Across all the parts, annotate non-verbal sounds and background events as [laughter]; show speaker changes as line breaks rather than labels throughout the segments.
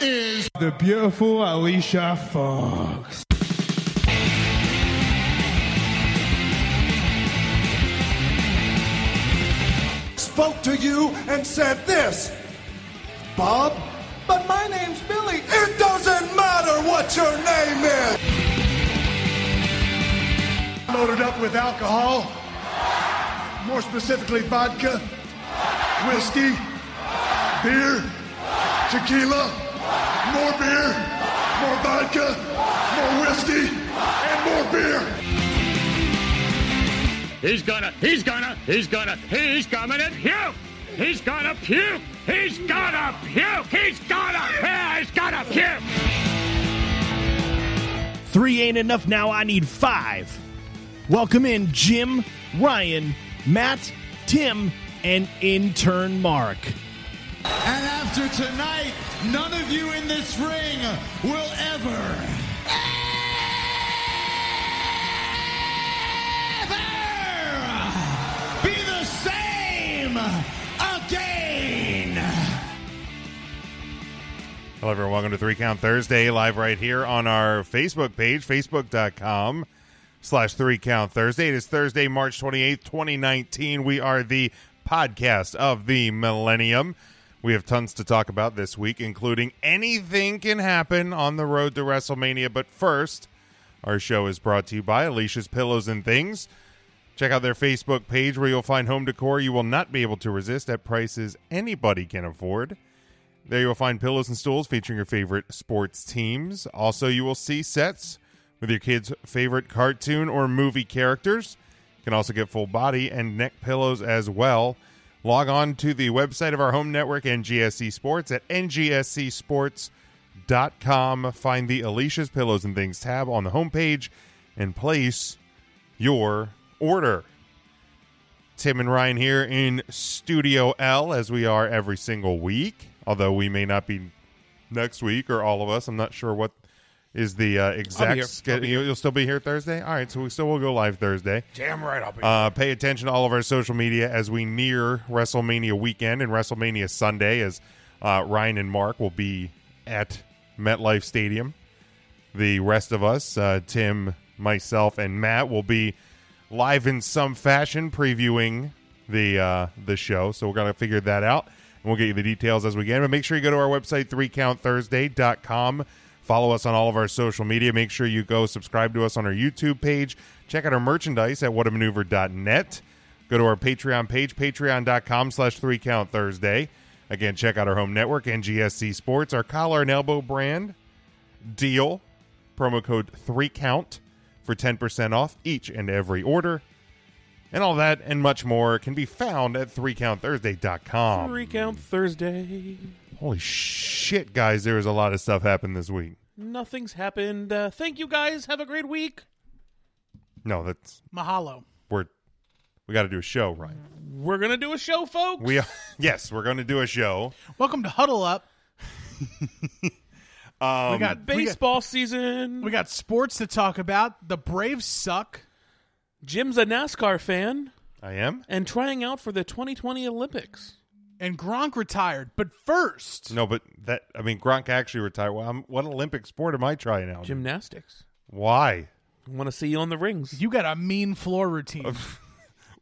is the beautiful Alicia Fox.
Spoke to you and said this, Bob, but my name's Billy. It doesn't matter what your name is. Loaded up with alcohol, more specifically vodka, whiskey, beer, tequila, more beer, more vodka, more whiskey, and more beer.
He's gonna, he's gonna, he's gonna, he's coming at puke! He's gonna puke! He's gonna puke! He's gonna, yeah, he's gonna puke!
Three ain't enough now. I need five. Welcome in Jim, Ryan, Matt, Tim, and intern Mark.
And after tonight, none of you in this ring will ever. ever be the same again.
Hello, everyone. Welcome to Three Count Thursday, live right here on our Facebook page, facebook.com slash Three Count Thursday. It is Thursday, March 28th, 2019. We are the podcast of the millennium. We have tons to talk about this week, including anything can happen on the road to WrestleMania. But first, our show is brought to you by Alicia's Pillows and Things. Check out their Facebook page where you'll find home decor you will not be able to resist at prices anybody can afford. There you will find pillows and stools featuring your favorite sports teams. Also, you will see sets with your kids' favorite cartoon or movie characters. You can also get full body and neck pillows as well. Log on to the website of our home network, NGSC Sports, at ngscsports.com. Find the Alicia's Pillows and Things tab on the homepage and place your order. Tim and Ryan here in Studio L, as we are every single week. Although we may not be next week or all of us, I'm not sure what is the uh, exact.
here. I'll
schedule.
be
You'll still be here Thursday. All right, so we still will go live Thursday.
Damn right I'll be.
Uh, pay attention to all of our social media as we near WrestleMania weekend and WrestleMania Sunday, as uh, Ryan and Mark will be at MetLife Stadium. The rest of us, uh, Tim, myself, and Matt, will be live in some fashion previewing the uh, the show. So we're gonna figure that out, and we'll get you the details as we can. But make sure you go to our website, 3countthursday.com. Follow us on all of our social media. Make sure you go subscribe to us on our YouTube page. Check out our merchandise at whatamaneuver.net. Go to our Patreon page, patreon.com slash 3countthursday. Again, check out our home network, NGSC Sports, our collar and elbow brand, Deal. Promo code 3count for 10% off each and every order. And all that and much more can be found at 3countthursday.com.
Recount Thursday.
Holy shit, guys, there was a lot of stuff happened this week.
Nothing's happened. Uh, thank you guys. Have a great week.
No, that's
Mahalo.
we're we got to do a show, Ryan.
We're gonna do a show, folks.
We [laughs] yes, we're going to do a show.
Welcome to Huddle [laughs] Up.
Um,
We got
Baseball season.
We got sports to talk about. The Braves suck.
Jim's a NASCAR fan
I am.
and trying out for the 2020 Olympics.
And Gronk retired. But first,
No, but that I mean Gronk actually retired. Well, I'm, what Olympic sport am I trying out?
Gymnastics.
Why?
Want to see you on the rings?
you got a mean floor routine.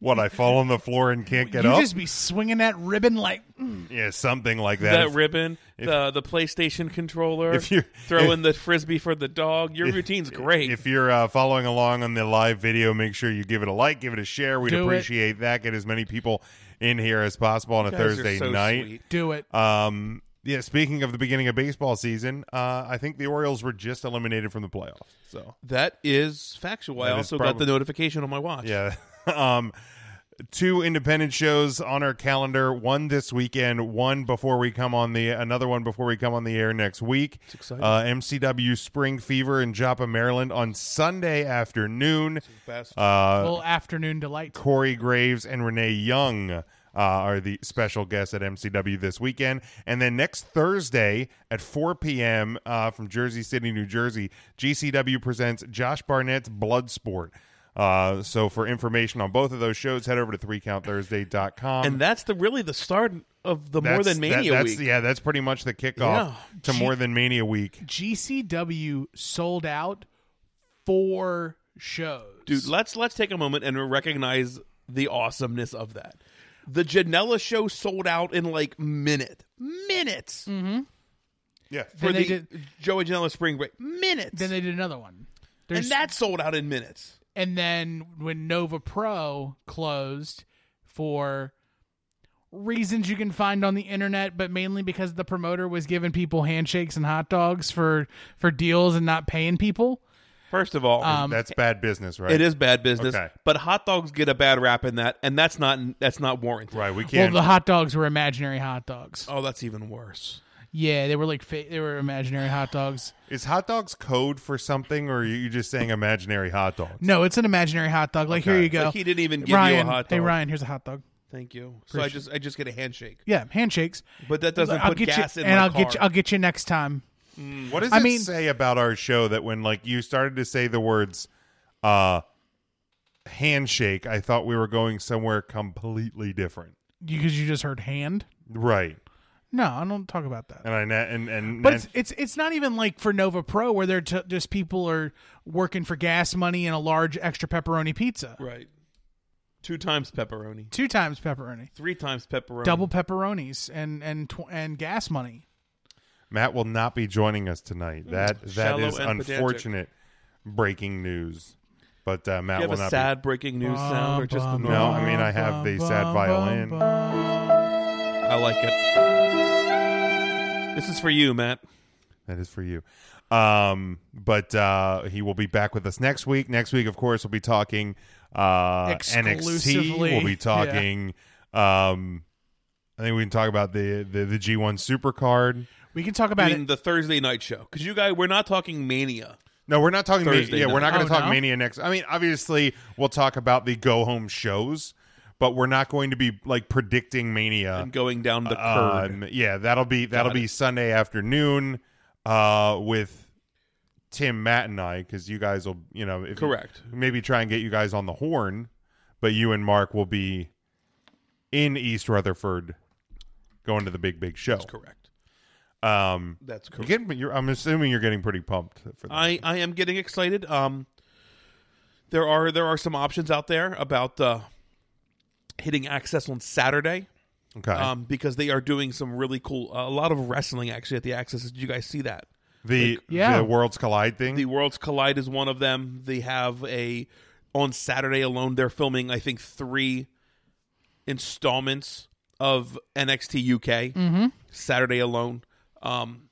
What I fall on the floor
[laughs]
and can't get
you
up?
just be swinging that ribbon like
yeah, something like that.
That
If-
ribbon, the the PlayStation controller,
if you-
throwing the frisbee for the dog. Your routine's great.
If you're uh, following along on the live video, make sure you give it a like, give it a share. We'd
Do it.
appreciate that. Get as many people in here as possible on a
You guys are
Thursday
so
night.
sweet.
do it.
Um, yeah, speaking of the beginning of baseball season, uh, I think the Orioles were just eliminated from the playoffs. So
That is factual. I
That is
also got
probably-
the notification on my watch.
yeah, [laughs] um, two independent shows on our calendar. One this weekend, one before we come on the another one before we come on the air next week. It's
exciting.
Uh, MCW Spring Fever in Joppa, Maryland, on Sunday afternoon.
Best.
Uh,
Little afternoon delight.
Corey Graves and Renee Young uh, are the special guests at MCW this weekend. And then next Thursday at 4 p.m. Uh, from Jersey City, New Jersey, GCW presents Josh Barnett's Bloodsport. Uh, so for information on both of those shows, head over to 3countthursday.com.
and that's the really the start of the More
That's-
Than
that-
Mania
that's,
week.
Yeah, that's pretty much the kickoff
Yeah.
to More Than Mania week.
GCW sold out four shows.
Dude, let's let's take a moment and recognize the awesomeness of that. The Janela show sold out in like minute. Minutes.
Yeah.
For
Mm-hmm. Then
the
they did-
Joey Janela spring break. Minutes.
Then they did another one.
and
There's
that sold out in minutes.
and then when Nova Pro closed for reasons you can find on the internet, but mainly because the promoter was giving people handshakes and hot dogs for for deals and not paying people.
First of all,
Um,
that's bad business, right?
it is bad business.
Okay.
But hot dogs get a bad rap in that, and that's not that's not warranted.
Right, we
Well,
can't.
the hot dogs were imaginary hot dogs.
Oh, that's even worse.
Yeah, they were like fa- they were imaginary hot dogs.
is hot dogs code for something, or are you just saying imaginary hot dogs?
No, it's an imaginary hot dog. Like here you go.
Like he didn't even give
Ryan,
you a hot dog.
Hey Ryan, here's a hot dog.
Thank you. So I just I just get a handshake.
Yeah, handshakes.
But that doesn't
I'll
put
get
gas
you,
in
and
my
I'll
car.
get you. I'll get you next time.
What does
I
it
mean-
say about our show that when like you started to say the words uh handshake, I thought we were going somewhere completely different.
Because you just heard hand.
Right.
No, I don't talk about that.
And I na- and and,
But
and-
it's, it's it's not even like for Nova Pro where they're t- just people are working for gas money and a large extra pepperoni pizza.
Right. Two times pepperoni.
Two times pepperoni,
Three times pepperoni.
double pepperonis, and and tw- and gas money.
Matt will not be joining us
Hmm.
tonight. That that
Shallow
is
and pedantic.
unfortunate breaking news. But uh, Matt
Do you
will
have a
not
sad breaking news sound or just the
be. No, I mean I have the sad violin.
I like it. This is for you, Matt.
That is for you. Um, but uh, he will be back with us next week. Next week, of course, we'll be talking uh, NXT.
Exclusively.
We'll be
Yeah.
talking. Um, I think we can talk about the the, the G1 Supercard.
We can talk
I
about
mean
it.
the Thursday night show because you guys we're not talking mania.
No, we're not talking. Mania.
Thursday
yeah, we're
night.
not going
Oh,
to talk
no?
Mania next. I mean, obviously, we'll talk about the go home shows, but we're not going to be like predicting Mania.
I'm going down the curve.
Um, yeah, that'll be that'll be Sunday afternoon uh, with Tim, Matt, and I because you guys will you know if you-
Correct.
maybe try and get you guys on the horn, but you and Mark will be in East Rutherford going to the big big show.
correct.
Um,
That's
you're
correct.
getting, you're, I'm assuming you're getting pretty pumped for that.
I I am getting excited. Um, there are there are some options out there about uh, hitting access on Saturday.
okay,
Um, because they are doing some really cool, a lot of wrestling actually at the Access. Did you guys see that?
the
yeah.
the Worlds Collide thing.
The Worlds Collide is one of them. They have a on Saturday alone. They're filming, I think, three installments of NXT UK. Saturday alone, um,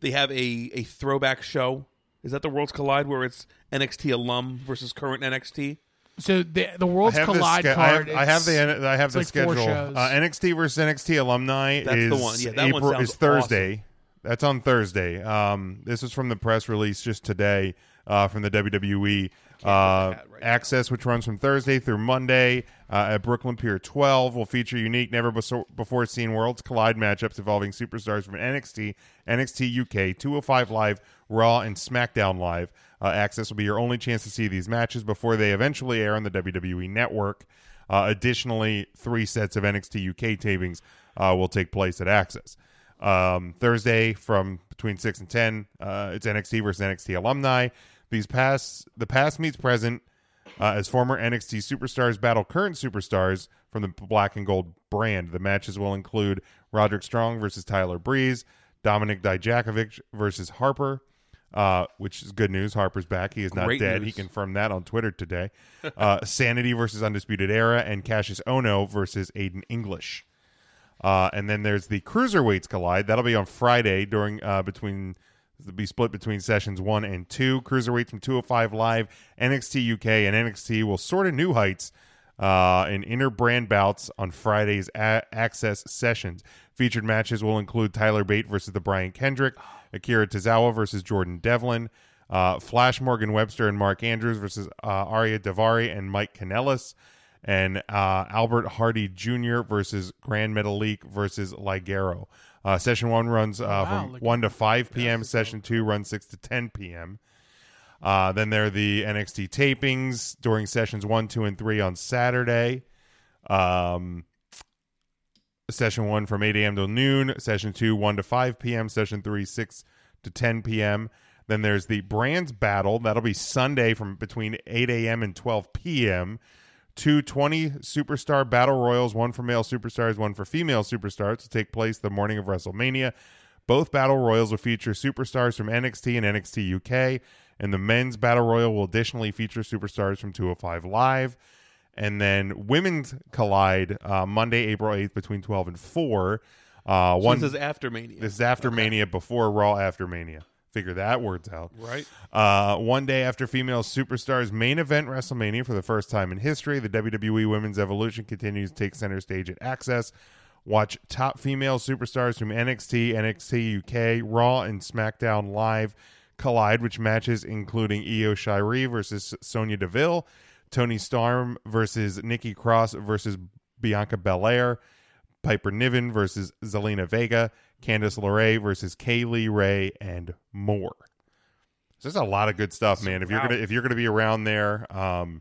they have a a throwback show. Is that the Worlds Collide where it's NXT alum versus current NXT?
So the the
I
worlds
have, the
collide
ske- I
card.
have- I have the N- I have the
it's like four
schedule.
shows.
Uh, NXT versus NXT alumni
That's
is
the one. Yeah, that one
April
sounds
is Thursday. That's on Thursday. Um, this is from the press release just today uh, from the WWE uh, Access, which runs from Thursday through Monday uh, at Brooklyn Pier 12. Will feature unique, never beso- before seen worlds collide matchups involving superstars from NXT, NXT UK, 205 Live, Raw, and SmackDown Live. Uh, Access will be your only chance to see these matches before they eventually air on the WWE Network. Uh, additionally, three sets of NXT UK tapings uh, will take place at Access. Um, Thursday from between six and ten, uh, it's NXT versus NXT alumni. These past the past meets present uh, as former NXT superstars battle current superstars from the Black and Gold brand. The matches will include Roderick Strong versus Tyler Breeze, Dominic Dijakovic versus Harper, uh, which is good news. Harper's back. He is not
Great
dead.
news.
He confirmed that on Twitter
[laughs]
today. Uh, Sanity versus Undisputed Era and Cassius Ono versus Aiden English. Uh, and then there's the cruiserweights collide. That'll be on Friday during uh, between it'll be split between sessions one and two. Cruiserweights from 205 Live, NXT UK, and NXT will soar to new heights uh, in inner brand bouts on Friday's a- Access sessions. Featured matches will include Tyler Bate versus the Brian Kendrick, Akira Tozawa versus Jordan Devlin, uh, Flash Morgan Webster and Mark Andrews versus uh, Aria Davari and Mike Kanellis and uh, Albert Hardy Jr. versus Grand Metalik versus Ligero. Uh, session one runs uh, from 1 to 5 p.m. Session two runs 6 to 10 p.m. Uh, then there are the NXT tapings during sessions one, two, and three on Saturday. Um, session one from 8 a.m. to noon, session two, 1 to 5 p.m., session three, 6 to 10 p.m. Then there's the brands battle. That'll be Sunday from between 8 a.m. and 12 p.m. Two 20 superstar battle royals, one for male superstars, one for female superstars, to take place the morning of WrestleMania. Both battle royals will feature superstars from NXT and NXT UK, and the men's battle royal will additionally feature superstars from 205 Live and then women's collide uh, Monday, April eighth, between twelve and four. Uh, one
this is after Mania.
this is after Mania, before Raw, after Mania. Figure that words out.
Right.
Uh, one day after female superstars main event WrestleMania for the first time in history, the WWE Women's Evolution continues to take center stage at Access. Watch top female superstars from NXT, NXT UK, Raw, and SmackDown live collide, which matches including Io Shirai versus Sonya Deville, Tony Storm versus Nikki Cross versus Bianca Belair. Piper Niven versus Zelina Vega, Candice LeRae versus Kaylee Ray, and more. So there's a lot of good stuff, man. If you're gonna if you're gonna be around there, um,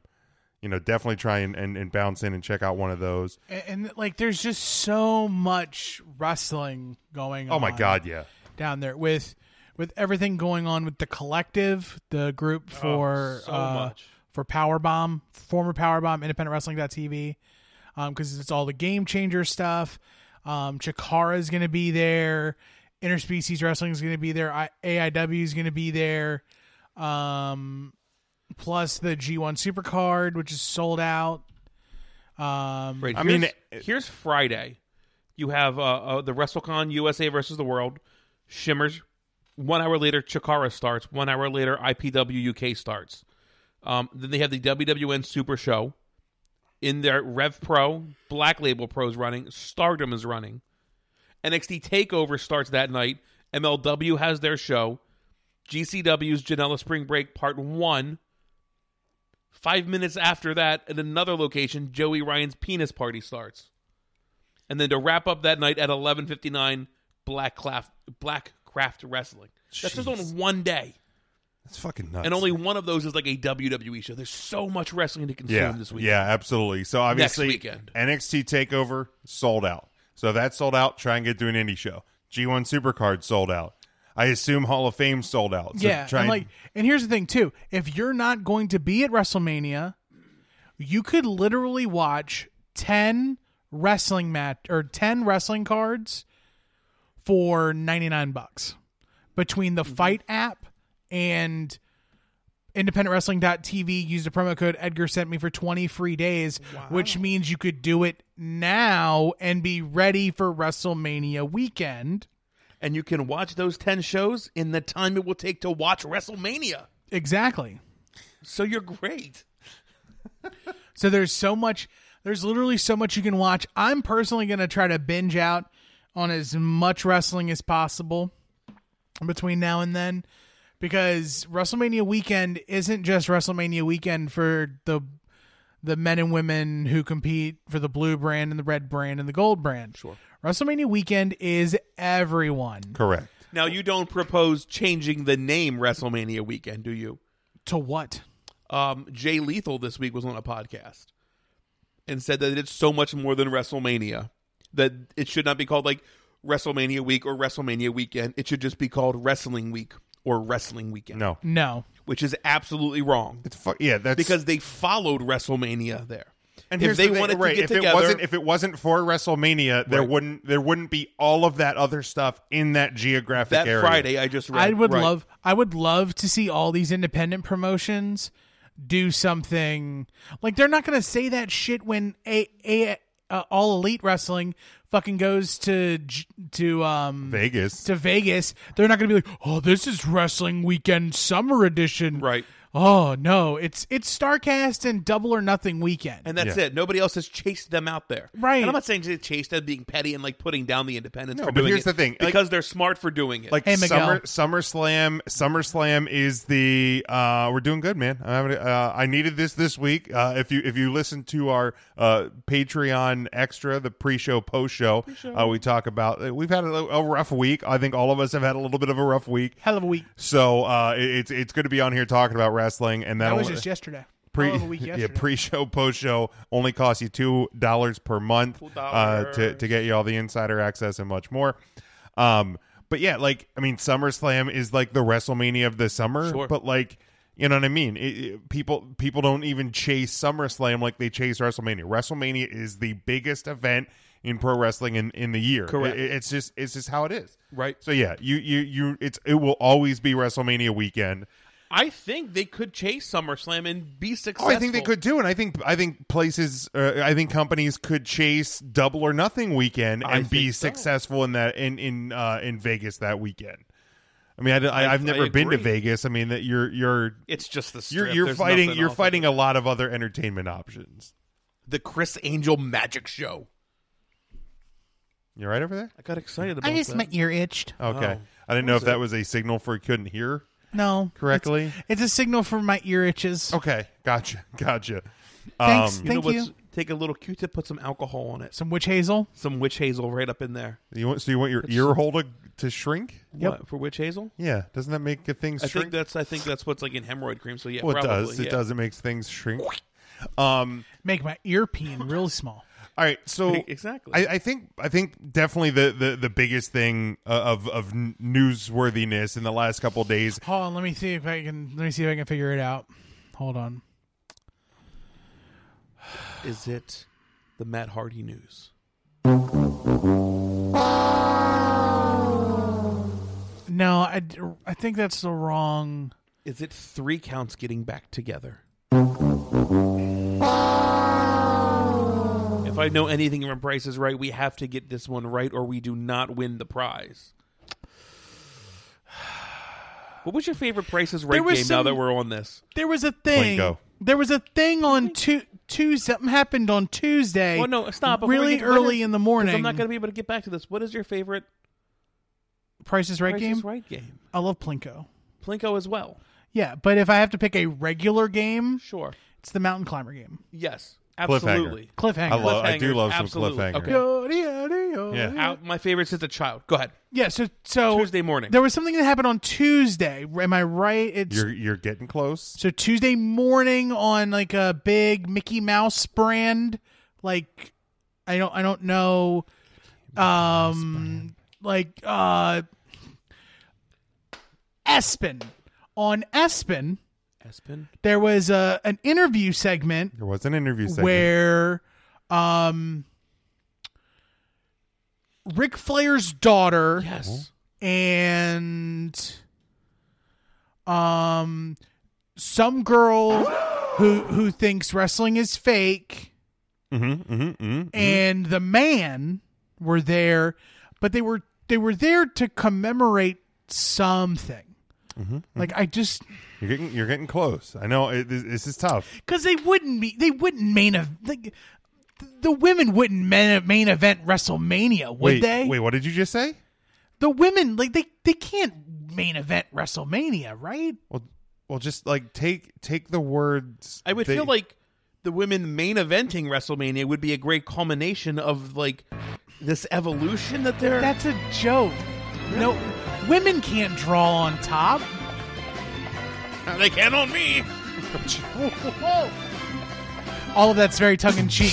you know, definitely try and, and, and bounce in and check out one of those.
And, and, like, there's just so much wrestling going.
Oh my
on
god, yeah.
down there with with everything going on with the collective, the group for
Oh, so
uh,
much.
for Powerbomb, former Powerbomb, Independent Wrestling.tv, because um, it's all the game changer stuff. Um, Chikara is going to be there. Interspecies Wrestling is going to be there. I- AIW is going to be there. Um, plus the G1 Supercard, which is sold out. Um,
Right,
I
here's-
mean,
here's Friday. You have uh, uh, the WrestleCon USA versus the World shimmers. One hour later, Chikara starts. One hour later, IPW UK starts. Um, then they have the WWN Super Show. In their Rev Pro, Black Label Pro's running. Stardom is running. NXT Takeover starts that night. MLW has their show. GCW's Janela Spring Break Part One. Five minutes after that, at another location, Joey Ryan's penis party starts. And then to wrap up that night at eleven fifty nine, Black Craft Black Craft Wrestling. That's just on one day,
That's fucking nuts.
and only one of those is like a WWE show. There's so much wrestling to consume
yeah,
this week.
yeah, absolutely. So obviously,
weekend.
NXT Takeover sold out. So if that sold out. Try and get to an indie show. G1 Supercard sold out. I assume Hall of Fame sold out. So
yeah,
try
and like, and here's the thing too: if you're not going to be at WrestleMania, you could literally watch ten wrestling match or ten wrestling cards for ninety nine bucks between the Fight app and independentwrestling.tv use the promo code edgar sent me for 20 free days which means you could do it now and be ready for wrestlemania weekend
And you can watch those ten shows in the time it will take to watch WrestleMania.
exactly
So you're great.
So there's so much. There's literally so much you can watch. I'm personally going to try to binge out on as much wrestling as possible between now and then because WrestleMania weekend isn't just WrestleMania weekend for the the men and women who compete for the blue brand and the red brand and the gold brand. Sure. WrestleMania weekend is everyone
correct.
Now you don't propose changing the name WrestleMania weekend, do you?
to what?
um, Jay Lethal this week was on a podcast and said that it's so much more than WrestleMania that it should not be called like WrestleMania week or WrestleMania weekend. It should just be called Wrestling Week or Wrestling Weekend.
No,
No.
which is absolutely wrong
it's fu- yeah. That's
because they followed WrestleMania there.
And
if
here's
they
the thing,
wanted
right,
to get
if
together,
it wasn't if it wasn't for WrestleMania, there
Right.
wouldn't there wouldn't be all of that other stuff in that geographic
that
area.
Friday I just read,
I would
right.
love I would love to see all these independent promotions do something like they're not going to say that shit when a, a uh, all elite wrestling fucking goes to J- to um
Vegas.
to Vegas. They're not going to be like, "Oh, this is wrestling weekend summer edition."
Right.
Oh no, it's it's Starcast and Double or Nothing weekend.
And that's
Yeah.
it. Nobody else has chased them out there.
Right.
And I'm not saying to chase them being petty and like putting down the independents.
No,
for
but
doing
here's
it
the thing, like-
Because they're smart for doing it.
Like
Hey,
summer SummerSlam, SummerSlam is the uh, we're doing good, man. I'm having, uh, I needed this this week. Uh, if you if you listen to our uh, Patreon extra, the pre-show, post-show, uh, we talk about uh, we've had a, a rough week. I think all of us have had a little bit of a rough week.
Hell of a week.
So uh, it- it's it's good to be on here talking about wrestling, and
That
that'll
was just yesterday.
pre
Oh,
Hell of a week
[laughs] yeah
yesterday.
pre-show post-show only costs you two dollars per month uh, to to get you all the insider access and much more. Um, but yeah, like I mean, SummerSlam is like the WrestleMania of the summer,
Sure.
but like. You know what I mean? It, it- people people don't even chase SummerSlam like they chase WrestleMania. WrestleMania is the biggest event in pro wrestling in, in the year.
Correct.
It- it's just it's just how it is.
Right.
So yeah, you you you it's it will always be WrestleMania weekend.
I think they could chase SummerSlam and be
Oh,
successful.
I think they could too, and I think I think places, uh, I think companies could chase Double or Nothing weekend
I
and be
think so.
successful in that in in uh, in Vegas that weekend. I mean, I, I,
I-
have never
I
been to
agree.
Vegas. I mean, that you're you're
It's just the strip.
you're, you're
There's
fighting
nothing
you're
off of
fighting
it.
a lot of other entertainment options.
the Chris Angel Magic Show.
You right over there?
I got excited about that.
ear itched.
Oh.
Okay, I didn't know if that was a signal for couldn't hear
No,
correctly.
it's a signal for my ear itches.
Okay, gotcha, [laughs] gotcha.
Thanks.
You know
Thank you.
what's- Take a little Q-tip, put some alcohol on it,
Some witch hazel.
some witch hazel right up in there.
You want so you want your ear hole to, to shrink?
What, for witch hazel?
Yeah, doesn't that make things
I
shrink?
think that's I think that's what's like in hemorrhoid cream. So yeah,
Well,
probably,
it does.
yeah.
It does. It makes things shrink. Um.
Make my ear peen really small.
All right. So
Exactly.
I, I think I think definitely the the, the biggest thing uh, of of n- newsworthiness in the last couple of days.
Hold on, let me see if I can. Let me see if I can figure it out. Hold on.
Is it the Matt Hardy news?
No, I, I think that's the wrong.
Is it three counts getting back together? If I know anything from Price is Right, we have to get this one right, or we do not win the prize. What was your favorite Price is Right
There was
game? Now
some-
that we're on this,
There was a thing.
Blingo.
There was a thing on tu- Tuesday. Something happened on Tuesday.
well, Oh, no, stop. before we
Really
get to winners,
early in the
'cause
morning.
I'm not going to be able to get back to this. What is your favorite
Price is Right
Price
game.
is Right game?
I love Plinko.
Plinko as well.
Yeah, but if I have to pick a regular game,
Sure.
it's the Mountain Climber game.
Yes.
Cliffhanger.
Absolutely.
Cliffhanger.
I love. I do
Cliffhanger,
love some
absolutely.
cliffhanger.
Okay.
Yo, yo,
Oh,
yo,
Yeah.
yo.
Out, my favorite since a child. Go ahead.
Yeah. So, so
Tuesday morning.
there was something that happened on Tuesday. Am I right? It's
You're you're getting close.
so Tuesday morning on like a big Mickey Mouse brand. Like, I don't, I don't know. Um, like uh, Espen on Espen,
Espen.
there was a an interview segment
There was an interview segment.
where um Ric Flair's daughter
Yes.
and um some girl who who thinks wrestling is fake
Mm-hmm, mm-hmm, mm-hmm.
and the man were there but they were they were there to commemorate something
Mm-hmm,
like i just
You're getting you're getting close. I know it, this, this is tough.
Because they wouldn't be, they wouldn't main event. The, the women wouldn't main, main event WrestleMania, would
wait,
they?
wait. What did you just say?
The women, like they, they can't main event WrestleMania, right?
Well, well, just like take take the words.
I would
they-
feel like the women main eventing WrestleMania would be a great culmination of like this evolution that they're.
That's a joke. No, women can't draw on top.
[laughs] they can on me.
All of that's very tongue in cheek.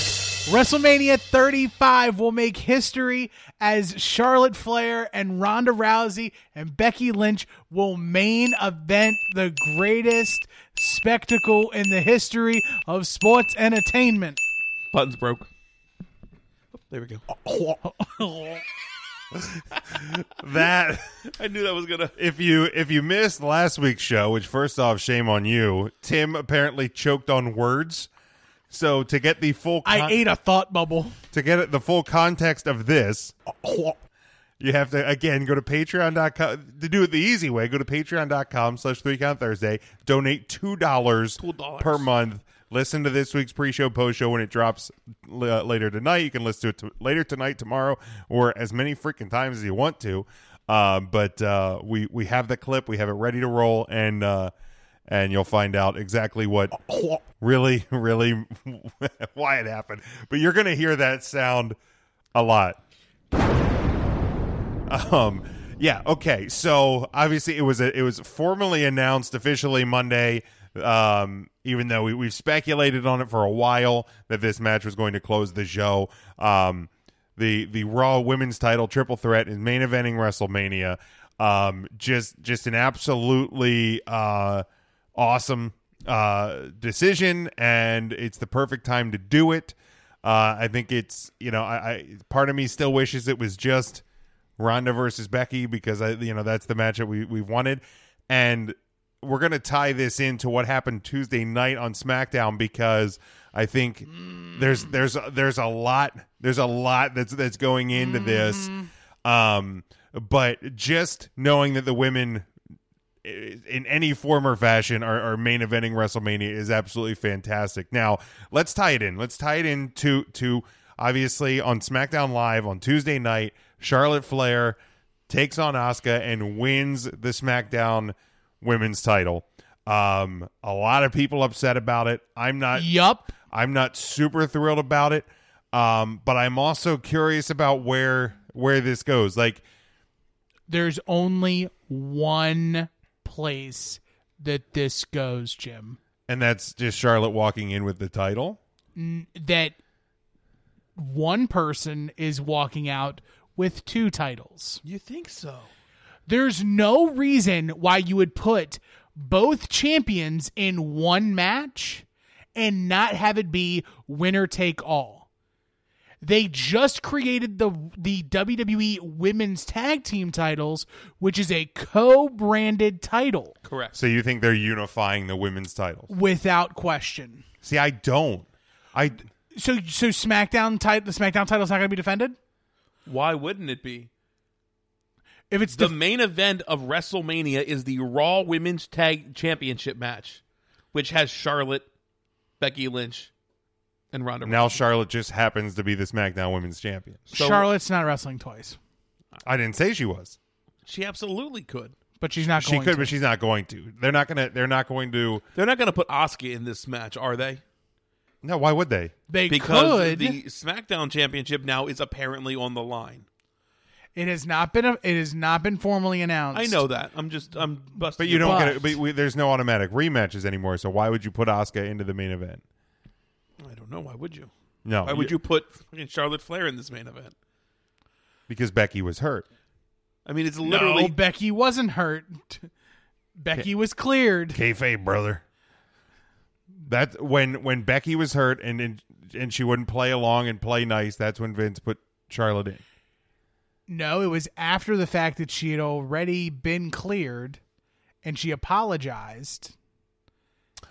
WrestleMania 35 will make history as Charlotte Flair and Ronda Rousey and Becky Lynch will main event the greatest spectacle in the history of sports entertainment.
Buttons broke. Oh, There we go.
[laughs] that.
[laughs] I knew that was gonna.
if you if you missed last week's show, which first off, shame on you. Tim apparently choked on words. So to get the full con-
I ate a thought bubble.
to get the full context of this, You have to again go to patreon.com to do it the easy way. Go to patreon.com slash three count Thursday, donate two dollars
$2.
per month. Listen to this week's pre-show, post-show when it drops l- uh, later tonight. You can listen to it t- later tonight, tomorrow, or as many freaking times as you want to. Uh, but uh, we we have the clip, we have it ready to roll, and uh, and you'll find out exactly what really, really [laughs] why it happened. But you're gonna hear that sound a lot. Um, yeah. Okay. So obviously, it was a, it was formally announced officially Monday. Um, even though we, we've speculated on it for a while that this match was going to close the show. Um, the the Raw Women's Title Triple Threat is main eventing WrestleMania. Um, just just an absolutely uh awesome uh decision, and it's the perfect time to do it. Uh, I think it's you know I, I part of me still wishes it was just Ronda versus Becky because I you know that's the matchup we we wanted, and we're gonna tie this into what happened Tuesday night on SmackDown because I think there's there's there's a lot there's a lot that's that's going into this, um, but just knowing that the women in any form or fashion our, our main eventing WrestleMania is absolutely fantastic. Now let's tie it in. Let's tie it in to to obviously on SmackDown Live on Tuesday night, Charlotte Flair takes on Asuka and wins the SmackDown women's title. Um, a lot of people upset about it. I'm not
Yup.
I'm not super thrilled about it, um, but I'm also curious about where where this goes. Like,
There's only one place that this goes, Jim.
and that's just Charlotte walking in with the title.
That one person is walking out with two titles.
You think so?
There's no reason why you would put both champions in one match and not have it be winner take all. They just created the the WWE Women's Tag Team titles, which is a co-branded title
Correct.
So you think they're unifying the women's titles?
without question.
See, I don't. I
So so SmackDown title the SmackDown title's not going to be defended?
Why wouldn't it be?
If it's
The
def-
main event of WrestleMania is the Raw Women's Tag Championship match, which has Charlotte, Becky Lynch, and Ronda.
now Charlotte just happens to be the SmackDown Women's Champion.
so-
Charlotte's not wrestling twice,
I didn't say she was.
she absolutely could.
but she's not
She
going
could,
to.
but she's not going to. They're not gonna. They're not going to.
They're not going to put Asuka in this match, are they?
No, why would they?
They
Because
could.
the SmackDown Championship now is apparently on the line.
It has not been a, it has not been formally announced.
I know that. I'm just I'm busting.
But you
your
But-
don't get it. But we, there's no automatic rematches anymore. So why would you put Asuka into the main event?
butt. I don't know. Why would you?
No,
Why would you put fucking Charlotte Flair in this main event?
Because Becky was hurt.
I mean, it's literally
No, Becky wasn't hurt. [laughs] Becky was cleared.
kayfabe, brother. That when when Becky was hurt and, and and she wouldn't play along and play nice, that's when Vince put Charlotte in.
No, it was after the fact that she had already been cleared, and she apologized.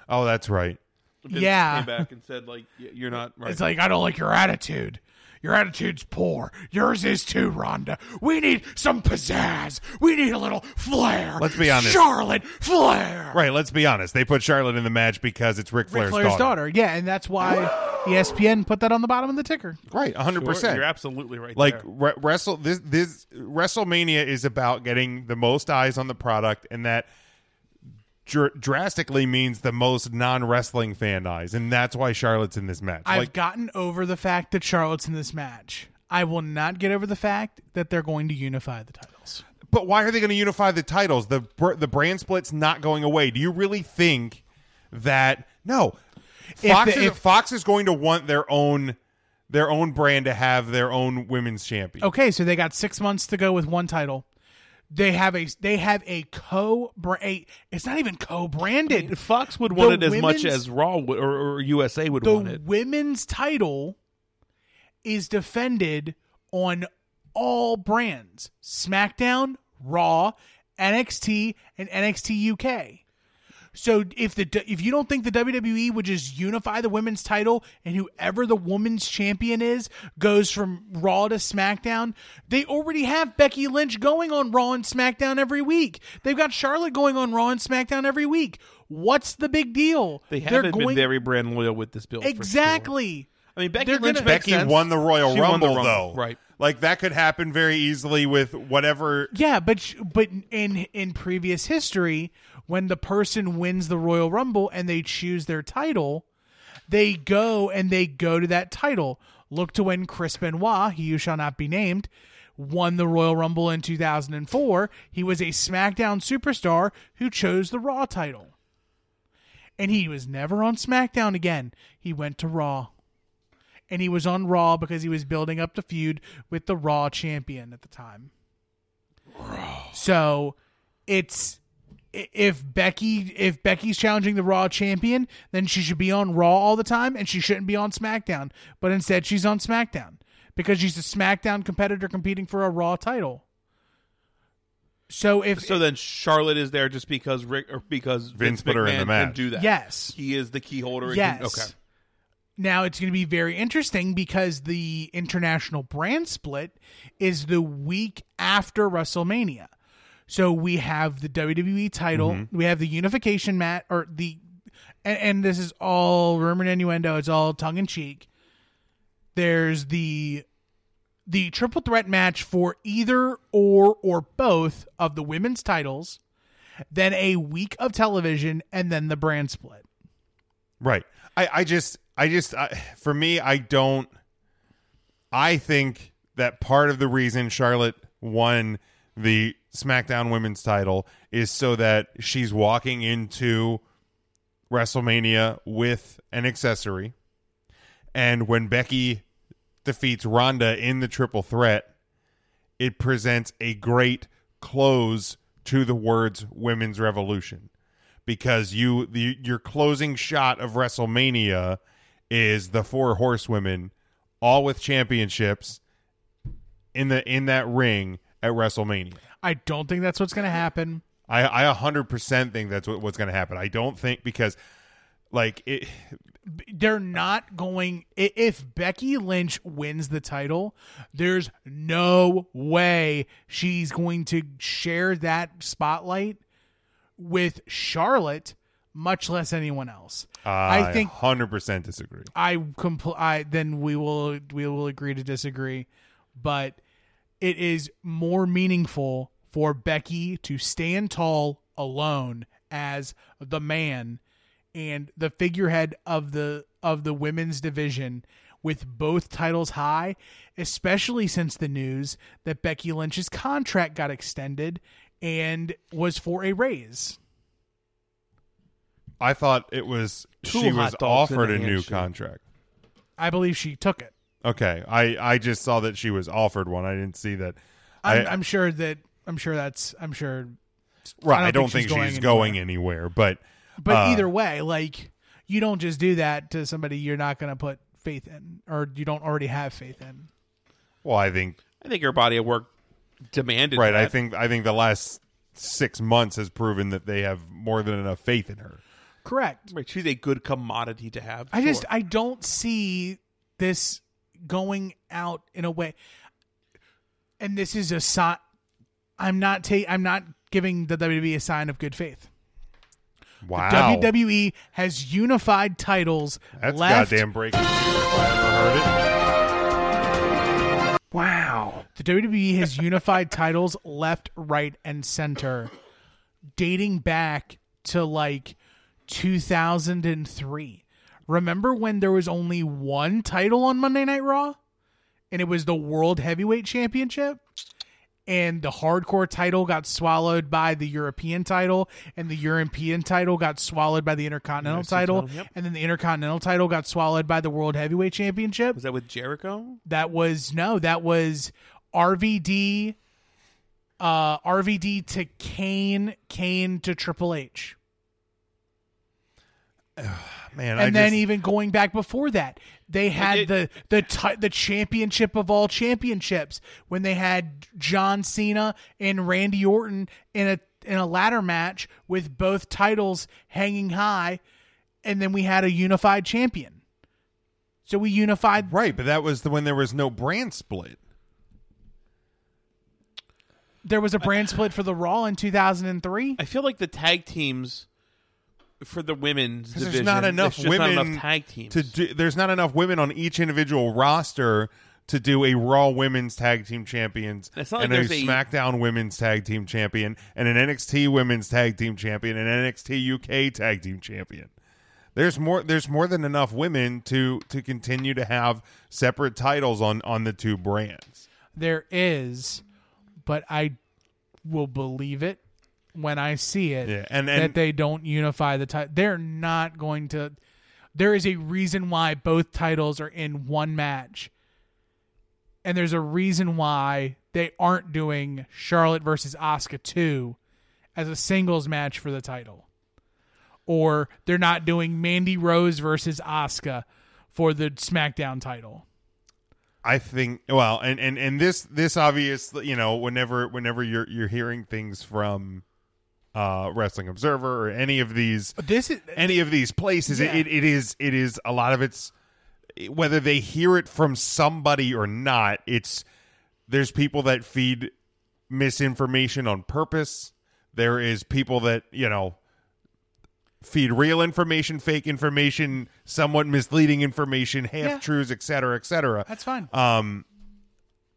Oh, that's right.
Vince
yeah.
came back and said like y- you're not right.
It's like I don't like your attitude. Your attitude's poor. Yours is too, Rhonda. We need some pizzazz. We need a little flair.
Let's be honest.
Charlotte Flair.
Right, let's be honest. They put Charlotte in the match because it's Ric Flair's,
Ric Flair's daughter. Yeah, and that's why E ESPN put that on the bottom of the ticker.
Right, 100%.
Sure, You're absolutely right.
like
there.
re- wrestle this this WrestleMania is about getting the most eyes on the product and that dr- drastically means the most non-wrestling fan eyes and that's why Charlotte's in this match.
I've
like
gotten over the fact that Charlotte's in this match. I will not get over the fact that they're going to unify the titles.
But why are they going to unify the titles? The br- the brand split's not going away. Do you really think that no? Fox,
the-
is,
if-
Fox is going to want their own their own brand to have their own women's champion.
Okay, so they got six months to go with one title. They have a they have a co brand. It's not even co branded.
Fox would want
the
it as much
women's-
as Raw would, or, or USA would
the
want it.
women's title is defended on all brands: SmackDown, Raw, NXT, and NXT UK. So if the if you don't think the WWE would just unify the women's title and whoever the women's champion is goes from Raw to SmackDown, they already have Becky Lynch going on Raw and SmackDown every week. They've got Charlotte going on Raw and SmackDown every week. What's the big deal?
They
They're
haven't been
going-
very brand loyal with this build. for sure.
exactly.
I mean, Becky
They're
Lynch
gonna-
makes
Becky
sense.
won the Royal
She won
Rumble,
the
though.
Right.
Like that could happen very easily with whatever.
Yeah, but sh- but in in previous history, when the person wins the Royal Rumble and they choose their title, they go and they go to that title. Look to when Chris Benoit, he who shall not be named, won the Royal Rumble in 2004. He was a SmackDown superstar who chose the Raw title. And he was never on SmackDown again. He went to Raw. And he was on Raw because he was building up the feud with the Raw champion at the time. So it's i- if Becky if Becky's challenging the Raw champion, then she should be on Raw all the time and she shouldn't be on SmackDown. But instead she's on SmackDown because she's a SmackDown competitor competing for a Raw title. So if
So then Charlotte is there just because Rick or because
Vince
Vince,
put her in
McMahon
the match.
Can do that.
yes.
He is the key holder. and
Yes.
can- okay.
Now it's going to be very interesting because the international brand split is the week after WrestleMania. So we have the WWE title, we have the unification mat or the and, and this is all rumor and innuendo, it's all tongue in cheek. There's the the triple threat match for either or or both of the women's titles, then a week of television and then the brand split.
Right. I, I just, I just, I, for me, I don't. I think that part of the reason Charlotte won the SmackDown Women's title is so that she's walking into WrestleMania with an accessory. And when Becky defeats Ronda in the triple threat, it presents a great close to the words women's revolution because you the, your closing shot of WrestleMania is the four horsewomen all with championships in the in that ring at WrestleMania.
I don't think that's what's going to happen.
I I 100% think that's what, what's going to happen. I don't think because like it
they're not going i- if Becky Lynch wins the title, there's no way she's going to share that spotlight with Charlotte, much less anyone else.
I,
I think
100% disagree.
I compl- I then we will we will agree to disagree, but it is more meaningful for Becky to stand tall alone as the man and the figurehead of the of the women's division with both titles high, especially since the news that Becky Lynch's contract got extended and was for a raise.
I thought it was
Two
she
hot
was
dogs
offered
in
a
a
new
handshake.
contract.
I believe she took it.
Okay, I I just saw that she was offered one. I didn't see that.
I'm,
I-
I'm sure that I'm sure that's I'm sure
Right,
I
I
don't
don't,
think
think,
she's
she's
going
going anywhere, but
But
Uh,
either way, like you don't just do that to somebody you're not going to put faith in, or you don't already have faith in.
well, I think
I think her body of work demanded.
right. I
that.
think I think the last six months has proven that they have more than enough faith in her.
Correct.
Right, she's a good commodity to have.
I just
sure.
I don't see this going out in a way, and this is a sign. I'm not ta- I'm not giving the WWE a sign of good faith.
Wow,
WWE has unified titles
that's
E left
goddamn breaking news. if I ever heard it.
The WWE has unified titles left, right, and center, dating back to like 2003. Remember when there was only one title on Monday Night Raw? And it was the World Heavyweight Championship? And the hardcore title got swallowed by the European title, and the European title got swallowed by the Intercontinental title,
title, yep.
and then the Intercontinental title got swallowed by the World Heavyweight Championship.
was that with Jericho.
That was no, that was RVD uh RVD to Kane, Kane to Triple H.
Man,
And
I
then
just,
even going back before that, they had
it-
the the ti- the championship of all championships when they had John Cena and Randy Orton in a in a ladder match with both titles hanging high, and then we had a unified champion. So we unified.
Right, but that was the, when there was no brand split.
There was a brand split for the Raw in 2003.
I feel like the tag teams for the women's
'Cause
division.
there's not enough
there's just
women
not enough tag teams.
to do. There's not enough women on each individual roster to do a Raw Women's Tag Team Champions
It's not like
and a
there's a-
SmackDown Women's Tag Team Champion and an NXT Women's Tag Team Champion and NXT UK Tag Team Champion. There's more. There's more than enough women to to continue to have separate titles on on the two brands.
There is, but I will believe it when I see it
Yeah, and-
that
and-
they don't unify the title. They're not going to. There is a reason why both titles are in one match, and there's a reason why they aren't doing Charlotte versus Asuka two as a singles match for the title, or they're not doing Mandy Rose versus Asuka for the SmackDown title.
I think well, and and and this this obviously, you know, whenever whenever you're you're hearing things from uh Wrestling Observer or any of these
This is
any of these places,
Yeah.
it, it is it is a lot of it's whether they hear it from somebody or not. It's there's people that feed misinformation on purpose. There is people that you know feed real information, fake information, somewhat misleading information, half truths, et cetera, et cetera.
that's fine.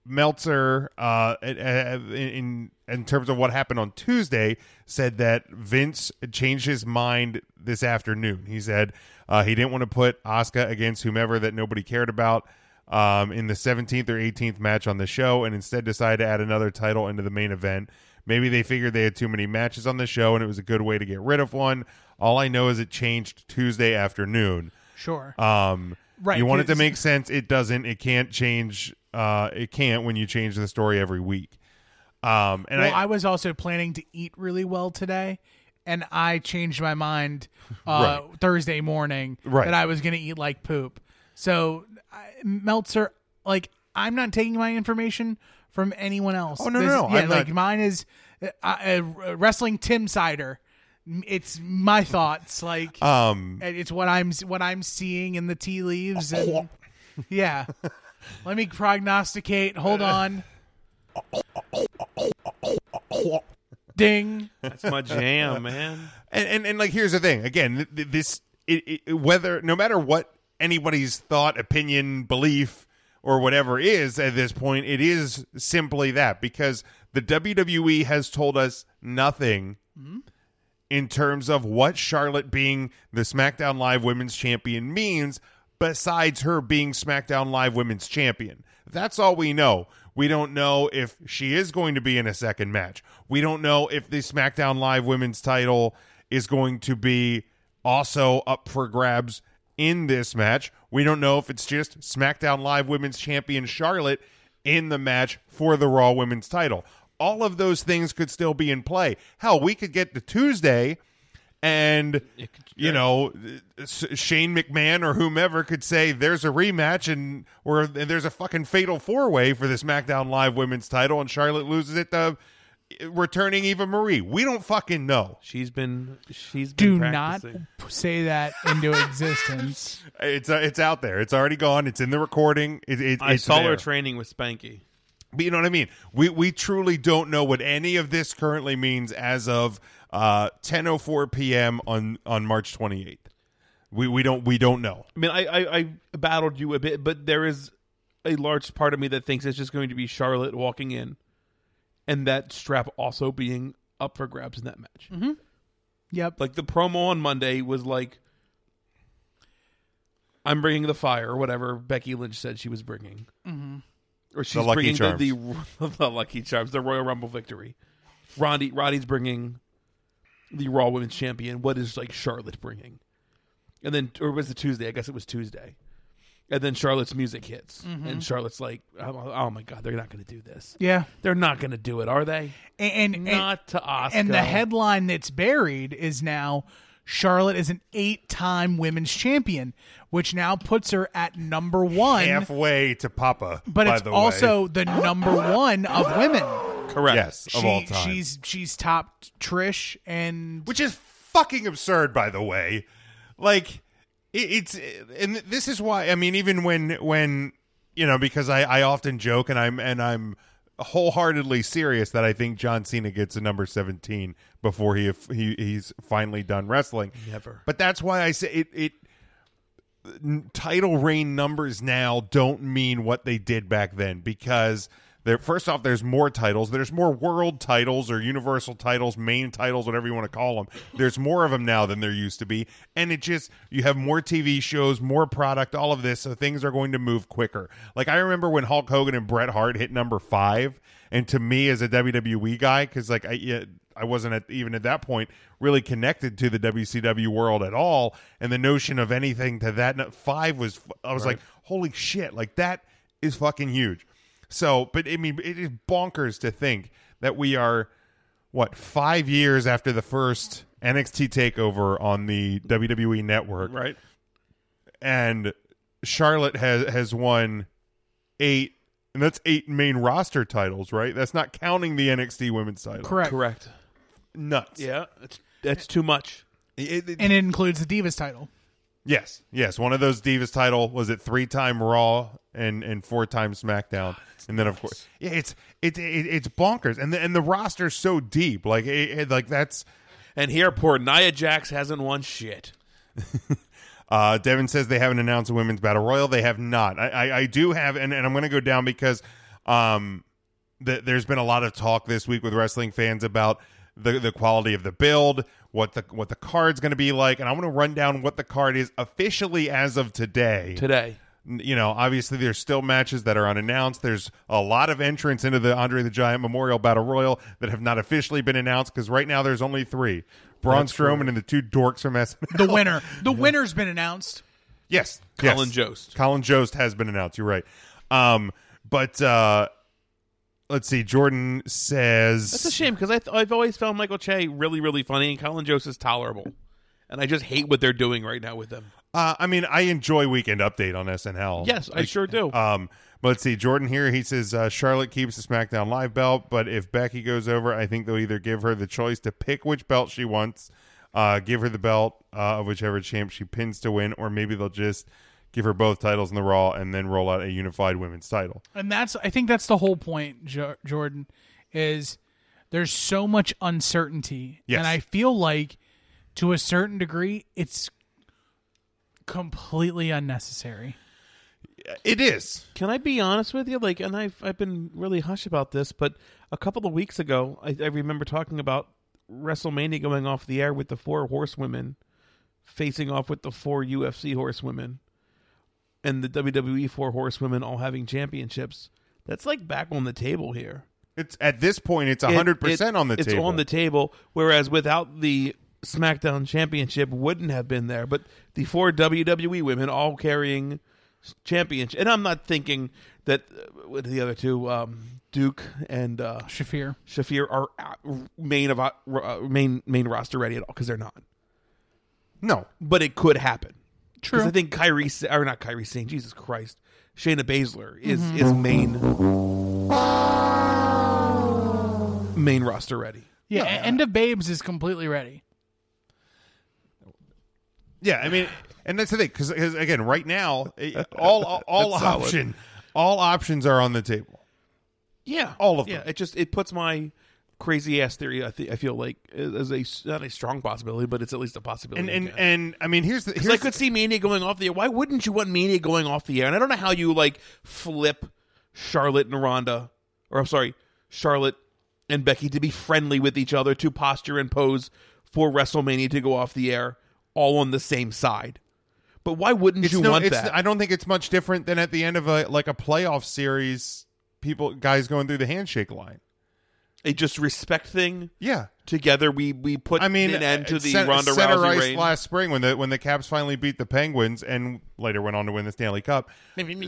Meltzer, uh, at- at- in in terms of what happened on Tuesday, said that Vince changed his mind this afternoon. He said uh, he didn't want to put Asuka against whomever that nobody cared about um, in the 17th or 18th match on the show, and instead decided to add another title into the main event. Maybe they figured they had too many matches on the show, and it was a good way to get rid of one. All I know is it changed Tuesday afternoon.
sure.
Um,
Right,
You want it to
'cause-
make sense. It doesn't. It can't change. Uh, it can't when you change the story every week. Um, and
well, I,
I,
was also planning to eat really well today, and I changed my mind uh, Thursday morning
Right.
that I was going to eat like poop. So, I, Meltzer, like, I'm not taking my information from anyone else.
Oh, no,
This-
no, no,
yeah,
I'm
like
not-
mine is uh, uh, wrestling Tim cider. It's my thoughts, like,
um,
and it's what I'm what I'm seeing in the tea leaves.
[laughs]
And, yeah, let me prognosticate. Hold on. Ding.
That's my jam, man.
and, and and like here's the thing. Again, th- th- this it, it, whether no matter what anybody's thought, opinion, belief, or whatever is at this point, it is simply that because the WWE has told us nothing in terms of what Charlotte being the SmackDown Live Women's Champion means, besides her being SmackDown Live Women's Champion. That's all we know. We don't know if she is going to be in a second match. We don't know if the SmackDown Live Women's title is going to be also up for grabs in this match. We don't know if it's just SmackDown Live Women's Champion Charlotte in the match for the Raw Women's title. All of those things could still be in play. Hell, we could get to Tuesday and you know S- Shane McMahon or whomever could say there's a rematch and or there's a fucking fatal four way for the SmackDown Live Women's title and Charlotte loses it to returning Eva Marie. We don't fucking know.
She's been she's
Do
been
not
practicing.
say that into
[laughs]
existence.
It's uh, it's out there. It's already gone. It's in the recording. It, it,
I
it's
saw her
there.
training with Spanky.
But you know what I mean? We we truly don't know what any of this currently means as of uh 10:04 p.m. on on March 28th. We we don't we don't know.
I mean, I, I I battled you a bit, but there is a large part of me that thinks it's just going to be Charlotte walking in, and that strap also being up for grabs in that match.
Yep.
Like the promo on Monday was like, "I'm bringing the fire" or whatever Becky Lynch said she was bringing, mm-hmm. or she's
Lucky
bringing the, the [laughs] the Lucky Charms, the Royal Rumble victory. Roddy Roddy's bringing the Raw Women's Champion. What is like Charlotte bringing? And then, or was it Tuesday? I guess it was Tuesday. And then Charlotte's music hits, and Charlotte's like, "Oh oh my god, they're not going to do this.
Yeah.
They're not going to do it, are they?
And, and
Not to Oscar."
and the headline that's buried is now Charlotte is an eight-time women's champion, which now puts her at number one.
Halfway to Papa.
but
by
it's
the way.
also the number one of women.
Correct.
Yes, of
She-
all time.
She's she's topped Trish and
which is fucking absurd by the way like it, it's and this is why i mean even when when you know because i i often joke and i'm and i'm wholeheartedly serious that i think john cena gets a number 17 before he he he's finally done wrestling
Never.
but that's why i say it it n- title reign numbers now don't mean what they did back then because there first off there's more titles there's more world titles or universal titles main titles whatever you want to call them there's more of them now than there used to be and it just you have more tv shows more product all of this so things are going to move quicker like i remember when hulk hogan and bret hart hit number five and to me as a wwe guy because like i yeah, I wasn't at, even at that point really connected to the WCW world at all, and the notion of anything to that no- five was I was like, holy shit, like that is fucking huge. So, but I mean, it is bonkers to think that we are what five years after the first NXT takeover on the WWE network,
Right.
and Charlotte has has won eight, and that's eight main roster titles, right? That's not counting the NXT women's title.
correct.
Correct.
Nuts.
Yeah. That's, that's too much.
It- it-
and it includes the Divas title.
Yes, yes. One of those Divas title was it three time Raw and and four time SmackDown, and then of course, yeah, it's it, it it's bonkers, and the, and the roster's so deep, like it, it- like that's.
And here, poor Nia Jax hasn't won shit.
Uh, Devin says they haven't announced a women's battle royal. They have not. I, I, I do have, and, and I'm going to go down because um, th- there's been a lot of talk this week with wrestling fans about the the quality of the build, what the what the card's going to be like, and I want to run down what the card is officially as of today.
Today.
n- you know, obviously there's still matches that are unannounced. There's a lot of entrants into the Andre the Giant Memorial Battle Royal that have not officially been announced because right now there's only three: Braun Strowman and the two dorks from [laughs] SNL.
The winner. The winner's been announced.
yes,
Colin
yes.
Jost.
Colin Jost has been announced. You're right. Um, but uh, let's see. Jordan says
That's a shame because I th- I've always found Michael Che really, really funny, and Colin Jost is tolerable. And I just hate what they're doing right now with them.
Uh, I mean, I enjoy Weekend Update on SNL.
Yes, I
Like,
sure do.
Um, but let's see, Jordan here. He says uh, Charlotte keeps the SmackDown Live belt, but if Becky goes over, I think they'll either give her the choice to pick which belt she wants, uh, give her the belt uh, of whichever champ she pins to win, or maybe they'll just give her both titles in the Raw and then roll out a unified women's title.
And that's I think that's the whole point, jo- Jordan, is there's so much uncertainty,
Yes.
and I feel like to a certain degree it's completely unnecessary.
Uh,
It is.
Can I be honest with you? Like, and I've I've been really hush about this, but a couple of weeks ago, I, I remember talking about WrestleMania going off the air with the four horsewomen facing off with the four UFC horsewomen and the WWE four horsewomen all having championships. That's like back on the table here.
It's at this point, it's
It-
hundred percent
it-
on the
it's
table.
on the table. Whereas without the SmackDown Championship, wouldn't have been there. But the four WWE women all carrying s- championship, and I'm not thinking that uh, what are the other two, um, Duke and uh,
Shafir.
Shafir, are out- main of uh, main main roster ready at all because they're not.
no,
But it could happen.
True.
I think Kyrie Sa- or not Kyrie Sane, Jesus Christ, Shayna Baszler is
Mm-hmm.
is main main roster ready.
yeah, a- End of Babes is completely ready.
Yeah, I mean, and that's the thing because again, right now, it- all all, all
[laughs] That's solid.
option, all options are on the table.
Yeah,
All of
yeah.
them.
It just it puts my crazy ass theory. I, th- I feel like as a not a strong possibility, but it's at least a possibility.
And and
again.
and I mean, here's the
'Cause
here's
I could see Mania going off the air. Why wouldn't you want Mania going off the air? And I don't know how you like flip Charlotte and Ronda, or I'm sorry, Charlotte and Becky to be friendly with each other to posture and pose for WrestleMania to go off the air, all on the same side. But why wouldn't
it's
you
no-
want
it's-
that?
I don't think it's much different than at the end of a like a playoff series, people guys going through the handshake line.
a just respect thing.
Yeah,
Together we we put
I mean, uh,
an end to the
Sen-
Ronda
Senator
Rousey
Rice
reign.
last spring when the when the Caps finally beat the Penguins and later went on to win the Stanley Cup.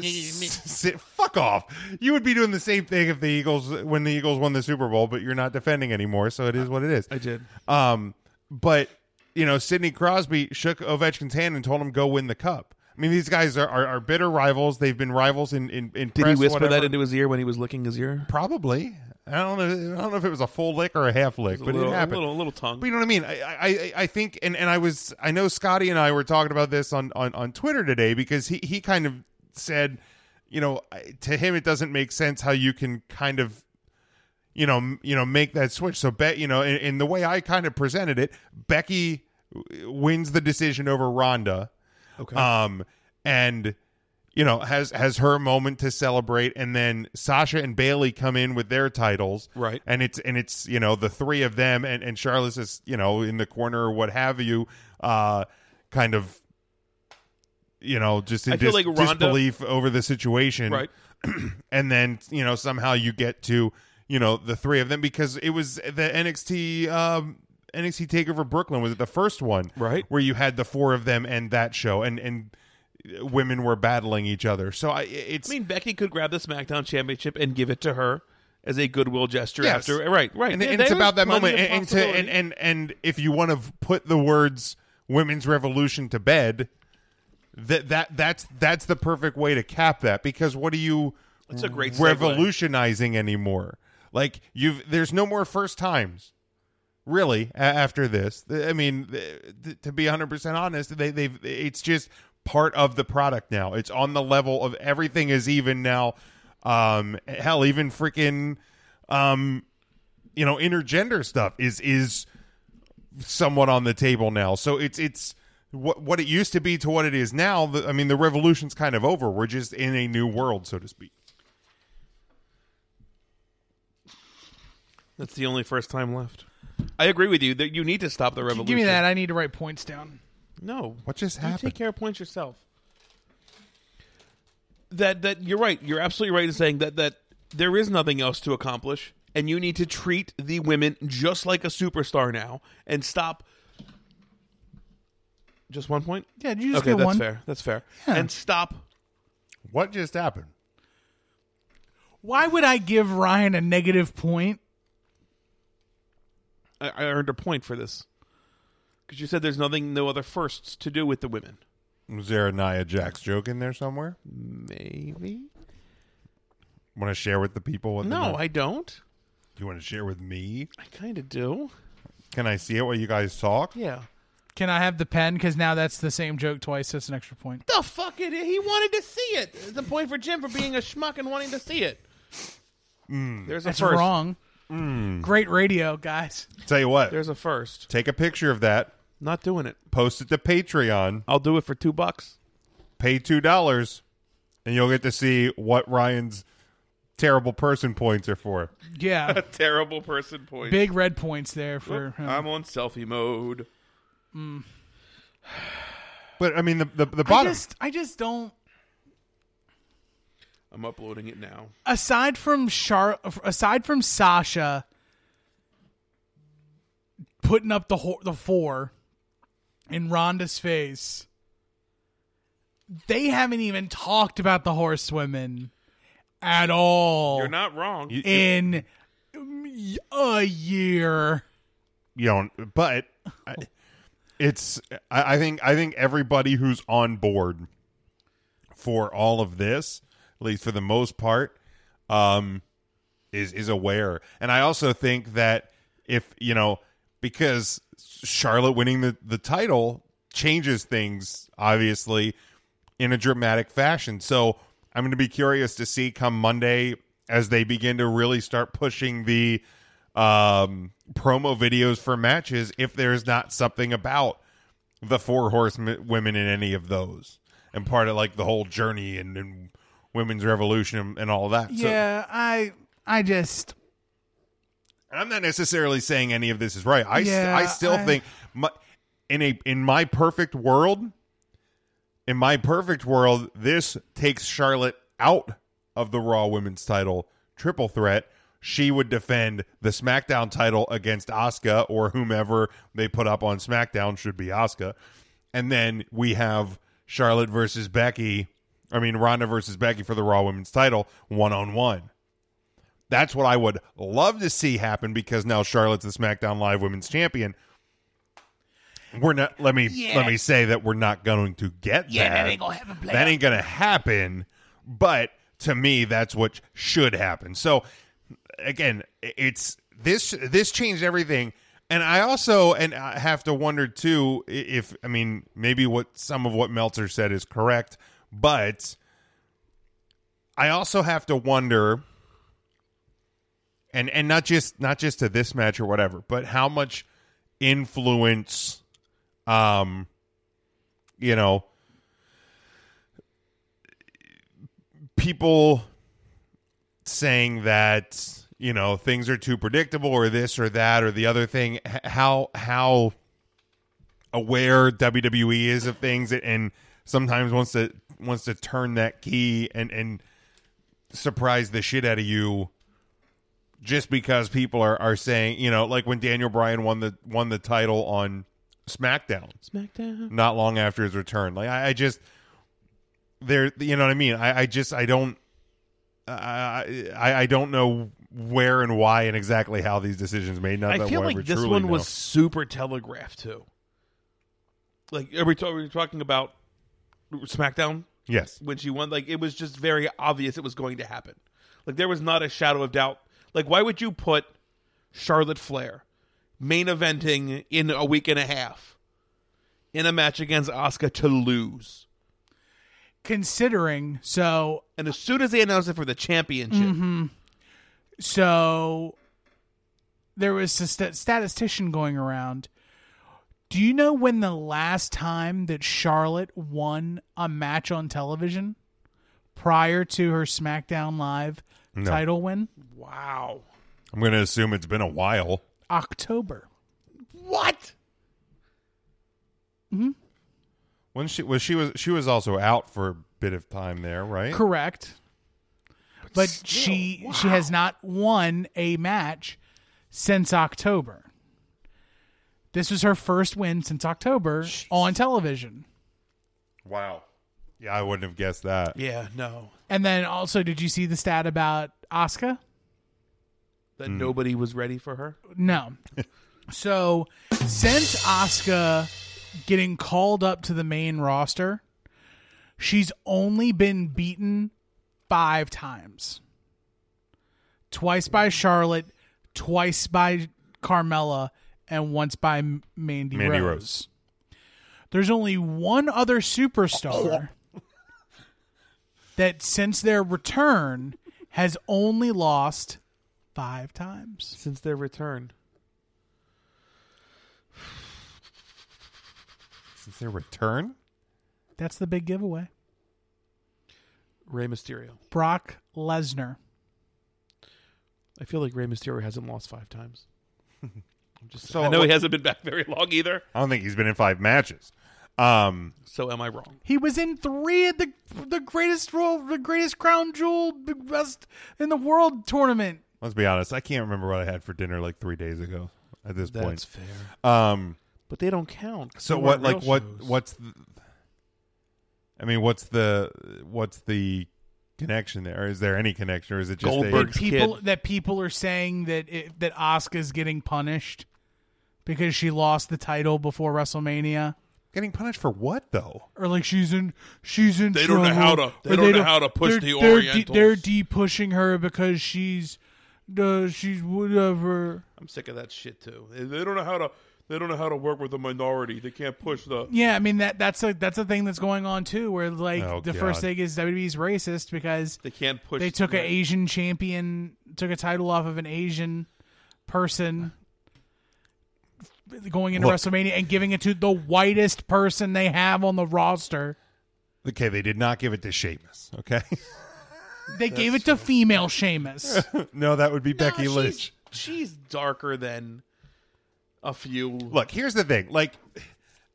S- s- Fuck off! You would be doing the same thing if the Eagles when the Eagles won the Super Bowl, but you're not defending anymore, so it is what it is. I
did.
Um, but you know, Sidney Crosby shook Ovechkin's hand and told him go win the cup. I mean, these guys are, are, are bitter rivals. They've been rivals in in, in
Did
press,
he whisper
whatever.
that into his ear when he was licking his ear?
Probably. I don't know. I don't know if it was a full lick or a half lick,
A
but
little,
it happened.
Little, little tongue.
But you know what I mean? I, I, I- I think, and, and I was, I know Scotty and I were talking about this on, on, on Twitter today because he, he kind of said, you know, I- to him, it doesn't make sense how you can kind of, you know, m- you know, make that switch. So bet, you know, in, in the way I kind of presented it, Becky w- wins the decision over Ronda. Okay. Um, and, you know, has has her moment to celebrate, and then Sasha and Bailey come in with their titles,
Right.
And it's and it's you know the three of them, and and Charlotte's is you know in the corner or what have you, uh, kind of, you know, just in
I feel
dis-
like Ronda-
disbelief over the situation,
Right.
[clears throat] and then you know somehow you get to you know the three of them because it was the NXT um, NXT Takeover Brooklyn was it the first one
Right.
where you had the four of them and that show and and women were battling each other so I it's
I mean, Becky could grab the SmackDown Championship and give it to her as a goodwill gesture
Yes.
after. Right, right.
and,
There-
and it's
there
about
is
that
plenty
moment
of
and and, to, and
possibility.
and and if you want to put the words women's revolution to bed that that that's that's the perfect way to cap that because what do you
It's a great segue.
revolutionizing anymore like you've there's no more first times really a- after this Th- i mean th- th- to be 100% honest they they've it's just part of the product now it's on the level of everything is even now um hell even freaking um you know intergender stuff is is somewhat on the table now so it's it's what what it used to be to what it is now the, i mean the revolution's kind of over we're just in a new world so to speak
That's the only first time left. I agree with you that you need to stop the revolution.
Give me that. I need to write points down.
No,
what just
You
happened
take care of points yourself. That that you're right. You're absolutely right in saying that that there is nothing else to accomplish, and you need to treat the women just like a superstar now, and stop. Just one point.
Yeah, did you just
okay,
get
that's
one?
fair. That's fair. And stop.
what just happened
Why would I give Ryan a negative point?
I, I earned a point for this because you said there's nothing, no other firsts to do with the women.
was there a nia jax joke in there somewhere
Maybe.
want to share with the people what the
No,
num-
I don't.
you want to share with me
I kind of do.
can i see it while you guys talk
Yeah.
Can I have the pen? Because now that's the same joke twice. So it's an extra point.
the fuck it is. He wanted to see it. It's a point for Jim for being a schmuck and wanting to see it. There's a
That's
first.
wrong. Great radio, guys.
tell you what
There's a first.
take a picture of that
Not doing it.
post it to patreon
I'll do it for two bucks.
pay two dollars and you'll get to see what ryan's terrible person points are for
[laughs]
Yeah,
Terrible person point.
big red points there for him.
I'm on selfie mode.
but i mean the the, the
I
bottom
just, I just don't.
I'm uploading it now.
Aside from Char, aside from Sasha putting up the ho- the four in Rhonda's face, they haven't even talked about the horsewomen at all
You're not wrong.
you, you-
in mm, a year.
you don't but I, it's I, I think i think everybody who's on board for all of this at least for the most part um is is aware and i also think that if you know because charlotte winning the the title changes things obviously in a dramatic fashion. So I'm going to be curious to see come Monday as they begin to really start pushing the um, promo videos for matches if there's not something about the four horsemen women in any of those and part of like the whole journey and, and women's revolution and, and all that. So,
Yeah, I, I just,
and I'm not necessarily saying any of this is right. I, st-
Yeah,
I still
I-
think my, in a in my perfect world, in my perfect world, this takes Charlotte out of the Raw Women's Title triple threat. She would defend the SmackDown title against Asuka or whomever they put up on SmackDown should be Asuka. And then we have Charlotte versus Becky, I mean Ronda versus Becky for the Raw Women's title one on one. That's what I would love to see happen because now Charlotte's the SmackDown Live Women's Champion. We're not. Let me let me say that we're not going to get yeah, that. ain't gonna happen. That ain't gonna happen. But to me, that's what should happen. So again, i- it's this this changed everything. And I also and I have to wonder too i- if I mean maybe what some of what Meltzer said is correct, but I also have to wonder and and not just not just to this match or whatever, but how much influence um you know people saying that you know things are too predictable or this or that or the other thing h- how how aware WWE is of things and, and sometimes wants to wants to turn that key and and surprise the shit out of you just because people are are saying you know like when Daniel Bryan won the won the title on SmackDown
SmackDown.
not long after his return. Like I, I just there, you know what I mean. I, I just I don't I, I I don't know where and why and exactly how these decisions made. Not
I
that
feel
we'll
like
ever
this
truly
one
know.
was super telegraphed too. Like are we, ta- are we talking about SmackDown
yes,
when she won? Like it was just very obvious it was going to happen. Like there was not a shadow of doubt. Like why would you put Charlotte Flair main eventing in a week and a half in a match against Asuka to lose?
Considering so
And as soon as they announced it for the championship,
Mm-hmm. so there was a st- statistician going around. Do you know when the last time that Charlotte won a match on television prior to her SmackDown Live
No.
title win?
wow.
I'm going to assume it's been a while.
October.
What?
When she was she was she was also out for a bit of time there, right?
Correct. But she she has not won a match since October. This was her first win since October on television.
Wow. Yeah, I wouldn't have guessed that.
Yeah, no.
And then also, did you see the stat about Asuka?
That nobody was ready for her.
No. so since Asuka getting called up to the main roster, she's only been beaten five times. Twice by Charlotte, twice by Carmella, and once by M- Mandy,
Mandy
Rose.
Rose.
There's only one other superstar that since their return has only lost five times.
Since their return.
Since their return,
That's the big giveaway.
Rey Mysterio.
Brock Lesnar.
I feel like Rey Mysterio hasn't lost five times. I'm just
So
I know
what-
he hasn't been back very long either.
I don't think he's been in five matches. Um,
So am I wrong?
He was in three of the the greatest royal, the greatest crown jewel, the best in the world tournament.
let's be honest. I can't remember what I had for dinner like three days ago. At this point,
fair.
um,
But they don't count.
So
They
what?
weren't
Like
real
what?
shows.
What's? The, I mean, what's the what's the connection there? Is there any connection, or is it just
Goldberg.
A,
People
kid.
that people are saying that it, that Asuka's getting punished because she lost the title before WrestleMania,
getting punished for what though?
or like she's in she's in.
They don't know how
trouble,
to- they
or
don't know how to push
they're-
the
they're de-
Orientals.
They're de pushing her because she's uh, she's whatever.
I'm sick of that shit too. They they don't know how to. They don't know how to work with a minority. They can't push the.
Yeah, I mean that that's a that's a thing that's going on too, where like
Oh,
the
God.
first thing is WWE's racist because
They can't push.
they took
the,
an Asian champion, took a title off of an Asian person going into
Look.
WrestleMania and giving it to the whitest person they have on the roster.
Okay, they did not give it to Sheamus. Okay, [laughs]
They gave it to female Sheamus.
no, that would be Becky
she's-
Lynch.
She's darker than a few.
Look, here's the thing. Like,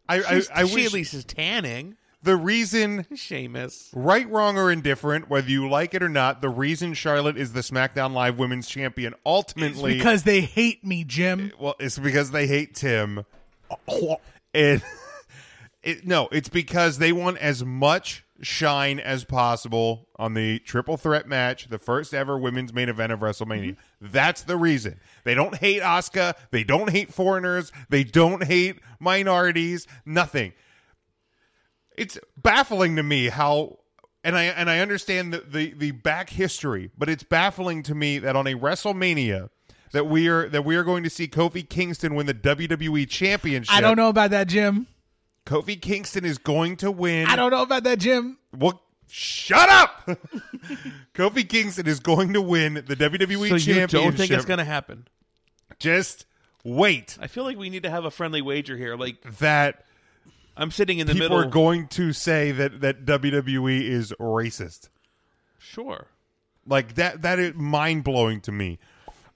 I I,
She's-
I
she
wish
at least is tanning.
the reason
Seamus.
Right, wrong, or indifferent, whether you like it or not, the reason Charlotte is the SmackDown Live Women's Champion ultimately
because they hate me, Jim.
Well, it's because they hate Tim. It, it no, it's because they want as much shine as possible on the triple threat match, the first ever women's main event of WrestleMania.
Mm-hmm.
That's the reason. They don't hate Asuka, they don't hate foreigners, they don't hate minorities, nothing. It's baffling to me how and I and I understand the, the the back history, but it's baffling to me that on a WrestleMania that we are that we are going to see Kofi Kingston win the E WWE Championship.
I don't know about that, Jim.
Kofi Kingston is going to win.
I don't know about that, Jim.
Well, shut up. [laughs] Kofi Kingston is going to win the WWE
so you
Championship.
don't think it's going to happen?
just wait
I feel like we need to have a friendly wager here. Like
that
I'm sitting in the
people
middle.
are going to say that that WWE is racist.
sure.
Like that that is mind blowing to me.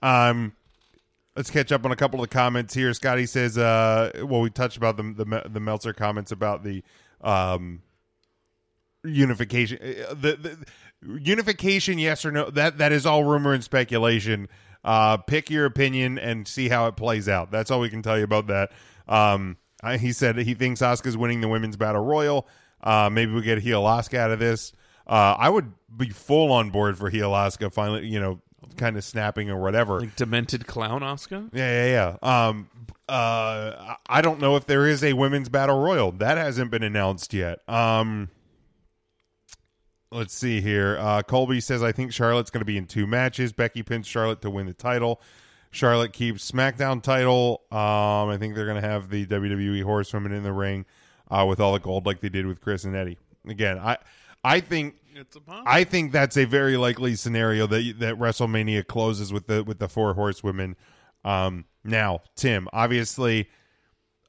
Um let's catch up on a couple of the comments here. Scotty says uh well we touched about the the, Me- the Meltzer comments about the um unification uh, the, the unification yes or no that that is all rumor and speculation. Uh pick your opinion and see how it plays out. That's all we can tell you about that. Um I, he said he thinks Asuka's winning the women's battle royal. Uh maybe we get a heel Asuka out of this. Uh, I would be full on board for Hialaska finally, you know, kind of snapping or whatever.
Like demented clown Oscar.
yeah, yeah, yeah. Um, uh, I- I don't know if there is a women's battle royal that hasn't been announced yet. Um, let's see here. Uh, Colby says I think Charlotte's going to be in two matches. Becky pins Charlotte to win the title. Charlotte keeps SmackDown title. Um, I think they're going to have the WWE Horsewomen in the ring uh, with all the gold, like they did with Chris and Eddie. Again, I I think
It's a pun.
I think that's a very likely scenario that that WrestleMania closes with the with the four horsewomen. Um, now, Tim, obviously,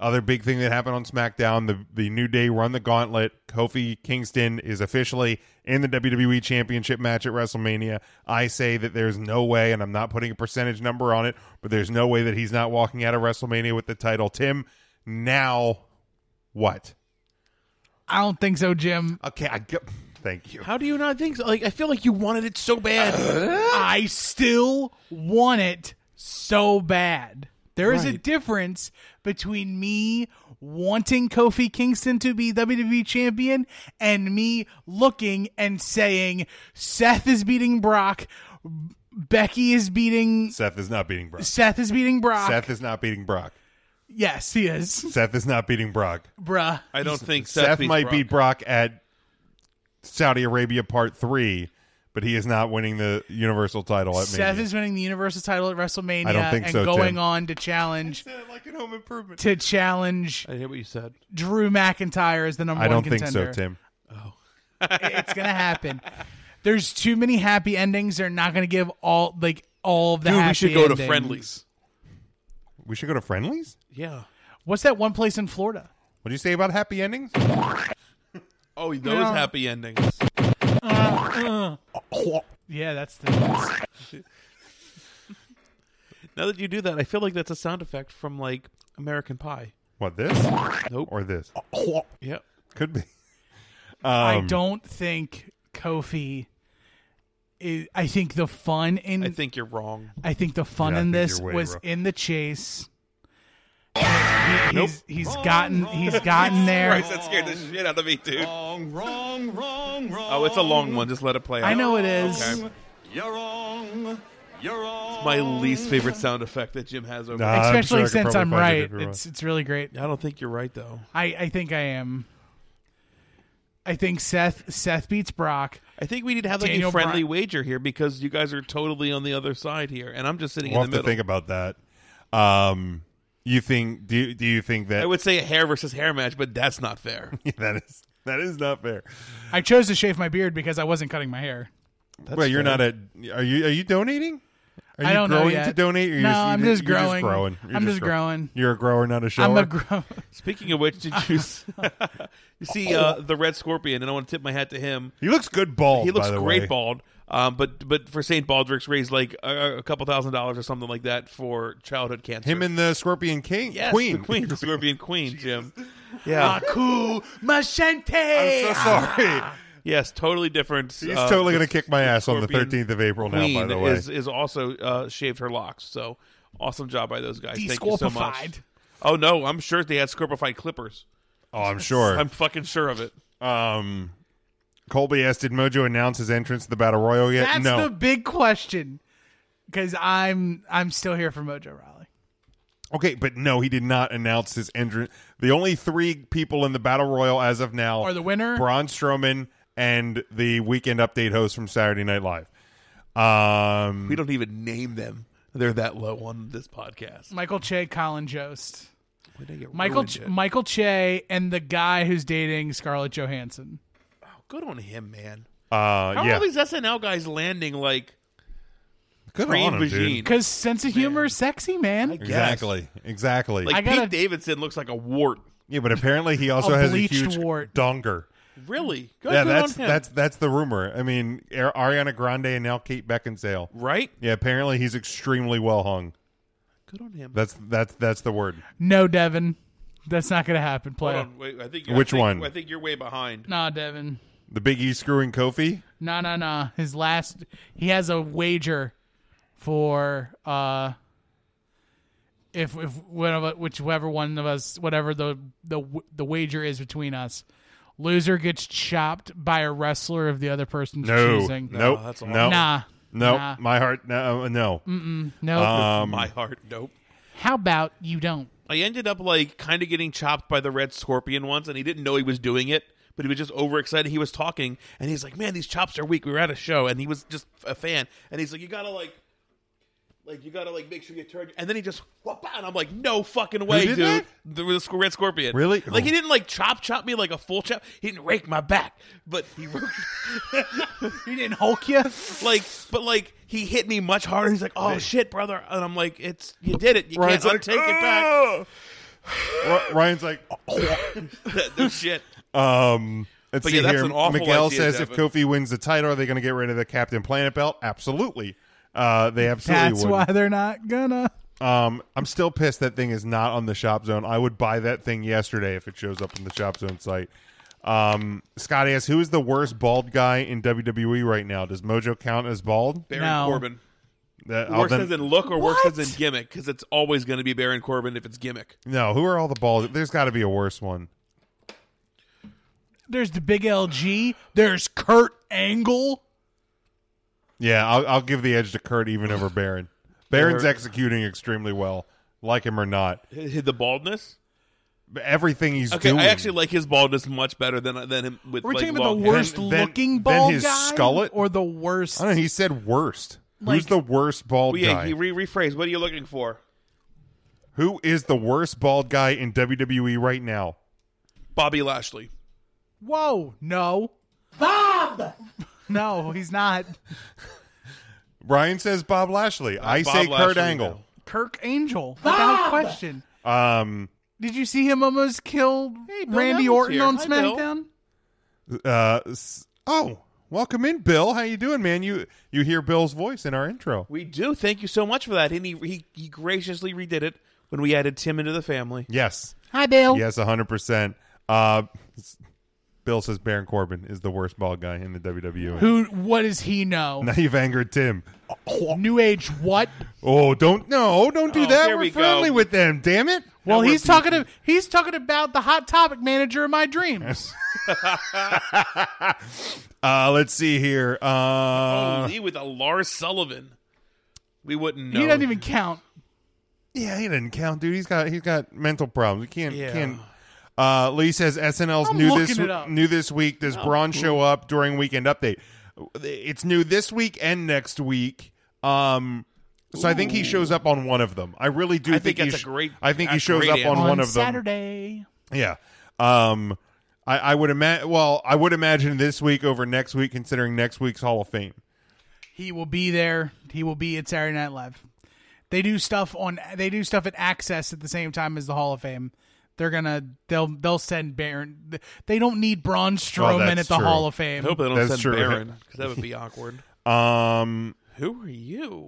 other big thing that happened on SmackDown, the the New Day run the gauntlet. Kofi Kingston is officially in the WWE Championship match at WrestleMania. I say that there's no way, and I'm not putting a percentage number on it, but there's no way that he's not walking out of WrestleMania with the title. Tim, now what?
I don't think so, Jim.
Okay, I go- thank you.
How do you not think so? Like I feel like you wanted it so
[laughs]
bad.
I still want it so bad. There is a difference between me wanting Kofi Kingston to be WWE champion and me looking and saying Seth is beating Brock, B- Becky is beating
Seth is not beating Brock.
Seth is beating Brock.
Seth is not beating Brock.
Yes, he is.
Seth is not beating Brock.
Bruh.
I don't think Seth,
Seth,
beats
might
Brock.
beat Brock at Saudi Arabia Part Three, but he is not winning the Universal title. At
Seth
Mania.
is winning the Universal title at WrestleMania
I don't think
and
so,
going
Tim.
on to challenge
uh, like an home improvement.
to challenge
I hear what you said.
Drew McIntyre as the number
I
one
don't think
contender.
so, Tim.
It's gonna happen. There's too many happy endings. They're not gonna give all like all of the.
Dude,
happy
we should go to
endings.
friendlies.
We should go to friendlies.
Yeah.
What's that one place in Florida?
What do you say about happy endings?
Oh, those
Yeah.
happy endings. [laughs]
Yeah, that's the.
Now that you do that, I feel like that's a sound effect from like American Pie.
What this
Nope.
or this
Yep.
[laughs]
could be. Um,
I don't think Kofi. Is, I think the fun in
I think you're wrong.
I think the fun
Yeah, I
in
think
this
you're way
was
wrong.
in the chase. And he- he's he's gotten he's gotten there.
that scared the shit out of me, dude.
Wrong, wrong, wrong, wrong.
Oh, it's a long one. Just let it play out.
I know it is.
Okay.
You're wrong. You're wrong.
My least favorite sound effect that Jim has over.
Nah, I'm
Especially
sure I could
since
probably
I'm
find it if
right.
you're wrong.
It's it's really great.
I don't think you're right though.
I I think I am. I think Seth Seth beats Brock.
I think we need to have like
Daniel
a friendly
Bryan-
wager here because you guys are totally on the other side here, and I'm just sitting
We'll
in
have to
the middle.
think about that. Um, you think? Do you, do you think that
I would say a hair versus hair match, but that's not fair.
[laughs]
[laughs]
that is that is not fair?
I chose to shave my beard because I wasn't cutting my hair.
Well, you're not at. Are you? Are you donating? Are
I
you
don't know
growing
yet.
to donate? Or you're
No,
just,
I'm
you're
just growing.
You're
I'm just
grow-
growing.
You're a grower, not a
I'm
shower.
a grown. [laughs]
Speaking of which, did
[laughs]
you s- [laughs] you see uh, the Red Scorpion? And I want to tip my hat to him.
he looks good bald.
He looks
by the
great
way.
bald. Um, but but for St. Baldrick's raised like a, a couple thousand dollars or something like that for childhood cancer.
Him and the Scorpion King,
yes,
Queen,
the Queen,
[laughs]
the Scorpion Queen, Jim. Ah,
Aku Machente.
So sorry,
Yes, totally different. uh,
he's totally gonna kick my ass on the
Scorpion
13th of April now. By
Queen
the way,
is is also uh, shaved her locks. So awesome job by those guys. Thank you so much.
Descorpified.
Oh no, I'm sure they had scorpified clippers.
oh, I'm sure.
I'm fucking sure of it.
um, Colby asked, "Did Mojo announce his entrance to the Battle Royal yet?"
That's
no.
the big question. Because I'm I'm still here for Mojo Raleigh.
okay, but no, he did not announce his entrance. The only three people in the Battle Royal as of now
Are the winner?
Braun Strowman and the weekend update host from Saturday Night Live. Um,
We don't even name them. They're that low on this podcast.
Michael Che, Colin Jost.
When they get
Michael
ruined
Ch-
it.
Michael Che and the guy who's dating Scarlett Johansson.
Good on him, man.
uh,
How are
yeah,
all these SNL guys landing like
good
green
on 'em, dude.
vagine?
Because sense of humor is sexy, man.
Exactly, exactly.
Like
I gotta-
Pete Davidson looks like a wart.
yeah, but apparently he also
A
has a
bleached
huge
wart.
donger.
Really? Good,
yeah,
good
that's
on him.
that's that's the rumor. I mean, Ar- Ariana Grande and now Kate Beckinsale.
right.
Yeah, apparently he's extremely well hung.
Good on him.
That's that's that's the word.
No, Devin, that's not gonna happen.
Hold
Play.
on, wait, I think I
Which
think-
one?
I think you're way behind.
Nah, Devin.
The Big E screwing Kofi.
Nah, nah, nah. His last, he has a wager for uh, if if one of us- whichever one of us, whatever the the w- the wager is between us, loser gets chopped by a wrestler of the other person's
No,
choosing.
nope,
that's awful.
no,
Nah,
no.
nah.
My heart, no, uh, no.
no.
Uh. Um,
[laughs] My heart, nope.
How about you don't?
I ended up like kind of getting chopped by the red scorpion once, and he didn't know he was doing it, but he was just overexcited. He was talking, and he's like, "Man, these chops are weak." We were at a show, and he was just a fan, and he's like, "You gotta like." Like you gotta like make sure you turn, and then he just whoop, and I'm like, no fucking way,
did
dude.
that?
The, the sc- red scorpion,
Really?
Like he didn't like chop chop me like a full chop. He didn't rake my back, but he [laughs] he didn't
Hulk you?
like, but like he hit me much harder. He's like, "Oh shit, brother," and I'm like, "It's you did it. You
Ryan's
can't
like,
untake it back."
Ri- Ryan's like,
[laughs] no shit.
um. Let's
But
see
yeah, that's
here.
an awful
Miguel
idea,
says if
Devin.
Kofi wins the title, are they going to get rid of the Captain Planet belt? Absolutely. Uh, they absolutely
That's
would.
why they're not gonna.
Um, I'm still pissed that thing is not on the shop zone. I would buy that thing yesterday if it shows up on the shop zone site. Um, Scott asks, who is the worst bald guy in WWE right now? Does Mojo count as bald?
Baron
No.
Corbin.
That- I'll
Worse
then-
as in look or worse as
What?
in gimmick, because it's always going to be Baron Corbin if it's gimmick.
no, who are all the bald? There's got to be a worse one.
There's the big LG. There's Kurt Angle.
Yeah, I'll, I'll give the edge to Kurt even over
[laughs]
Baron. Baron's executing extremely well, like him or not.
The baldness.
But Everything he's
Okay,
doing.
I actually like his baldness much better than than him with.
We're
like,
talking about
long
the
hair.
worst
Then- then-
looking
then
bald
his
guy
skullet-
or the worst.
I don't know. He said worst. Who's
Like-
the worst bald
Well, yeah,
guy?
you re- rephrase. What are you looking for?
Who is the worst bald guy in WWE right now?
Bobby Lashley.
Whoa, no. Bob! [laughs] No, he's not.
Ryan says Bob Lashley. I
Uh, Bob
say Kurt
Lashley,
Angle.
Kirk Angel. Without question.
Um,
Did you see him almost kill
Bill
Randy
Neville's
Orton
here.
on
Hi, Bill.
SmackDown?
uh, s- oh, welcome in, Bill. How you doing, man? You you hear Bill's voice in our intro.
We do. Thank you so much for that. And he he, he graciously redid it when we added Tim into the family.
Yes,
Hi, Bill.
yes, hundred percent. Uh, s- Bill says Baron Corbin is the worst bald guy in the WWE.
Who? What does he know?
Now you've angered Tim.
New Age what?
Oh, don't no, don't do
Oh,
that.
here
We're
we go.
friendly with them. Damn it.
Well,
we're
he's talking. To, he's talking about the hot topic manager of my dreams.
Uh, let's see here.
Oh,
Uh,
Lee with a Lars Sullivan. We wouldn't know.
He doesn't even count.
yeah, he didn't count, dude. He's got he's got mental problems. He can't
Yeah.
can't. Uh, Lee says SNL's
I'm
new
looking
this
it up.
new this week.
Oh,
Does Braun show up during weekend update? It's new this week and next week. Um, so I think he shows up on one of them. I really do
I think
he
that's a
sh-
great-
I think
a
he shows
great
up on
answer.
one
on
of them.
Saturday.
Yeah. Um, I, I would imagine. Well, I would imagine this week over next week, considering next week's Hall of Fame.
He will be there. He will be at Saturday Night Live. They do stuff on. They do stuff at Access at the same time as the Hall of Fame. They're gonna. They'll. They'll send Baron. They don't need
Oh,
Braun Strowman
that's
at the
true.
Hall of
I
Fame.
hope they don't
That's
send
true.
Baron because that would be awkward.
Um,
Who
[laughs]
are you?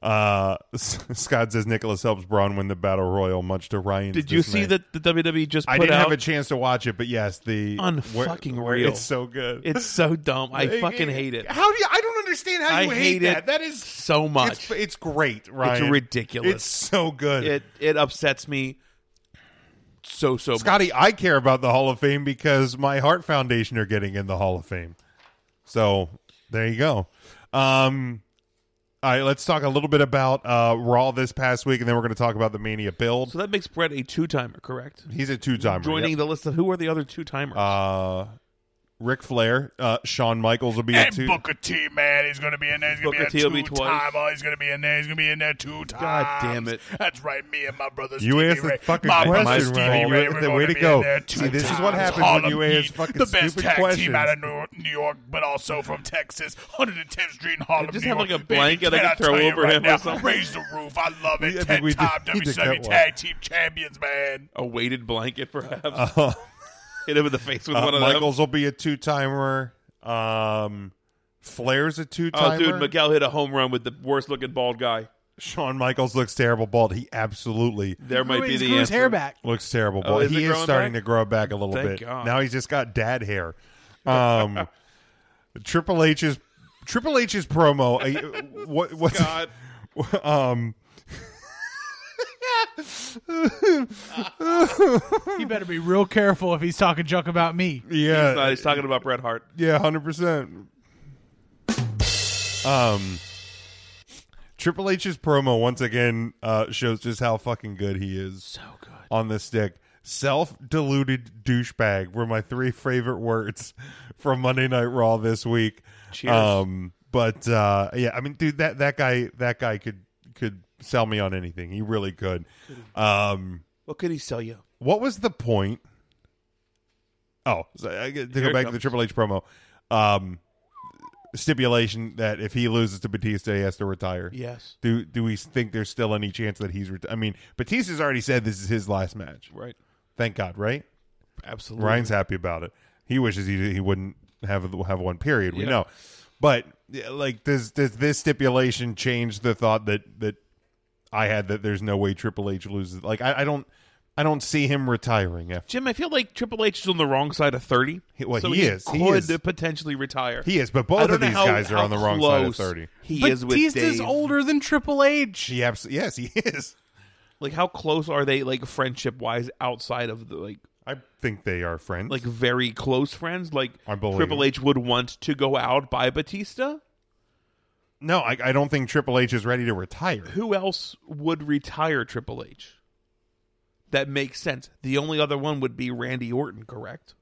uh, [laughs] Scott says Nicholas helps Braun win the Battle Royal, much to Ryan's.
Did you see
dismay.
that the WWE just put
I didn't
out?
have a chance to watch it, but yes, the
Unfucking
where- where
real.
It's so good.
[laughs] it's
[laughs]
so dumb. I fucking hate it.
How do you? I don't understand how
I
you hate,
hate
that.
it
That is
so
It's,
much.
it's great, Ryan.
ridiculous.
It's so good.
It it upsets me so so much.
Scotty, I care about the Hall of Fame because my Heart Foundation are getting in the Hall of Fame. So there you go. Um, all right, let's talk a little bit about uh, Raw this past week, and then we're going to talk about the Mania build.
So that makes Brett a two timer, correct?
He's a two timer.
Joining the list of who are the other two timers?
uh, Ric Flair, uh, Shawn Michaels will be a
And
two.
Booker T, man, he's gonna be in there. He's gonna be
Booker T
in
will
there
be
two
twice.
time. Oh, he's gonna be in there. He's gonna be in there two times.
God damn it.
That's right. Me and my brother.
You
Stevie
asked the
Ray.
fucking
my brother
question,
Stevie
Ray. You-
Ray,
it's
we're
the
gonna
way to
be
go.
in there two
See, this is
times.
what happens
Harlem
when you ask
Heat,
fucking
the best
stupid
tag
questions.
team out of New, New York, but also from Texas, 110th Street in Harlem.
Just
New
have,
York.
like, a
Baby,
blanket I
can
could throw
tell you
over
right
him or
now,
something.
Raise the roof. I love
We- I
it.
think we
Ten-time
did- we did
WCW
that
E Tag Team Champions, man.
A weighted
[laughs]
blanket, perhaps. Hit him in the face with
Uh-huh. Uh,
one of
Michaels will be a two timer. Um, Flair's a two
them. Oh,
timer.
dude, Miguel hit a home run with the worst looking bald guy.
Shawn Michaels looks terrible bald. He absolutely
There might be
He's
the
grew his
answer.
hair
[laughs]
back.
looks terrible
Oh,
bald.
is it
he is
growing
starting
back?
to grow back a little
Thank
bit.
God.
Now he's just got dad hair. Um,
[laughs]
Triple H's Triple H's promo. I, what what's
God.
um
You better be real careful if he's talking junk about me.
[laughs] yeah
No, he's talking about Bret Hart.
Yeah, hundred percent. Um, Triple H's promo once again uh, shows just how fucking good he is. So good on the stick. Self-deluded douchebag were my three favorite words from Monday Night Raw this week.
Cheers.
Um, but uh, yeah, I mean, dude, that that guy, that guy could could sell me on anything. He really could. Um,
What could he sell you?
what was the point? Oh, so I get to
Here
go
it
back to the Triple H promo. Um, stipulation that if he loses to Batista, he has to retire.
Yes.
Do do we think there's still any chance that he's? Reti- I mean, Batista's already said this is his last match.
Right.
Thank God, right?
Absolutely.
Ryan's happy about it. He wishes he he wouldn't have have one period. We
Yeah.
know, but yeah, like does does this stipulation change the thought that that I had that there's no way Triple H loses? Like I, I don't I don't see him retiring after
Jim, I feel like Triple H is on the wrong side of thirty.
He- well,
so
he is.
Could
He is.
potentially retire.
he is. But
I
both
don't
of
know
these
how-
guys are
how
on the wrong side of
close
thirty.
He is with
Batista's
Dave.
older than Triple H.
He abs- yes, he [laughs] is.
Like, how close are they? Like, friendship wise, outside of the like,
I think they are friends.
like very close friends. Like,
I believe
Triple
it.
H would want to go out by Batista.
no, I, I don't think Triple H is ready to retire.
Who else would retire Triple H? That makes sense. The only other one would be Randy Orton, correct?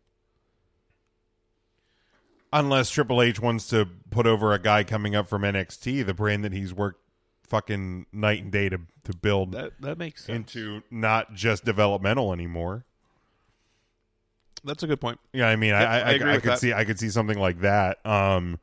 Unless Triple H wants to put over a guy coming up from NXT, the brand that he's worked fucking night and day to to build
That that makes sense.
into not just developmental anymore.
That's a good point.
Yeah, I mean, I
Yep,
I,
I
I,
agree
I
with
could
that.
see I could see something like that. Um,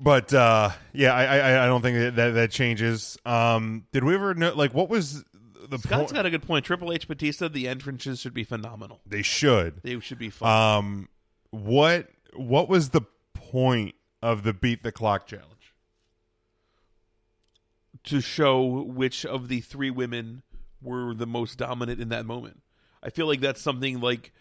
but uh, yeah, I, I I don't think that that, that changes. Um, did we ever know like what was the
Scott's
point?
got a good point. Triple H, Batista, the entrances should be phenomenal.
they should.
They should be fun.
Um, what what was the point of the beat the clock challenge?
to show which of the three women were the most dominant in that moment. I feel like that's something like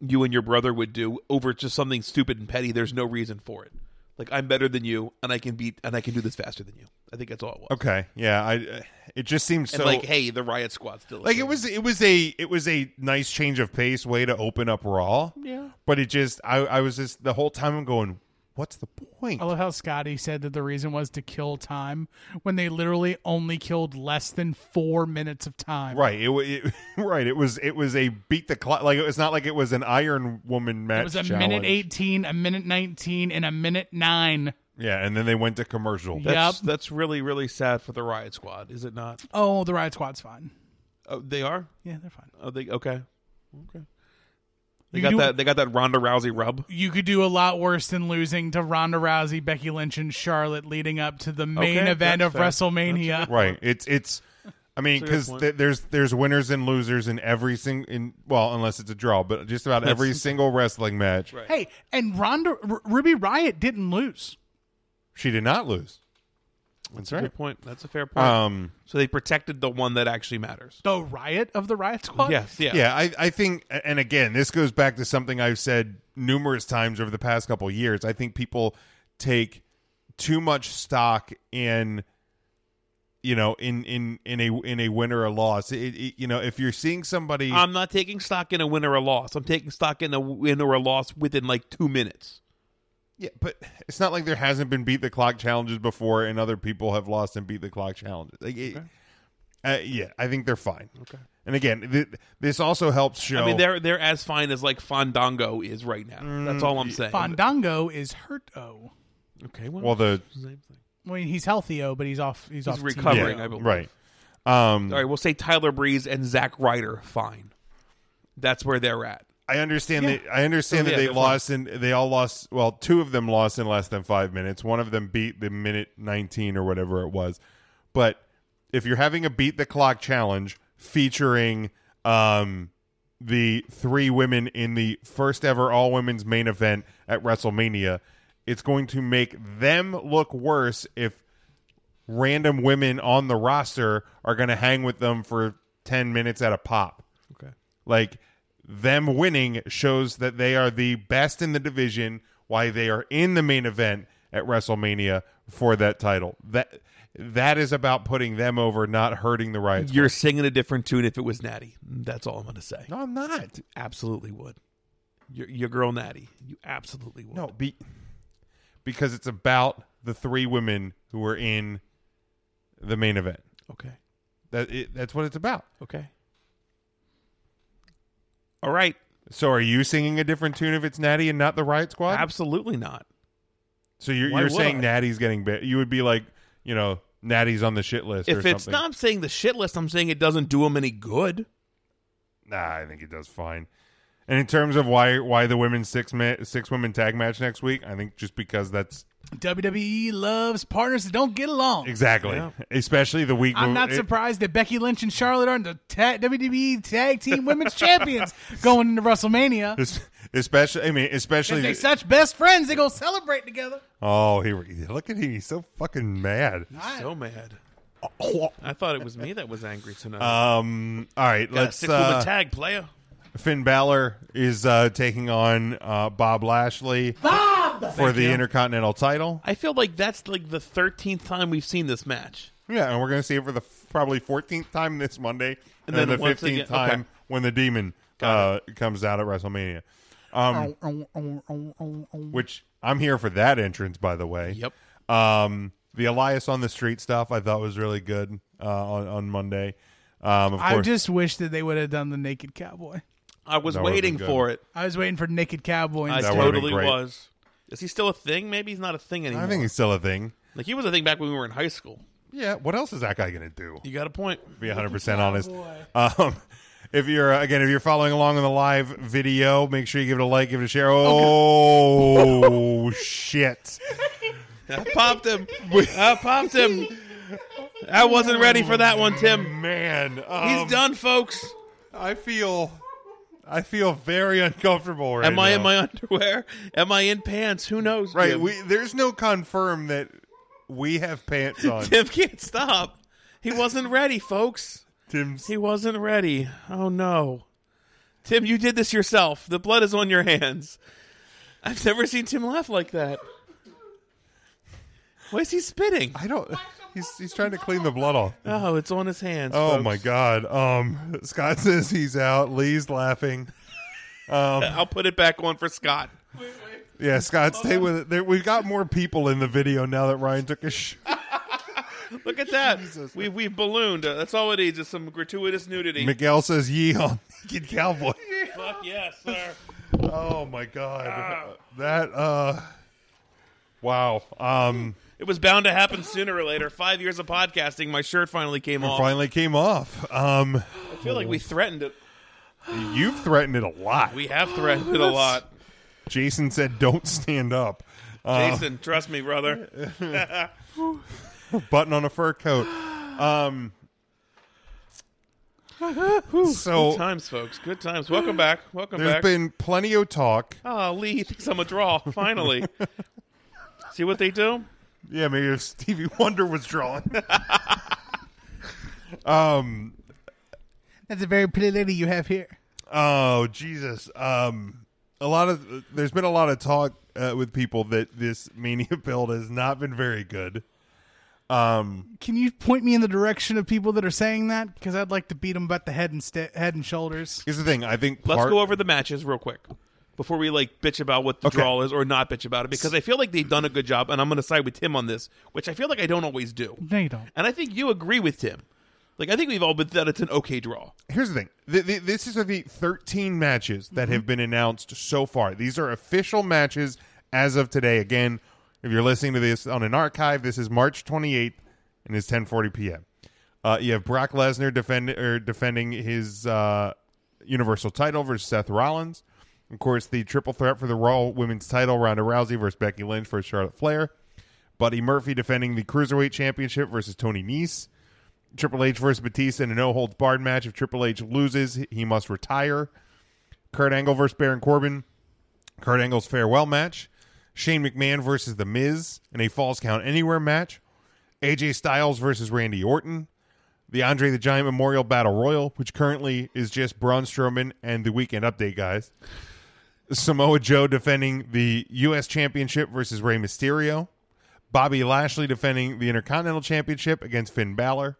you and your brother would do over just something stupid and petty. There's no reason for it. Like I'm better than you, and I can beat, and I can do this faster than you. I think that's all it was.
Okay, yeah, I it just seems
And
so
like, hey, the Riot Squad's still a
like it
thing.
was it was a it was a nice change of pace way to open up Raw.
Yeah.
but it just I I was just the whole time I'm going, what's the point?
I love how Scotty said that the reason was to kill time when they literally only killed less than four minutes of time.
Right. It, wa- it [laughs] right. It was it was a beat the clock. Like it's not like it was an Iron Woman match.
It was a
challenge.
minute 18, a minute 19, and a minute 9.
Yeah, and then they went to commercial.
Yeah.
That's,
Yep.
that's really really sad for the Riot Squad, is it not?
Oh, the Riot Squad's fine.
Oh, they are.
Yeah, they're fine.
Oh, they okay. Okay. They
You
got
do-
that. They got that Ronda Rousey rub.
You could do a lot worse than losing to Ronda Rousey, Becky Lynch, and Charlotte leading up to the main
Okay,
event
that's
of
fair.
WrestleMania.
Right. It's it's. I mean,
That's a good
because
point.
th- there's there's winners and losers in every single in well, unless it's a draw, but just about
[laughs]
every single wrestling match.
Right.
Hey, and Ronda R- Ruby Riot didn't lose.
She did not lose. That's,
Good
right.
point. That's a fair point.
Um.
so they protected the one that actually matters.
The Riot of the Riot Squad.
Yes, yeah.
Yeah, I, I think, and again, this goes back to something I've said numerous times over the past couple of years. I think people take too much stock in, you know, in in in a in a win or a loss. It, it, you know, if you're seeing somebody,
I'm not taking stock in a win or a loss. I'm taking stock in a win or a loss within like two minutes.
yeah, but it's not like there hasn't been beat the clock challenges before, and other people have lost and beat the clock challenges. Like, it- uh, yeah, I think they're fine. Okay. And again, th- this also helps show.
I mean, they're they're as fine as like Fandango is right now.
Mm,
That's all I'm saying.
Fandango is hurt. Oh,
okay, well,
well, the
same thing.
I mean he's healthy. Oh, but he's off. He's, off.
He's
team.
recovering, I believe.
right. Um,
All right, we'll say Tyler Breeze and Zach Ryder. Fine, that's where they're at.
I understand that. I understand
Yeah,
that they
they're
lost, and they all lost. Well, two of them lost in less than five minutes. One of them beat the minute nineteen or whatever it was. But if you're having a beat the clock challenge featuring um, the three women in the first ever all women's main event at WrestleMania, it's going to make them look worse if random women on the roster are going to hang with them for 10 minutes at a pop.
Okay.
Like them winning shows that they are the best in the division, why they are in the main event at WrestleMania for that title. That that is about putting them over, not hurting the Riot
You're singing a different tune if it was Natty. That's all I'm going to say.
Squad. No, I'm not.
Absolutely would. Your, your girl Natty, you absolutely would.
No, be because it's about the three women who are in the main event.
Okay.
That it, that's what it's about.
Okay. All right.
So are you singing a different tune if it's Natty and not the Riot Squad?
Absolutely not.
So you're,
Why
you're
would
saying
I?
Natty's getting bit. You would be like, you know, Natty's on the shit list. or
If it's
something.
not I'm saying the shit list, I'm saying it doesn't do him any good.
nah, I think he does fine. And in terms of why why the women's six ma- six women tag match next week, I think just because that's
WWE E loves partners that don't get along.
exactly, especially the week.
I'm not
it-
surprised that Becky Lynch and Charlotte are the ta- WWE Tag Team Women's
[laughs]
Champions going into WrestleMania.
[laughs] es- Especially, I mean, especially.
'Cause they such best friends, they go celebrate together.
oh, here we look at him. He's so fucking mad.
So mad. I thought it was me that was angry tonight.
Um. All right,
Got a
let's.
six woman
Uh,
tag player.
Finn Balor is uh, taking on uh, Bob Lashley for the Intercontinental title.
I feel like that's like the thirteenth time we've seen this match.
Yeah, and we're going to see it for the f- probably 14th time this Monday, and,
And
then,
then
the
once
15th
again- okay.
time when the demon uh, comes out at WrestleMania. Um,
Oh,
which I'm here for that entrance, by the way.
Yep.
Um, the Elias on the street stuff I thought was really good uh, on on Monday. Um, of
I
course,
just wish that they would have done the Naked Cowboy.
I was
That would've
waiting
been good.
for it.
I was waiting for Naked Cowboy.
I
And
That would've been
totally
great.
was. Is he still a thing? Maybe he's not a thing anymore.
I think it's still a thing.
like he was a thing back when we were in high school.
Yeah. What else is that guy going to do?
You got
[laughs]
a point.
be 100% honest. Um, [laughs] if you're uh, again, if you're following along on the live video, make sure you give it a like, give it a share.
[laughs]
Oh shit!
I popped him. I popped him. I wasn't ready for that one, Tim.
Man, um,
He's done, folks.
I feel, I feel very uncomfortable right
Am I in
now.
my [laughs] underwear? Am I in pants? Who knows?
right?
Tim?
We there's no confirm that we have
[laughs]
pants on.
Tim can't stop. He wasn't ready, folks.
Tim's
He wasn't ready. Oh no. Tim, you did this yourself. The blood is on your hands. I've never seen Tim laugh like that. Why is he spitting?
I don't. He's he's trying to clean the blood
[laughs]
off.
Oh, it's on his hands.
Oh
folks.
my god. Um, Scott [laughs] says he's out. Lee's laughing.
I'll put it back on for Scott.
Yeah, Scott, stay with it. There, we've got more people in the video now that Ryan took a
[laughs]
sh-
Look at that. We we've ballooned. Uh, that's all it is. Is some gratuitous nudity.
Miguel says yee on [laughs] Naked Cowboy.
Fuck yes, sir.
Oh my
[laughs]
god. That uh Wow. Um
It was bound to happen sooner or later. Five years of podcasting, my shirt finally came off.
finally came off. Um
I feel like we threatened it.
you've threatened it a lot.
We have threatened it a lot.
Jason said don't stand up. Uh,
Jason, trust me, brother.
button on a fur coat. Um So
Good times, folks. Good times. Welcome back. Welcome
there's
back.
been plenty of talk.
oh, Lee thinks I'm a draw. [laughs] Finally. See what they do?
Yeah, maybe [laughs] if Stevie Wonder was drawing. [laughs] Um,
That's a very pretty lady you have here.
Oh Jesus! Um, a lot of there's been a lot of talk uh, with people that this [laughs] mania build has not been very good. Um,
Can you point me in the direction of people that are saying that? Because I'd like to beat them about the head and sta head and shoulders.
Here's the thing: I think
Let's
part-
go over the matches real quick before we like bitch about what the
Okay.
draw is or not bitch about it because I feel like they've done a good job and I'm going to side with Tim on this, which I feel like I don't always do.
No, you don't.
And I think you agree with Tim. Like I think we've all been that it's an okay draw.
Here's the thing. Th- th- this is the 13 matches that have been announced so far. These are official matches as of today. Again, if you're listening to this on an archive, this is March 28th and it's 10:40 p.m. Uh, you have Brock Lesnar defend er, defending his uh, Universal title versus Seth Rollins. Of course, the triple threat for the Raw Women's title: Ronda Rousey versus Becky Lynch versus Charlotte Flair. Buddy Murphy defending the Cruiserweight Championship versus Tony Nese. Triple H versus Batista in a no holds barred match. If Triple H loses, he must retire. Kurt Angle versus Baron Corbin. Kurt Angle's farewell match. Shane McMahon versus The Miz in a Falls Count Anywhere match. AJ Styles versus Randy Orton. The Andre the Giant Memorial Battle Royal, which currently is just Braun Strowman and the Weekend Update guys. Samoa Joe defending the U.S. Championship versus Rey Mysterio. Bobby Lashley defending the Intercontinental Championship against Finn Balor.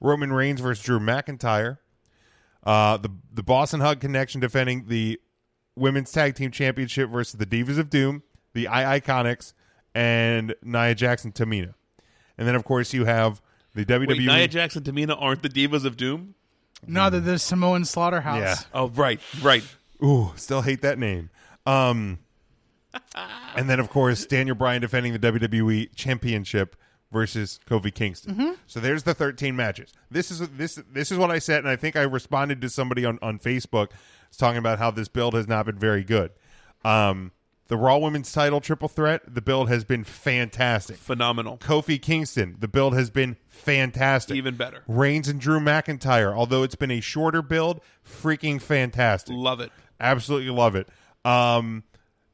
Roman Reigns versus Drew McIntyre. Uh, the the Boston Hug Connection defending the Women's Tag Team Championship versus the Divas of Doom, the I Iconics, and Nia Jackson Tamina. And then of course you have the E WWE.
Wait, Nia Jackson, Tamina aren't the divas of doom.
No, they're the Samoan slaughterhouse.
yeah.
Oh right, right.
Ooh, still hate that name.
[laughs]
Um, and then, of course, Daniel Bryan defending the WWE Championship versus Kofi Kingston.
Mm-hmm.
So there's the 13 matches. This is this this is what I said, and I think I responded to somebody on on Facebook talking about how this build has not been very good. Um, the Raw Women's Title Triple Threat, the build has been fantastic.
Phenomenal.
Kofi Kingston, the build has been fantastic.
Even better.
Reigns and Drew McIntyre, although it's been a shorter build, freaking fantastic.
Love it.
Absolutely love it. Um,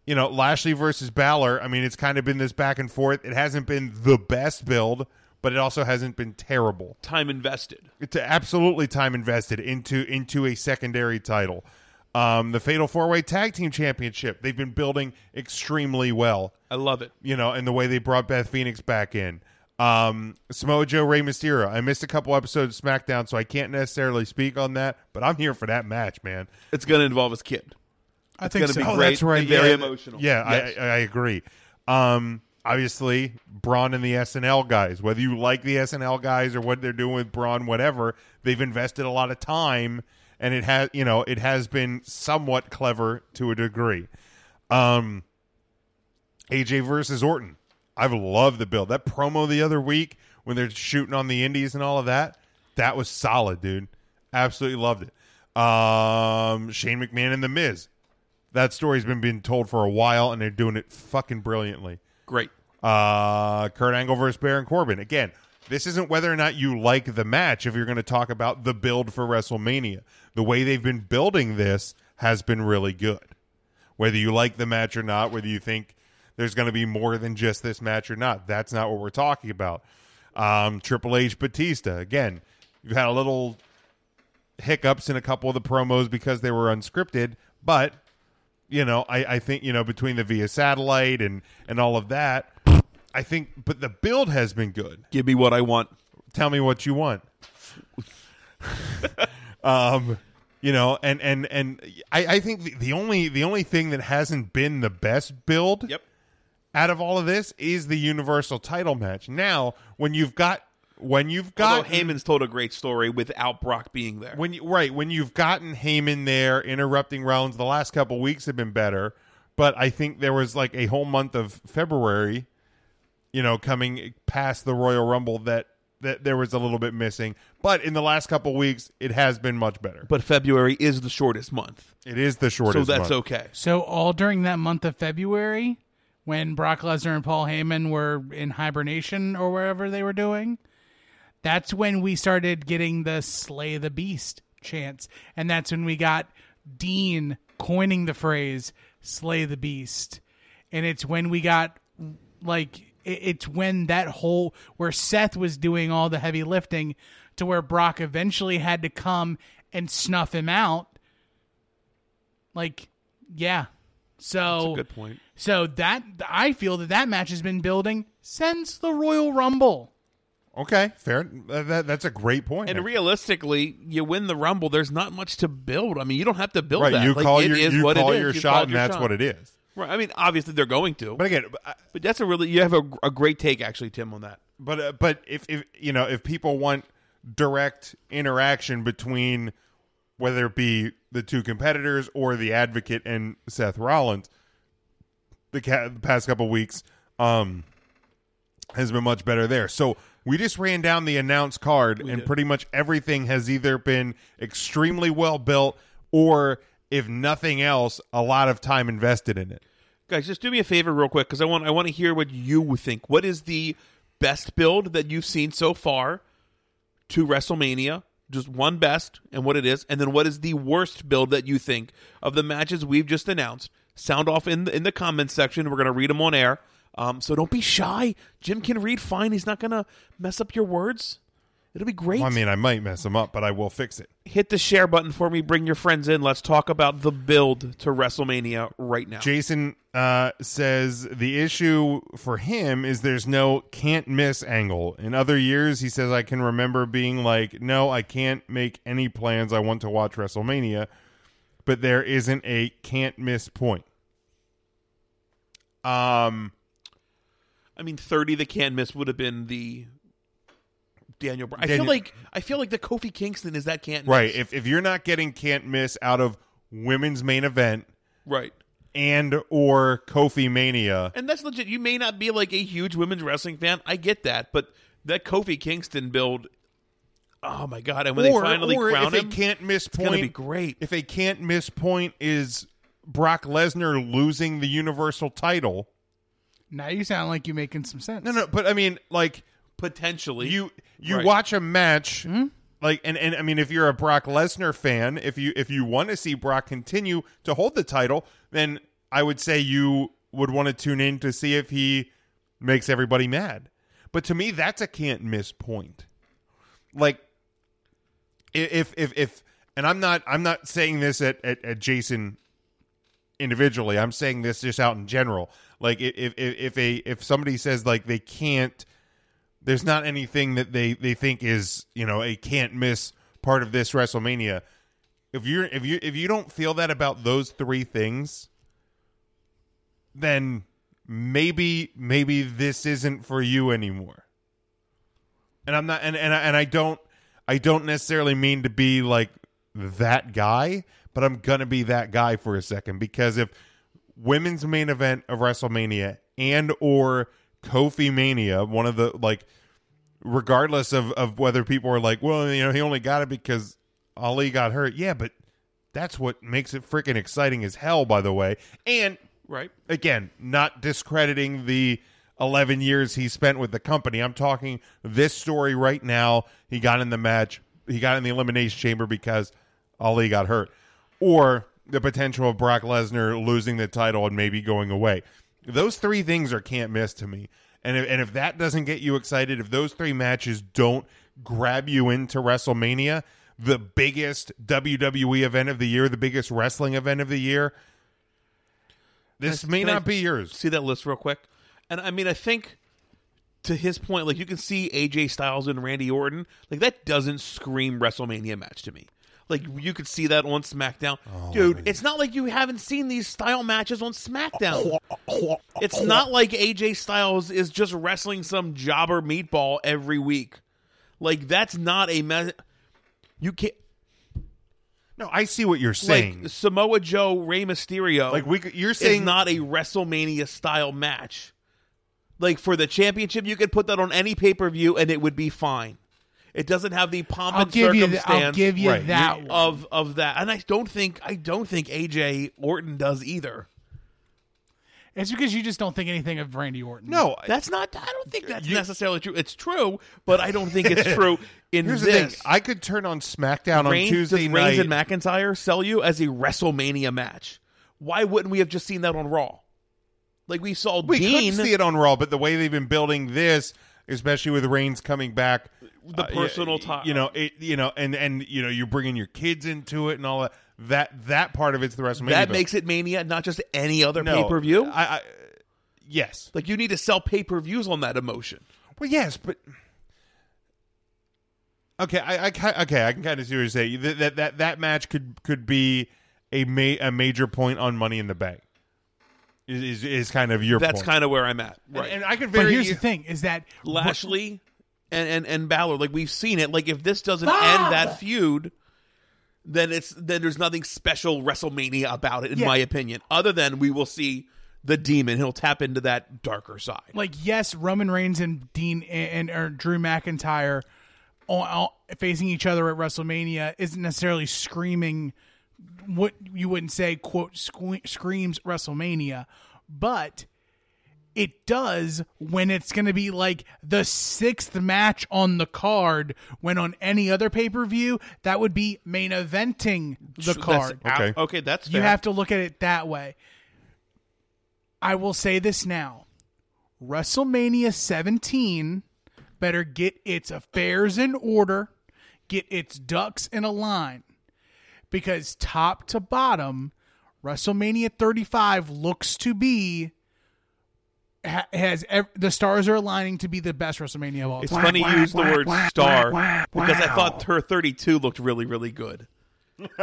you know, Lashley versus Balor, I mean, it's kind of been this back and forth. It hasn't been the best build, but it also hasn't been terrible.
Time invested.
It's absolutely time invested into into a secondary title. Um, the Fatal Four Way Tag Team Championship, they've been building extremely well
I love it.
you know, and the way they brought Beth Phoenix back in. Um, Samoa Joe Rey Mysterio. I missed a couple episodes of SmackDown, so I can't necessarily speak on that, but I'm here for that match, man.
It's gonna involve his kid.
I think
gonna
so.
be
Oh,
great.
that's-
and very
yeah,
emotional.
Yeah,
Yes.
I, I I agree. Um, obviously, Braun and the SNL guys. Whether you like the SNL guys or what they're doing with Braun, whatever, they've invested a lot of time, and it has you know it has been somewhat clever to a degree. Um, AJ versus Orton. I've loved the build. That promo the other week when they're shooting on the indies and all of that, that was solid, dude. Absolutely loved it. Um, Shane McMahon and The Miz. That story's been being told for a while, and they're doing it fucking brilliantly.
Great.
Uh, Kurt Angle versus Baron Corbin. Again, this isn't whether or not you like the match. If you're going to talk about the build for WrestleMania, the way they've been building this has been really good. Whether you like the match or not, whether you think there's going to be more than just this match or not, that's not what we're talking about. Um, Triple H Batista. Again, you've had a little hiccups in a couple of the promos because they were unscripted, but you know, I, I think you know between the via satellite and and all of that, I think. But the build has been good.
Give me what I want.
Tell me what you
[laughs]
want. um, you know, and and and I, I think the, the only the only thing that hasn't been the best build
Yep.
out of all of this is the universal title match. Now, when you've got when you've got
Although Heyman's told a great story without Brock being there.
when you, right when you've gotten Heyman there interrupting rounds, the last couple weeks have been better, but I think there was like a whole month of February, you know, coming past the Royal Rumble that that there was a little bit missing. But in the last couple weeks, it has been much better.
but February is the shortest month,
It is the
so
shortest.
that's
month.
okay.
So all during that month of February, when Brock Lesnar and Paul Heyman were in hibernation or wherever they were doing, that's when we started getting the "slay the beast" chants, and that's when we got Dean coining the phrase "slay the beast," and it's when we got like it- it's when that whole where Seth was doing all the heavy lifting to where Brock eventually had to come and snuff him out. Like, yeah. So
Good point.
So that I feel that that match has been building since the Royal Rumble.
Okay, fair. Uh, that, that's a great point.
And
actually.
realistically, you win the Rumble. There's not much to build. I mean, you don't have to build
right,
that.
you
Like,
call
it
your
is
you
what it
call
is.
your
You
shot,
called
and
your
that's
shot.
what it is.
Right. I mean, obviously they're going to.
But
But,
again, I-
that's a really you have a, a great take actually, Tim, on that.
But uh, but if if you know if people want direct interaction between whether it be the two competitors or the advocate and Seth Rollins the, ca- the past couple weeks um, has been much better there. So we just ran down the announced card, and pretty much everything has either been extremely well built or, if nothing else, a lot of time invested in it.
guys just do me a favor real quick because i want i want to hear what you think what is the best build that you've seen so far to wrestlemania just one best and what it is and then what is the worst build that you think of the matches we've just announced sound off in the, in the comments section we're going to read them on air um, so don't be shy jim can read fine he's not going to mess up your words it'll be great
Well, I mean, I might mess them up, but I will fix it.
hit the share button for me bring your friends in let's talk about the build to wrestlemania right now
Jason uh, says the issue for him is there's no can't miss angle. In other years, he says, I can remember being like, no, I can't make any plans. I want to watch WrestleMania, but there isn't a can't miss point. Um,
I mean, thirty the can miss would have been the Daniel. Bryan. I
Daniel-
feel like I feel like the Kofi Kingston is that can't miss.
right. If, if you're not getting can't miss out of women's main event
right.
and or Kofi Mania,
And that's legit. You may not be like a huge women's wrestling fan. I get that, but that Kofi Kingston build. Oh my god! And when
or,
they finally
or
crown
if
him,
a can't miss
it's gonna
point
be great.
if a can't miss point is Brock Lesnar losing the Universal title.
Now you sound like you're making some sense.
No, no, but I mean, like
Potentially,
you you
Right.
watch a match, like, and and I mean, if you're a Brock Lesnar fan, if you if you want to see Brock continue to hold the title, then I would say you would want to tune in to see if he makes everybody mad. But to me, that's a can't miss point. Like, i- if if if, and I'm not I'm not saying this at at, at Jason individually. I'm saying this just out in general. Like i- if if if a if somebody says like they can't, there's not anything that they they think is you know a can't miss part of this WrestleMania. If you're if you if you don't feel that about those three things, then maybe maybe this isn't for you anymore. And I'm not and and I, and I don't I don't necessarily mean to be like that guy, but I'm gonna be that guy for a second because if women's main event of WrestleMania and or Kofi Mania, one of the like regardless of of whether people are like, well, you know, he only got it because Ali got hurt. Yeah, but that's what makes it freaking exciting as hell, by the way. And
right?
again, not discrediting the 11 years he spent with the company. I'm talking this story right now. He got in the match, he got in the elimination chamber because Ali got hurt, or the potential of Brock Lesnar losing the title and maybe going away. Those three things are can't miss to me. And if, and if that doesn't get you excited, if those three matches don't grab you into WrestleMania, the biggest WWE event of the year, the biggest wrestling event of the year, this may
Can I
not be yours.
See that list real quick. And I mean, I think to his point, like you can see AJ Styles and Randy Orton, like that doesn't scream WrestleMania match to me. Like you could see that on SmackDown,
Oh,
dude. It's not like you haven't seen these style matches
[laughs]
on SmackDown. It's not like AJ Styles is just wrestling some jobber meatball every week. Like that's not a me- you can't
No, I see what you're saying.
like
Like,
Samoa Joe Rey Mysterio.
we, could- you're
It's
saying
not a WrestleMania style match. Like for the championship, you could put that on any pay per view and it would be fine. It doesn't have the pomp
I'll
and
give you. th-
circumstance
I'll give you
Right.
that one.
of of that, and I don't think I don't think AJ Orton does either.
It's because you just don't think anything of Randy Orton.
no.
That's not. I don't think that's necessarily true. It's true, but I don't think
[laughs]
it's true in
Here's the
this.
thing. I could turn on SmackDown on
Reigns-
Tuesday
does Reigns
night.
and McIntyre sell you as a WrestleMania match? Why wouldn't we have just seen that on Raw? Like we saw
we
Dean.
could see it on Raw, but the way they've been building this, especially with Reigns coming back,
The personal
time,
tie-
you know, it, you know, and and you know, you're bringing your kids into it and all that. That that part of it's the WrestleMania.
that
build.
makes it Mania, not just any other
No,
pay per view.
I, I yes,
like you need to sell pay per views on that emotion.
Well, yes, but okay, I, I ki- okay, I can kind of see what you're saying. That that that, that match could could be a ma- a major point on Money in the Bank. Is is, is kind of your
That's
point.
kind of where I'm at. Right.
and I could
But
very
here's the thing: is that
Lashley and and and Balor. Like we've seen it. Like if this doesn't end that feud, then it's then there's nothing special WrestleMania about it, in my opinion. Other than we will see the demon. He'll tap into that darker side.
Like yes, Roman Reigns and Dean and, and or Drew McIntyre all, all facing each other at WrestleMania isn't necessarily screaming what you wouldn't say quote sque- screams WrestleMania, but it does when it's going to be like the sixth match on the card. When on any other pay per view, that would be main eventing the
That's-
card.
Okay.
okay, that's fair.
You have to look at it that way. I will say this now WrestleMania 17 better get its affairs in order, get its ducks in a line, because top to bottom, WrestleMania 35 looks to be. ha- Has ev- the stars are aligning to be the best WrestleMania of all
It's
time?
funny you use the word star because I thought her 32 looked really, really good. [laughs]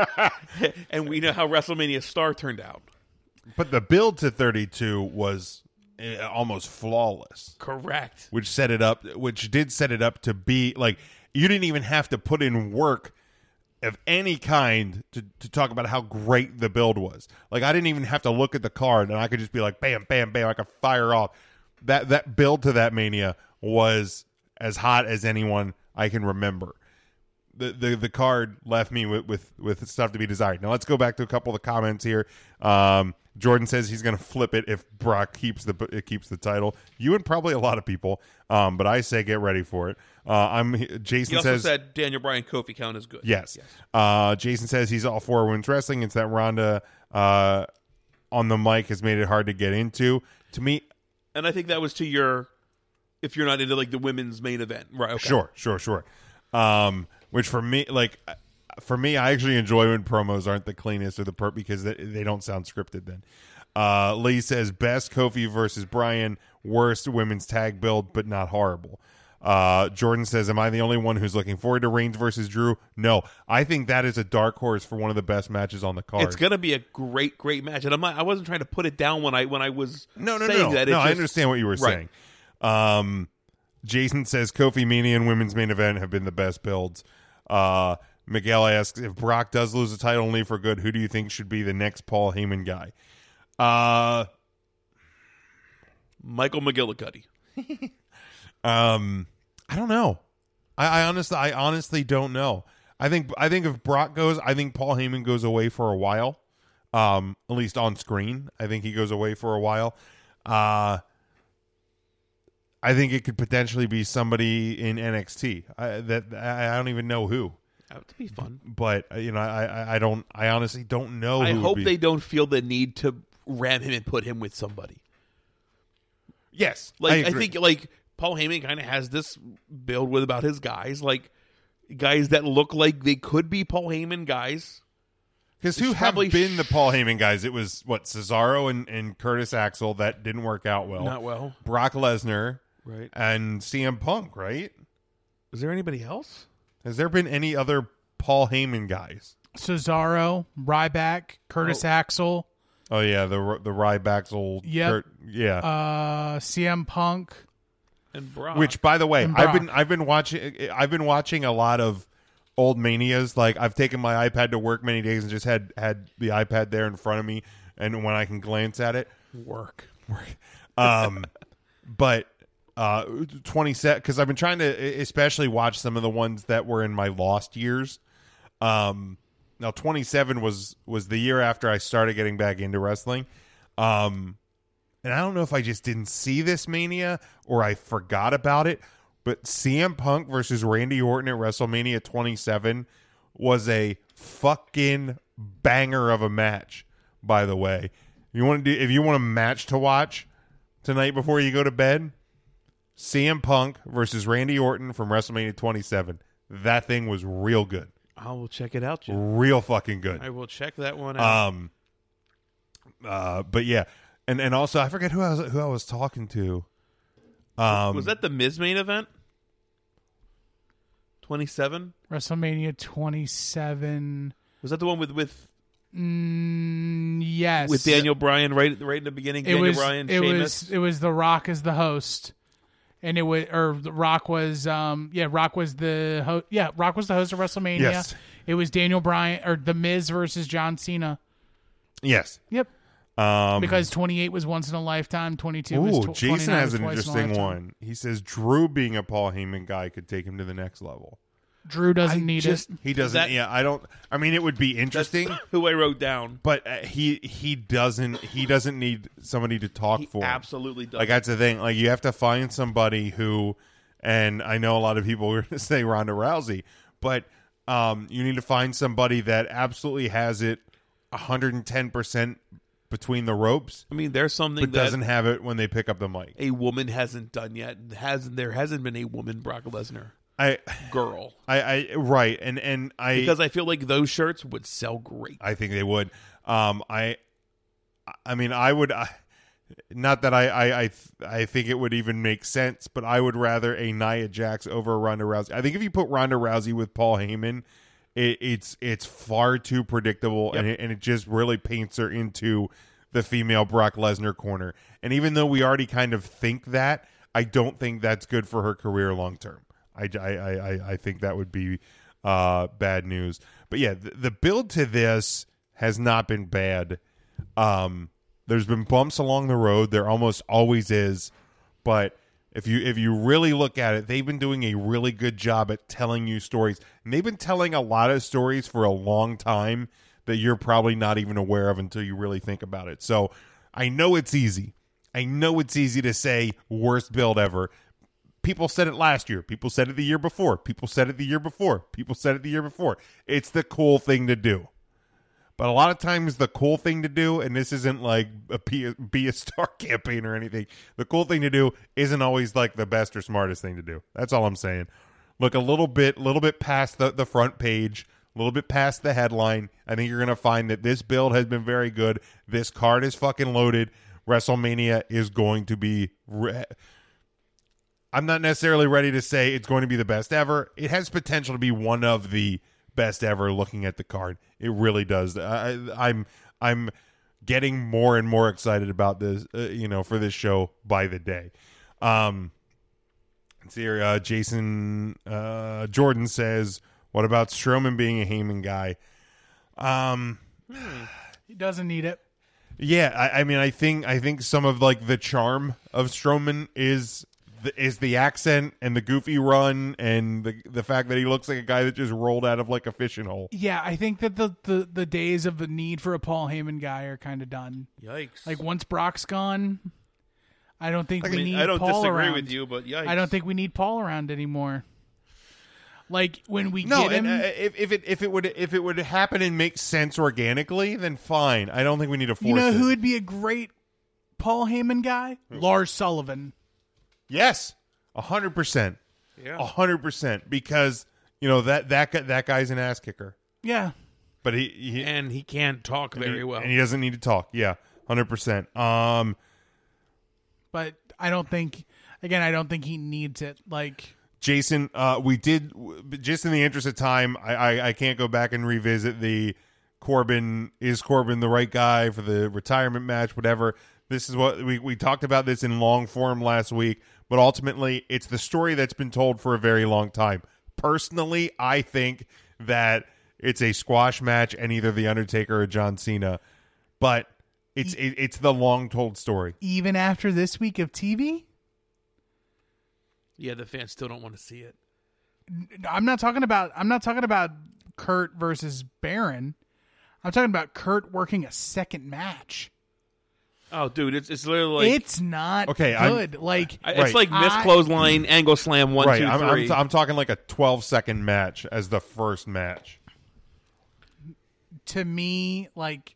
and we know how WrestleMania Star turned out.
But the build to 32 was uh, almost flawless.
Correct.
which set it up which did set it up to be like you didn't even have to put in work of any kind to, to talk about how great the build was like i didn't even have to look at the card and i could just be like bam bam bam i could fire off that that build to that mania was as hot as anyone i can remember the, the, the card left me with, with, with stuff to be desired. Now let's go back to a couple of the comments here. Um, Jordan says he's going to flip it if Brock keeps the it keeps the title. You and probably a lot of people, um, but I say get ready for it. Uh, I'm Jason
He also
says
said Daniel Bryan Kofi count is good.
yes. Uh, Jason says he's all for women's wrestling. It's that Ronda uh, on the mic has made it hard to get into. To me,
And I think that was to your if you're not into like the women's main event. Right. Okay.
Sure, sure, sure. Um, which for me, like uh, for me, I actually enjoy when promos aren't the cleanest or the per because they, they don't sound scripted. Then uh, Lee says best Kofi versus Brian, worst women's tag build, but not horrible. Uh, Jordan says, "Am I the only one who's looking forward to Reigns versus Drew?" No, I think that is a dark horse for one of the best matches on the card.
It's gonna be a great, great match. And I'm not I wasn't trying to put it down when I when I was
no, no,
saying
no.
that. It
no, I
just-
understand what you were
Right.
saying. Um, Jason says Kofi Mania and women's main event have been the best builds. Uh, Miguel asks if Brock does lose the title only for good. Who do you think should be the next Paul Heyman guy? Uh,
Michael McGillicuddy.
Um, I don't know. I, I honestly, I honestly don't know. I think, I think if Brock goes, I think Paul Heyman goes away for a while. Um, at least on screen, I think he goes away for a while. Uh, I think it could potentially be somebody in NXT. I, that I I don't even know who,
That would be fun.
but uh, you know, I, I, I don't. I honestly don't know.
I
who would
hope
be-
they don't feel the need to ram him and put him with somebody.
Yes,
Like I,
agree.
think like Paul Heyman kind of has this build with about his guys, like guys that look like they could be Paul Heyman guys.
Because who have
probably
been the Paul Heyman guys? It was what Cesaro and, and Curtis Axel that didn't work out well.
Not well.
Brock Lesnar
Right.
and CM Punk. Right?
Is there anybody else?
Has there been any other Paul Heyman guys?
Cesaro, Ryback, Curtis Axel,
Oh yeah, the R- the Ryback old
Yep.
yeah.
uh, CM Punk.
And Brock.
Which, by the way,
And
I've been
Brock.
I've been watching I've been watching a lot of old manias. Like I've taken my iPad to work many days and just had had the iPad there in front of me, and when I can glance at it,
work?
[laughs] um but uh 20 set because i've been trying to e, especially watch some of the ones that were in my lost years um now 27 was was the year after i started getting back into wrestling um and i don't know if i just didn't see this mania or i forgot about it but cm punk versus randy orton at wrestlemania 27 was a fucking banger of a match by the way you want to do if you want a match to watch tonight before you go to bed? CM Punk versus Randy Orton from WrestleMania 27. That thing was real good.
I will check it out. Jim.
Real fucking good.
I will check that one out.
Um uh but yeah. And and also I forget who I was who I was talking to. Um
was that the Miz main event? Twenty seven.
WrestleMania 27.
Was that the one with with
Mm, yes.
with Daniel Bryan right right in the beginning?
It
Daniel
was,
Bryan,
it
Sheamus.
was it was The Rock as the host. and it was or Rock was um yeah Rock was the ho- yeah Rock was the host of WrestleMania.
Yes.
It was Daniel Bryan or The Miz versus John Cena.
Yes.
Yep.
Um,
Because 28 was once in a lifetime, 22 was
Ooh,
tw-
Jason
29
has
was twice in
an
a
interesting
lifetime.
one. He says Drew being a Paul Heyman guy could take him to the next level.
Drew doesn't need
just-
it.
He doesn't.
That-
yeah, I don't. I mean, it would be interesting,
Who I wrote down.
but uh, he he doesn't. He doesn't need somebody to talk for. him.
Absolutely does.
Like that's the thing. Like you have to find somebody who, and I know a lot of people are going to [laughs] say Ronda Rousey, but um, you need to find somebody that absolutely has it, hundred and ten percent between the ropes,
I mean, there's something
but
that
doesn't have it when they pick up the mic.
a woman hasn't done yet. Has there hasn't been a woman Brock Lesnar
I, [sighs]
girl
I, I right, and and I
because I feel like those shirts would sell great.
I think they would. Um, I, I mean, I would. I, not that I, I, I, th- I think it would even make sense, but I would rather a Nia Jax over Ronda Rousey. I think if you put Ronda Rousey with Paul Heyman, it, it's it's far too predictable, and it, and it just really paints her into the female Brock Lesnar corner. And even though we already kind of think that, I don't think that's good for her career long term. I, I, I, I- I think that would be uh, bad news. But yeah, the, the build to this has not been bad. Um, there's been bumps along the road. There almost always is, but if you if you really look at it, they've been doing a really good job at telling you stories, and they've been telling a lot of stories for a long time that you're probably not even aware of until you really think about it. So I know it's easy. I know it's easy to say worst build ever. People said it last year. People said it the year before. People said it the year before. People said it the year before. It's the cool thing to do. But a lot of times, the cool thing to do, and this isn't like a be, be a star [laughs] campaign or anything, the cool thing to do isn't always like the best or smartest thing to do. That's all I'm saying. Look a little bit, little bit past the, the front page, a little bit past the headline. I think you're going to find that this build has been very good. This card is fucking loaded. WrestleMania is going to be. Re- I'm not necessarily ready to say it's going to be the best ever. It has potential to be one of the best ever. Looking at the card, it really does. I, I'm I'm getting more and more excited about this. Uh, you know, for this show by the day. Um, let's see here, uh, Jason uh, Jordan says, "What about Strowman being a Heyman guy?" Um,
He doesn't need it.
yeah, I, I mean, I think I think some of like the charm of Strowman is the, is the accent and the goofy run and the the fact that he looks like a guy that just rolled out of like a fishing hole.
Yeah, I think that the the, the days of the need for a Paul Heyman guy are kind of done.
Yikes!
Like once Brock's gone, I don't think
I,
we
mean,
need
I don't
Paul
disagree
around.
with you, but yikes!
I don't think we need Paul around anymore. Like when we
No,
get him,
and, uh, if if it if it would if it would happen and make sense organically, then fine. I don't think we need to force
you know
it.
who would be a great Paul Heyman guy? Lars Sullivan.
yes, hundred percent,
Yeah.
hundred percent, because you know that that guy, that guy's an ass kicker,
Yeah,
but he, he
and he can't talk very
he-
well.
and he doesn't need to talk. Yeah, hundred percent. Um.
but I don't think. Again, I don't think he needs it. Like
Jason, uh, we did w- just in the interest of time. I, I I can't go back and revisit the Corbin is Corbin the right guy for the retirement match, whatever. This is what we we talked about this in long form last week, but ultimately it's the story that's been told for a very long time. Personally, I think that it's a squash match and either the Undertaker or John Cena, but it's it, it's the long told story.
even after this week of TV,
yeah, the fans still don't want to see it.
I'm not talking about I'm not talking about Kurt versus Baron. I'm talking about Kurt working a second match.
Oh, dude, it's it's literally like,
it's not
Okay, I'm-
good. like
I-
right.
it's like miss
I-
clothesline, angle slam, one,
right,
two,
I'm, I'm,
three.
t- I'm talking like a 12 second match as the first match.
to me, like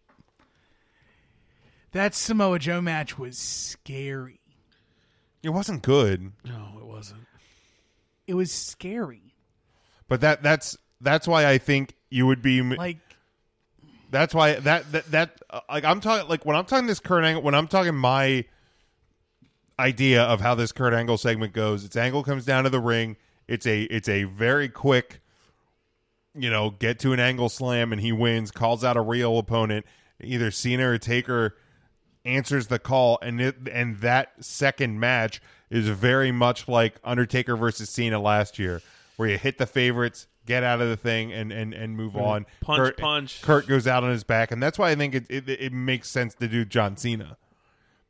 that Samoa Joe match was scary.
It wasn't good,
no, it wasn't.
It was scary.
but that that's that's why I think you would be.
Like
that's why that that that uh, like I'm talking like when I'm talking this current angle when I'm talking my idea of how this Kurt Angle segment goes. It's Angle comes down to the ring. It's a it's a very quick, you know, get to an angle slam and he wins. Calls out a real opponent, either Cena or Taker, answers the call, and it, and that second match is very much like Undertaker versus Cena last year, where you hit the favorites, get out of the thing, and and and move on.
Mm-hmm. Punch, punch.
Kurt goes out on his back, and that's why I think it it, it makes sense to do John Cena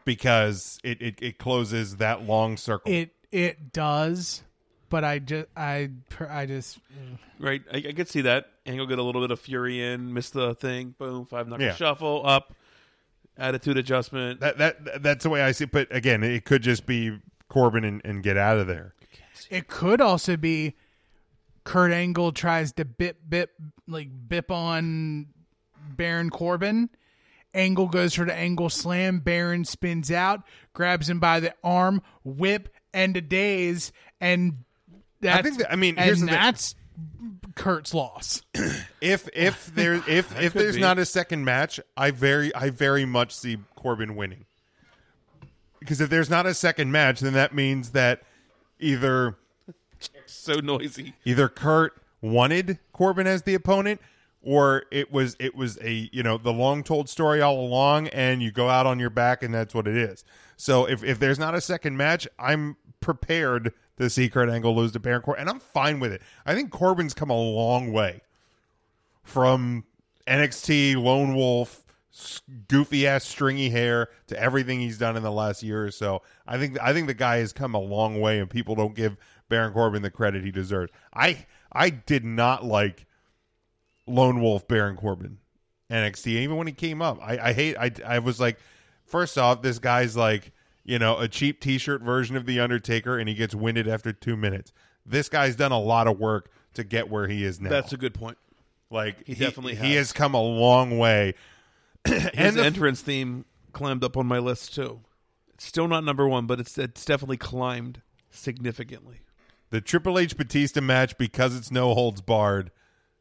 because it it, it closes that long circle.
It it does, but I just I per- I just
Right, I, I could see that. Angle get a little bit of fury in, miss the thing, boom, five knuckle
Yeah.
shuffle up, attitude adjustment.
that that that's the way I see. it. But again, it could just be Corbin and, and get out of there.
it could also be Kurt Angle tries to bip bip like bip on Baron Corbin. Angle goes for the angle slam. Baron spins out, grabs him by the arm, whip, and a daze, and that's,
think that- I mean,
and
here's the thing.
that's Kurt's loss.
If if there if if
could
there's
be.
not a second match, I very I very much see Corbin winning. Because if there's not a second match, then that means that either
So noisy.
either Kurt wanted Corbin as the opponent or it was it was a you know the long told story all along and you go out on your back and that's what it is. So if if there's not a second match, I'm prepared to see Kurt Angle lose to Baron Corbin and I'm fine with it. I think Corbin's come a long way from NXT lone wolf goofy ass stringy hair to everything he's done in the last year or so. I think I think the guy has come a long way and people don't give Baron Corbin the credit he deserves. I I did not like lone wolf Baron Corbin NXT even when he came up. I I hate I I was like first off this guy's like you know a cheap t-shirt version of the Undertaker and he gets winded after 2 minutes. This guy's done a lot of work to get where he is now.
That's a good point.
Like he
definitely
he
has.
has come a long way. [clears throat]
His
and the,
entrance theme climbed up on my list too. It's still not number one, but it's it's definitely climbed significantly.
the Triple H Batista match because it's no holds barred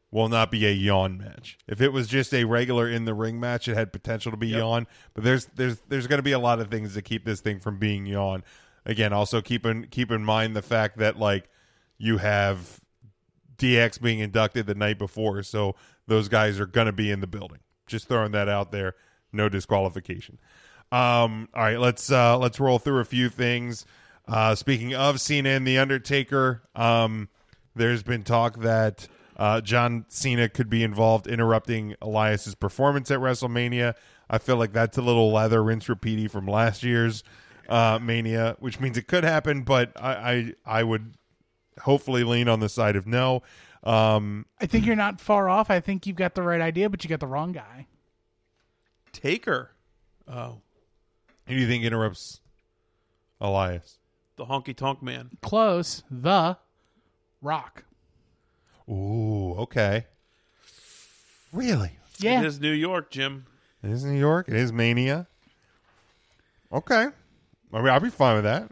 will not be a yawn match. If it was just a regular in the ring match, it had potential to be yawn. But there's there's there's going to be a lot of things to keep this thing from being yawn. Again, also keep in keep in mind the fact that like you have DX being inducted the night before, so those guys are going to be in the building. Just throwing that out there. No disqualification. Um, all right, let's uh, let's roll through a few things. Uh, speaking of Cena and the Undertaker, um, there's been talk that uh, John Cena could be involved interrupting Elias's performance at WrestleMania. I feel like that's a little lather rinse repeaty from last year's uh, Mania, which means it could happen, but I I, I would hopefully lean on the side of no. Um,
I think you're not far off. I think you've got the right idea, but you got the wrong guy.
Taker, oh,
who do you think interrupts Elias?
the honky tonk man.
Close the Rock.
Ooh, okay. Really?
Yeah,
It is New York, Jim.
It is New York. It is Mania. Okay. I mean, I'll be fine with that.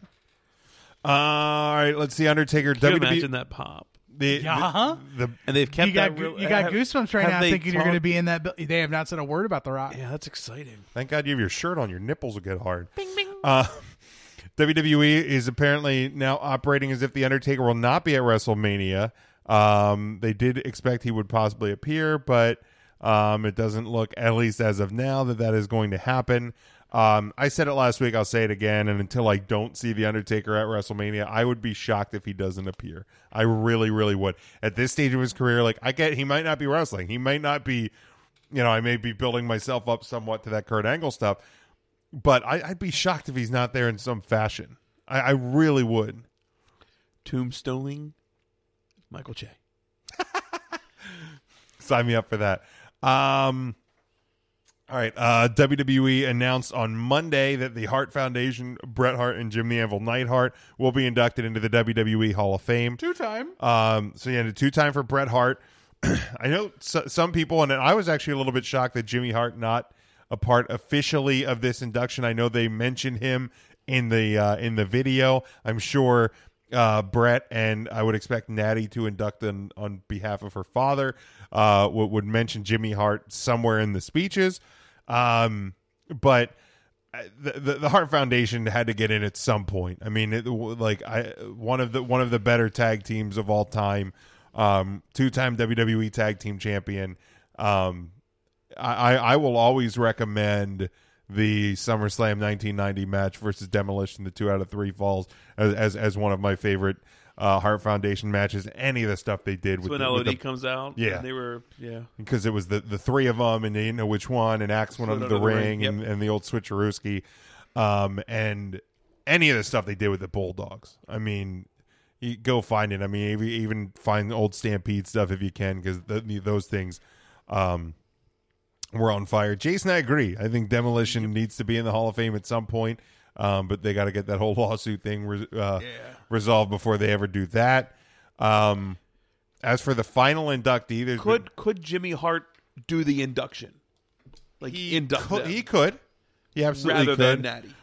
Uh, all right, let's see. Undertaker,
Can you
WWE.
imagine that pop?
The, the-
Uh-huh.
the-
And they've kept
you got
that.
goo-
real-
you got
have-
goosebumps right
have
now
they
thinking you're
talked-
going to be in that. bu- They have not said a word about the Rock.
Yeah, that's exciting.
thank God you have your shirt on. Your nipples will get hard. Uh, [laughs] WWE is apparently now operating as if The Undertaker will not be at WrestleMania. Um, they did expect he would possibly appear, but um, it doesn't look, at least as of now, that that is going to happen. Um, I said it last week. I'll say it again. And until I don't see The Undertaker at WrestleMania, I would be shocked if he doesn't appear. I really, really would. At this stage of his career, like, I get he might not be wrestling. He might not be, you know, I may be building myself up somewhat to that Kurt Angle stuff but I, I'd be shocked if he's not there in some fashion. I, I really would.
Tombstoning, Michael Che.
Sign me up for that. Um, all right. Uh, WWE announced on Monday that the Hart Foundation, Bret Hart and Jim the Anvil Neidhart, will be inducted into the WWE Hall of Fame.
Two time.
Um, so yeah, the two time for Bret Hart. [clears throat] I know so, some people, and I was actually a little bit shocked that Jimmy Hart not a part officially of this induction. I know they mentioned him in the uh, in the video. I'm sure uh, Brett and I would expect Natty to induct on on behalf of her father. Uh, would, would mention Jimmy Hart somewhere in the speeches, um, but the, the the Hart Foundation had to get in at some point. I mean, it, like I one of the one of the better tag teams of all time, um, two time WWE Tag Team Champion. Um, I I I will always recommend the SummerSlam 1990 match versus Demolition, the two out of three falls, as as, as one of my favorite uh, Heart Foundation matches. Any of the stuff they did with
when
the,
LOD
with the
comes out.
Yeah.
and they were yeah.
because it was the, the three of them and they didn't know which one and axe went
Slid
under, the ring,
yep.
and, and the old switcherooski um, and any of the stuff they did with the bulldogs i mean you go find it i mean ev- even find the old stampede stuff if you can because those things um, were on fire jason i agree i think demolition needs to be in the hall of fame at some point um, but they got to get that whole [laughs] lawsuit thing re- uh, resolved before they ever do that um, as for the final inductee there's been-
Could could Jimmy Hart do the induction? Like induct
could,
them
he could. He absolutely
rather
could.
than Natty,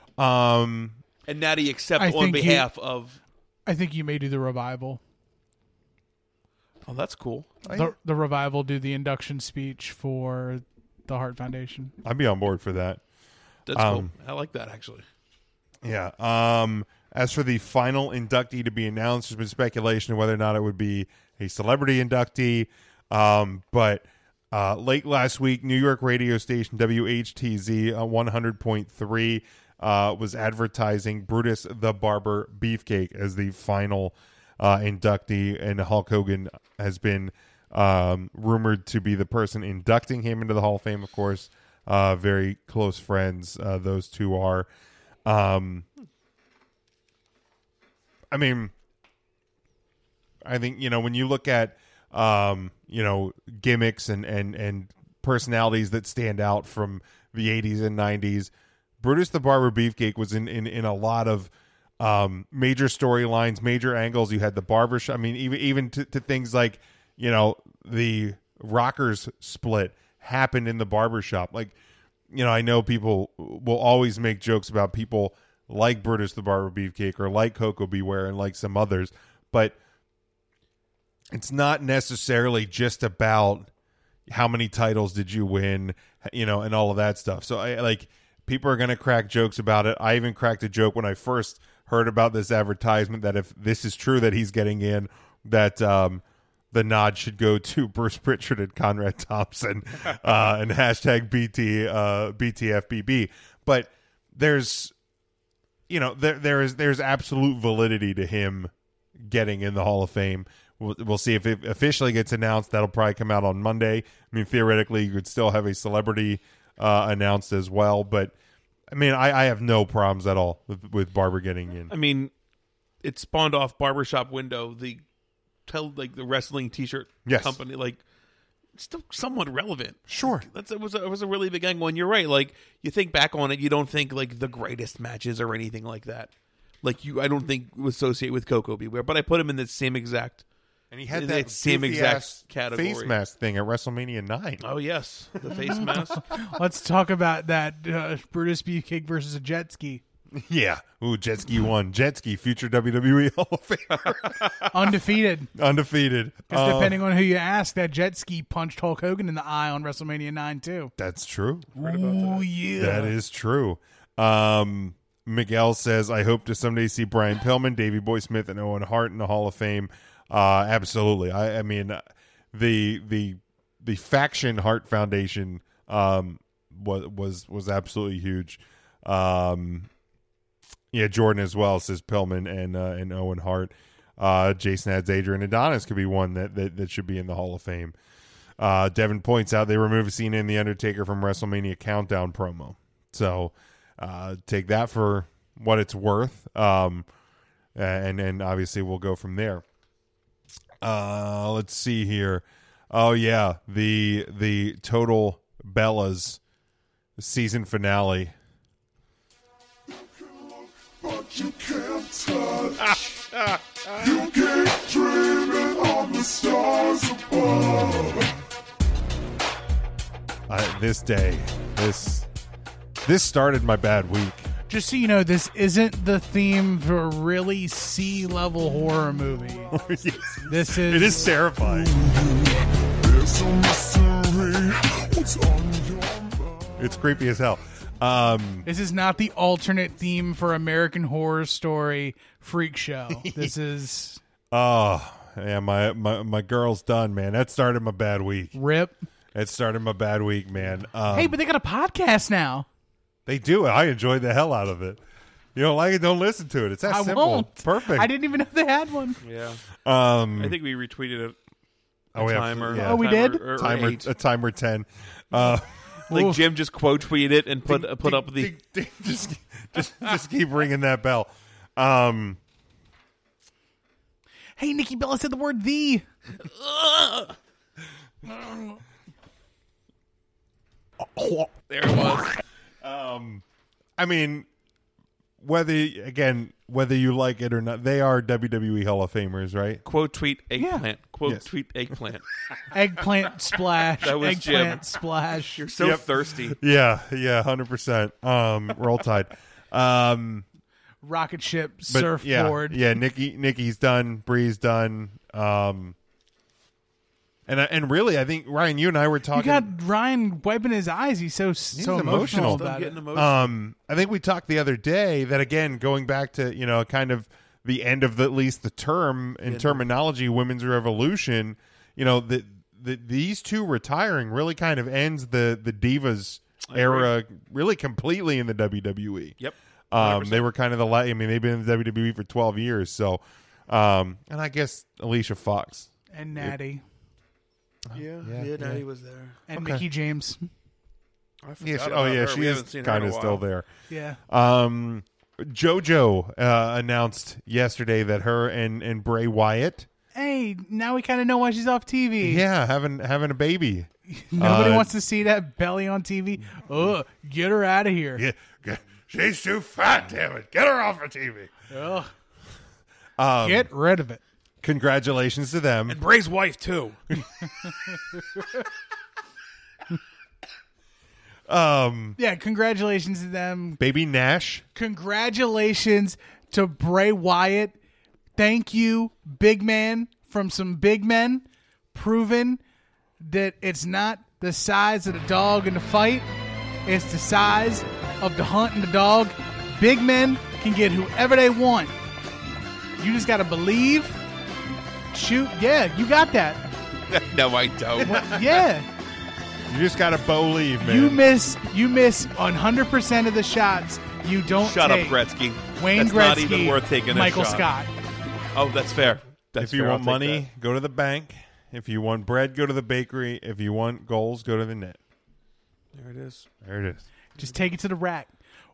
Um,
and Natty accept
I
on
think he-
behalf of.
I think you may do the revival.
Oh, that's cool.
The, the revival do the induction speech for the Heart Foundation.
I'd be on board for that.
That's
Um,
cool. I like that actually.
Yeah. Um, as for the final inductee to be announced, there's been speculation of whether or not it would be a celebrity inductee. Um, but uh, late last week, New York radio station WHTZ uh, 100.3 uh, was advertising Brutus the Barber Beefcake as the final uh, inductee, and Hulk Hogan has been um, rumored to be the person inducting him into the Hall of Fame. Of course, uh, very close friends uh, those two are. Um, I mean, I think you know when you look at um, you know gimmicks and and and personalities that stand out from the '80s and '90s. Brutus the Barber Beefcake was in in in a lot of um, major storylines, major angles. You had the barber shop. I mean, even even to, to things like you know the Rockers split happened in the barber shop. Like you know, I know people will always make jokes about people like Brutus the Barber Beefcake or like Coco Beware and like some others, but it's not necessarily just about how many titles did you win, you know, and all of that stuff. So I like people are going to crack jokes about it. I even cracked a joke when I first heard about this advertisement that if this is true that he's getting in, that um, the nod should go to [laughs] Bruce Pritchard and Conrad Thompson uh, and hashtag BT uh, BTFBB. But there's you know there there is there's absolute validity to him getting in the Hall of Fame. We'll, we'll see if it officially gets announced. That'll probably come out on Monday. I mean, theoretically, you could still have a celebrity uh, announced as well. But I mean, I, I have no problems at all with, with Barber getting in.
I mean, it spawned off barbershop window the tell like the wrestling T-shirt
Yes.
company like still somewhat relevant.
Sure.
That's it was a, it was a really big angle, and you're right. Like you think back on it, you don't think like the greatest matches or anything like that. Like you, I don't think you associate with Coco Beware, but I put him in the same exact.
And he had
It's
that
same
goofy
exact
ass
category.
face mask thing at WrestleMania nine. [laughs]
Oh yes, the [laughs] face mask.
Let's talk about that uh, Brutus Beefcake versus a jet
[laughs]
ski.
Yeah. Ooh, Jet Ski won. Jet Ski, future WWE Hall of
[laughs]
Famer,
Undefeated.
undefeated.
Because
Uh,
Oh.
depending on who you ask, that jet ski punched Hulk Hogan in the eye on WrestleMania 9, too.
that's true.
Oh, yeah.
That is true. Um, Miguel says, I hope to someday see Brian Pillman, Davey Boy Smith, and Owen Hart in the Hall of Fame. Uh, absolutely. I, I mean, uh, the the the faction Hart Foundation um, was was was absolutely huge. Um, yeah, Jordan as well says Pillman and uh, and Owen Hart. Uh, Jason adds Adrian Adonis could be one that, that that should be in the Hall of Fame. Uh, Devin points out they removed Cena and The Undertaker from WrestleMania Countdown promo. So uh, take that for what it's worth. Um, and and obviously we'll go from there. Uh, let's see here. Oh yeah, the the total Bellas season finale.
But you can't touch. you keep dreaming of the stars above.
Uh, this day, this this started my bad week. [laughs]
Just so you know, this isn't the theme for a really C level horror movie.
[laughs]
This is.
It is terrifying.
There's a mystery. What's on your mind?
It's creepy as hell. Um,
This is not the alternate theme for American Horror Story Freak [laughs] Show. This is
Oh yeah, my my my girl's done, man. That started my bad week.
Rip.
That started my bad week, man. Um,
Hey, but they got a podcast now.
They do. I enjoyed the hell out of it. You don't like it? Don't listen to it. It's that
I
simple.
won't.
Perfect.
I didn't even know they had one.
Yeah,
Um,
I think we retweeted it.
oh, we have-
timer.
yeah,
Oh, we
timer-
did?
or- or
timer.
eight.
A timer ten. Uh,
Like Jim just quote tweeted it and put uh, put up the
ding, ding, [laughs] just, just, just keep ringing that bell. Um,
Hey, Nikki Bella said the word "the."
there it was.
I mean, whether again whether you like it or not, they are WWE Hall of Famers, right?
Quote tweet eggplant. Quote
Yes.
tweet
[laughs]
eggplant.
[laughs] Eggplant splash.
That was Jim.
Eggplant splash.
You're so thirsty.
Yeah, yeah, hundred percent. Um, roll [laughs] tide. Um,
Rocket ship
but
surfboard.
Yeah, yeah. Nikki, Nikki's done. Bree's done. Um, and I, and really, I think Ryan, you and I were
You
talking.
got Ryan wiping his eyes. He's so so
emotional.
emotional,
I'm
about it.
getting emotional.
um, I think we talked the other day that again, going back to you know, kind of the end of the, at least the term in terminology, women's revolution. You know, the, the these two retiring really kind of ends the the divas era really completely in the WWE.
Yep.
Um, they were kind of the la I mean, they've been in the WWE for 12 years. So, um, and I guess Alicia Fox.
And Natty
yeah,
yeah, yeah, Natty yeah.
was there.
and Mickey James.
I forgot
Yeah, she- oh,
about
yeah,
her.
she
We
is
haven't seen her in
kind
a
of
while.
still there.
Yeah.
Um, JoJo uh, announced yesterday that her and, and Bray Wyatt,
Hey, now we kind of know why she's off TV.
yeah, having having a baby.
Nobody
Uh,
wants to see that belly on TV. Ugh, get her out of here.
Yeah, yeah, she's too fat. Damn it, get her off of TV.
Ugh.
Um,
get rid of it.
Congratulations to them.
Bray's wife too.
Um,
Yeah, congratulations to them.
baby Nash.
Congratulations to Bray Wyatt. Thank you, big man, from some big men, proven that it's not the size of the dog in the fight, it's the size of the hunt and the dog. Big men can get whoever they want. You just got to believe. Shoot, yeah, you got that.
Uh,
no, I don't.
Yeah.
You just got to believe, man.
You miss you miss 100% of the shots you don't
[laughs] Shut up,
take.
Gretzky.
Wayne
that's
Gretzky,
not even worth taking. that
Michael
shot.
Scott.
Oh, that's fair. That's
if you
fair. I'll
want
take
money, go to the bank. If you want bread, go to the bakery. If you want goals, go to the net.
that. there it is.
There it is.
Just take it to the rack.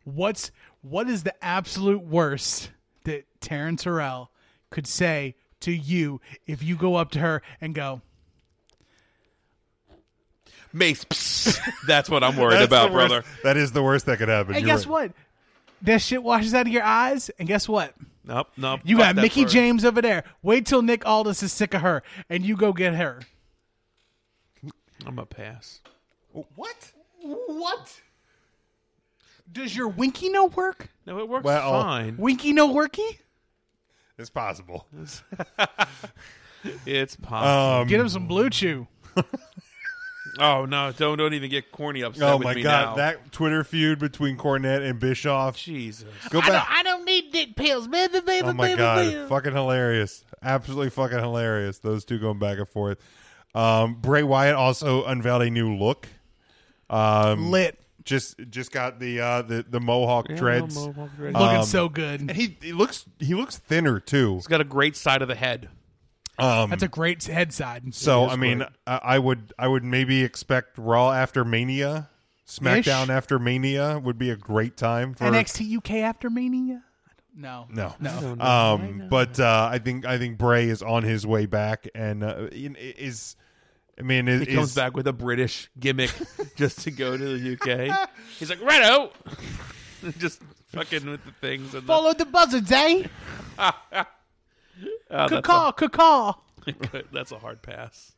What's what is the absolute worst that Terrence Harrell could say to you if you go up to her and go,
[laughs]
Mace. psst. that's what I'm worried
That's
about,
the worst-
brother.
That is the worst that could happen.
"Hey,
You're
guess
right.
what? That shit washes out of your eyes, and guess what?
Nope, nope.
You
fuck
got
that
Mickey
bird.
James over there. Wait till Nick Aldis is sick of her, and you go get her.
I'm a pass.
What?
What? Does your Winky no work?
No, it works
Well-
fine.
Winky no worky?
It's possible.
It's
uh,
possible.
Um,
Get him some blue chew.
oh no! Don't don't even get corny upset
oh
with
my
me
god,
now.
that Twitter feud between Cornette and Bischoff.
Jesus.
Go back.
don't need dick pills, baby, baby,
oh my god, fucking hilarious! Absolutely fucking hilarious. Those two going back and forth. Um, Bray Wyatt also unveiled a new look. Um,
Lit.
just just got the uh, the the mohawk dreads.
He's
Looking
um,
so good.
And he, he looks he looks thinner too.
got a great side of the head.
That's a great head side.
So I mean, I, I would I would maybe expect Raw after Mania, SmackDown after Mania would be a great time for
NXT UK after Mania? No.
No,
No.
Um, but uh, I think I think Bray is on his way back, and uh, in- is I mean is,
He comes
is-
back with a British
[laughs]
gimmick just to go to the UK. He's like, righto. [laughs] just fucking with the things. And the,
Follow the buzzards,
[laughs]
eh?
Ah, that's, a,
Caw, caw,
[laughs] that's a hard pass.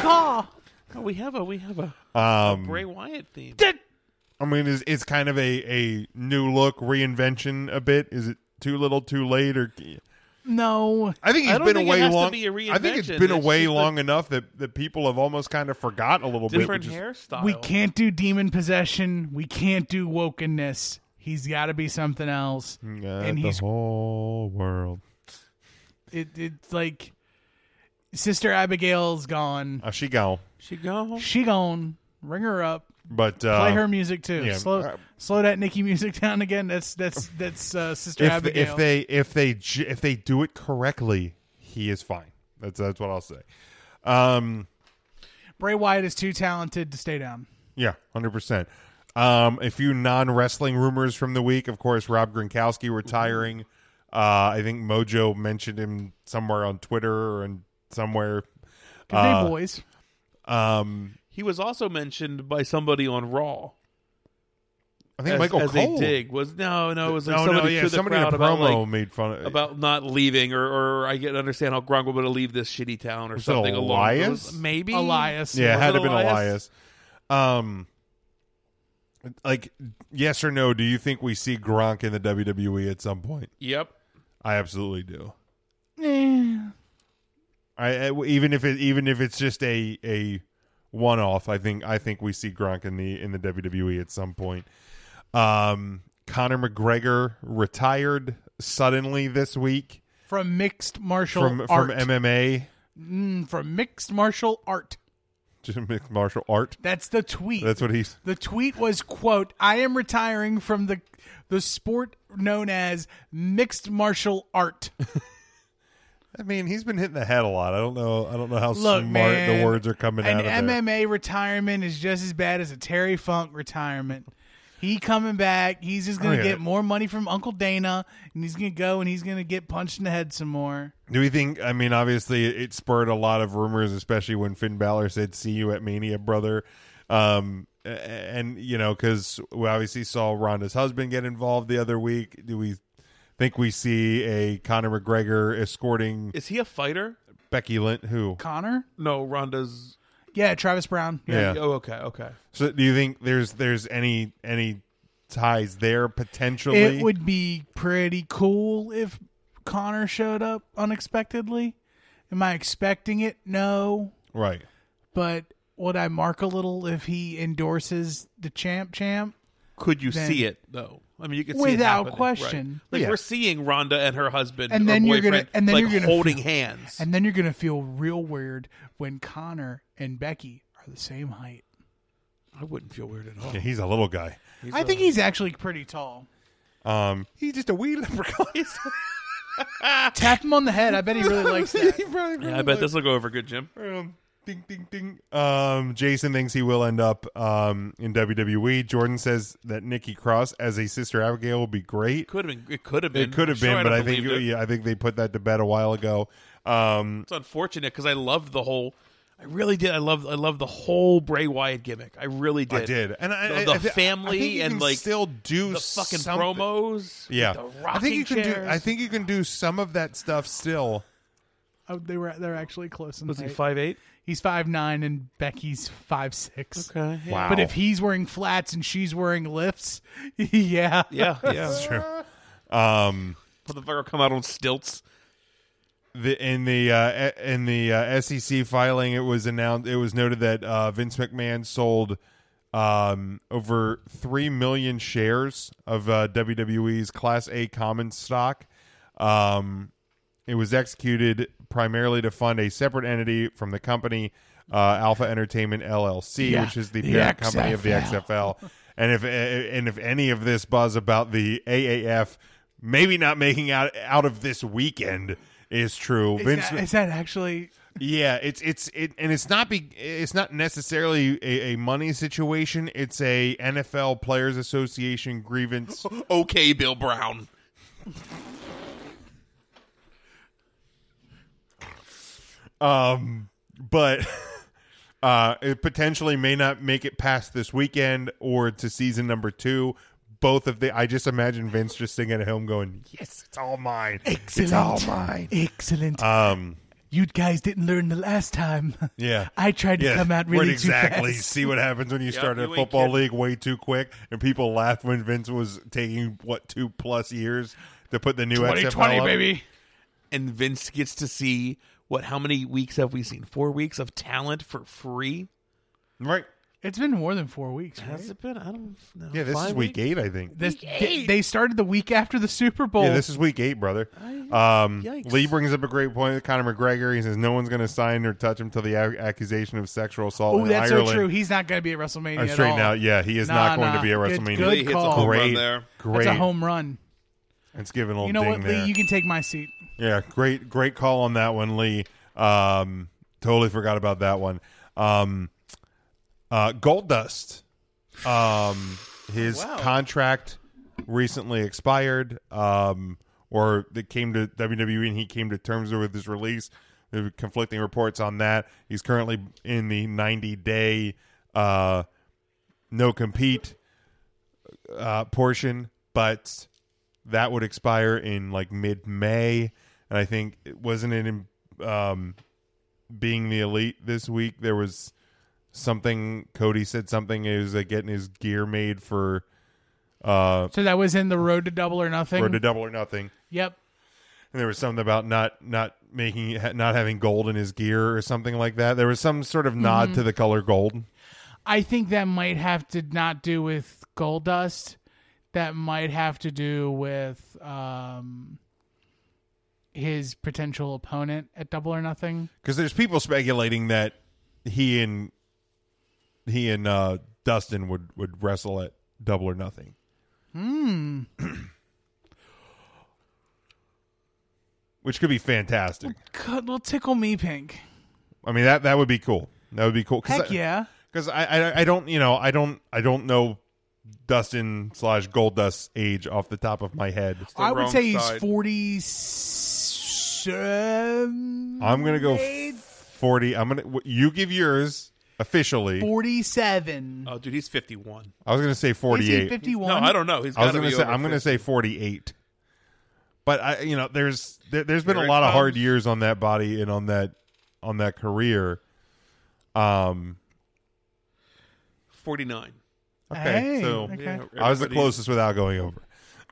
caw.
Oh, we have a we have a
Um,
Bray Wyatt theme.
I mean, is it's kind of a a new look reinvention a bit. Is it too little, too late, or
No.
I think
I
he's
don't
been
think it
away
has to
long.
be a
I think it's
reinvention.
been
It's
away
just a-
long enough that that people have almost kind of forgot a little
Different
bit. which is-
hairstyle.
We can't do demon possession. We can't do wokenness. He's got to be something else.
Yeah,
and
the
he's
whole world.
it, it's like Sister Abigail's gone.
Oh, she gone.
She go.
She gone. Ring her up.
But uh,
Play her music too.
yeah,
slow,
uh,
slow that Nicki music [laughs] down again. That's that's that's uh, Sister
if
Abigail.
if they if they j- if they do it correctly, he is fine. That's that's what I'll say. Um,
Bray Wyatt is too talented to stay down.
Yeah, hundred percent. Um, a few non wrestling rumors from the week. Of course, Rob Gronkowski retiring. Uh, I think Mojo mentioned him somewhere on Twitter or in somewhere.
Good
Uh,
day, boys.
Um,
He was also mentioned by somebody on Raw.
I think
as-
Michael
as
Cole.
a dig was no, no, it was like
no,
somebody
no, yeah,
to the
somebody in a
crowd about,
promo
like,
made fun of
about not leaving, or, or I get understand how Gronk would want to leave this shitty town or
Was it
something. along
Elias?
those- maybe
Elias.
Yeah, it
Was
had
it
to been Elias.
Elias?
Um, like yes or no? Do you think we see Gronk in the WWE at some point?
Yep.
I absolutely do. I, I- even if it even if it's just a a one off, I think I think we see Gronk in the in the WWE at some point. Um, Conor McGregor retired suddenly this week
From mixed martial
from
art.
from MMA,
from mixed martial art.
just mixed [laughs] martial art.
That's the tweet.
That's what he's.
the tweet was quote, "I am retiring from the the sport known as mixed martial
[laughs]
art."
I mean, he's been hitting the head a lot. I don't know. I don't know how
Look,
smart
man,
the words are coming
an
out of there.
MMA retirement is just as bad as a Terry Funk retirement. He coming back. He's just going
Oh,
to
yeah.
get more money from Uncle Dana, and he's going to go and he's going to get punched in the head some more.
Do we think? I mean, obviously, it spurred a lot of rumors, especially when Finn Balor said, "See you at Mania, brother." Um, a- and you know, because we obviously saw Ronda's husband get involved the other week. Do we think we see a Conor McGregor escorting
Is he a fighter?
Becky Lynch? Who?
Connor,
No, Ronda's.
yeah, Travis Brown.
Yeah.
Oh, okay, okay.
So, do you think there's there's any any ties there potentially?
It would be pretty cool if Connor showed up unexpectedly. Am I expecting it? No,
right.
but would I mark a little if he endorses the champ? Champ?
Could you
Then-
see it though? I mean, you could see it
Without
happening,
question.
Right. Like
Yeah.
we're seeing Rhonda and her husband,
And
or
then you're gonna-
boyfriend,
and then
like
you're gonna
holding
feel-
hands.
And then you're gonna feel real weird when Connor and Becky are the same height.
I wouldn't feel weird [laughs] at all.
Yeah, he's a little guy.
I think he's actually pretty tall.
Um, he's just a wee leprechaun.
Tap him on the head. I bet he
[laughs]
really likes that.
Yeah, I bet this will go over good, Jim.
Um, ding, ding, ding. Um, Jason thinks he will end up um, in WWE. Jordan says that Nikki Cross as a sister Abigail will be great.
Could have been. It could have been.
It could have
Sure,
been, but
don't
I think
believe it.
yeah, I think they put that to bed a while ago. Um,
it's unfortunate because I loved the whole. I really did. I love. I love the whole Bray Wyatt gimmick. I really did.
I did, and I,
the,
I-
the
I thi- I
family
think you
and
can
like
still do
the fucking
something.
promos.
Yeah,
with the
I think you
rocking
can do.
chairs.
I think you can do some of that stuff still.
Oh, they were they're actually close in
was he
height.
five eight?
He's five nine and Becky's five six.
Okay. yeah.
Wow,
But if he's wearing flats and she's wearing lifts, [laughs] yeah.
Yeah, yeah.
[laughs] that's true. Um,
Motherfucker come out on stilts.
the in the uh, e- in the uh, SEC filing, it was announced. It was noted that uh, Vince McMahon sold um, over three million shares of uh, WWE's Class A common stock. Um, it was executed primarily to fund a separate entity from the company, uh, Alpha Entertainment LLC,
Yeah,
which is the,
the
parent company of the
XFL.
XFL. And if eh, and if any of this buzz about the AAF maybe not making out out of this weekend is true,
Is,
Vince,
that, is that actually
[laughs] yeah, it's it's it, and it's not be it's not necessarily a, a money situation. It's a NFL Players Association grievance.
Okay, Bill Brown.
um, but [laughs] uh, it potentially may not make it past this weekend or to season number two. Both of the, I just imagine Vince just sitting at home going, "Yes, it's all mine. It's all mine."
Excellent.
Um,
you guys didn't learn the last time. [laughs]
yeah,
I tried to
yeah,
come out really
right, exactly.
too fast.
See what happens when you start
you
a
ain't
football
kidding.
league way too quick, and people laughed when Vince was taking what two plus years to put the new XFL up.
And Vince gets to see what? How many weeks have we seen? Four weeks of talent for free.
right?
It's been more than four weeks. Right?
Has it been? I don't know.
Yeah, this
Five
is week
weeks?
eight, I think.
This, they, they started the week after the Super Bowl.
Yeah, this is week eight, brother. Um,
yikes.
Lee brings up a great point with Conor McGregor. He says no one's going to sign or touch him till the ac- accusation of sexual assault
oh,
in
that's
Ireland
so true. He's not going to be at WrestleMania
are
at
straightened
all.
out. Yeah, he is
Nah,
not going
nah.
to be at
Good-
WrestleMania.
good
Lee hits a
call.
home run
Great,
there.
great.
That's a home run.
It's giving a little
You know
ding
what,
there.
Lee? You can take my seat.
Yeah, great, great call on that one, Lee. Um, totally forgot about that one. Um, uh, Gold Dust. Um, his contract recently expired, um, or that came to WWE, and he came to terms with his release. There were conflicting reports on that. He's currently in the 90 day uh, no compete uh, portion, but that would expire in like mid May, and I think wasn't it in um, being the elite this week there was something Cody said something it was like getting his gear made for uh
So that was in the Road to Double or Nothing.
for the double or nothing,
yep.
and there was something about not not making ha- not having gold in his gear or something like that. There was some sort of nod to the color gold.
I think that might have to not do with gold dust. That might have to do with um, his potential opponent at Double or Nothing.
because there's people speculating that he and he and uh, Dustin would would wrestle at Double or Nothing. Hmm. [clears throat] Which could be fantastic.
God, well, tickle me pink.
I mean that that would be cool. That would be cool. Cause
Heck
I,
yeah.
Because I, I I don't you know I don't I don't know Dustin slash Gold Dust age off the top of my head.
I would
wrong
say
side.
he's 47.
I'm gonna go forty. I'm gonna you give yours officially.
47.
Oh, dude, he's 51.
I was gonna say
Is he
forty eight.
51?
No, I don't know. He's
I was
gotta
gonna
be
say
over
I'm gonna
50.
say 48. But I, you know, there's there, there's been
Here
a
it
lot of hard
comes.
years on that body and on that on that career. Um,
49.
okay,
Hey,
so
okay.
I was the
everybody-
closest without going over.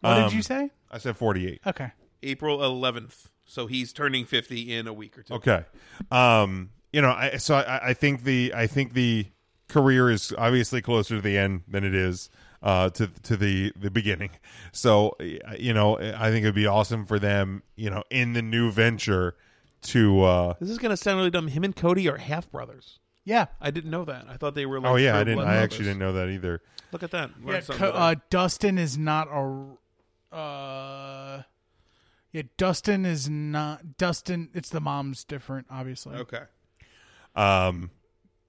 What
Um,
did you say?
I said 48.
Okay.
April 11th. So he's turning 50 in a week or two.
Okay. Um, you know, I, so I, I think the I think the career is obviously closer to the end than it is uh, to to the the beginning. So uh, you know, I think it'd be awesome for them, you know, in the new venture to. Uh,
This is going to sound really dumb. Him and Cody are half brothers.
Yeah.
I didn't know that. I thought they were like.
Oh yeah, I
pure
didn't.
blood
I actually
brothers.
didn't know that either.
Look at that. Learned
yeah
something
Co-
today.
uh, Dustin is not a. Uh, yeah, Dustin is not. Dustin, it's the mom's different, obviously.
okay.
Um,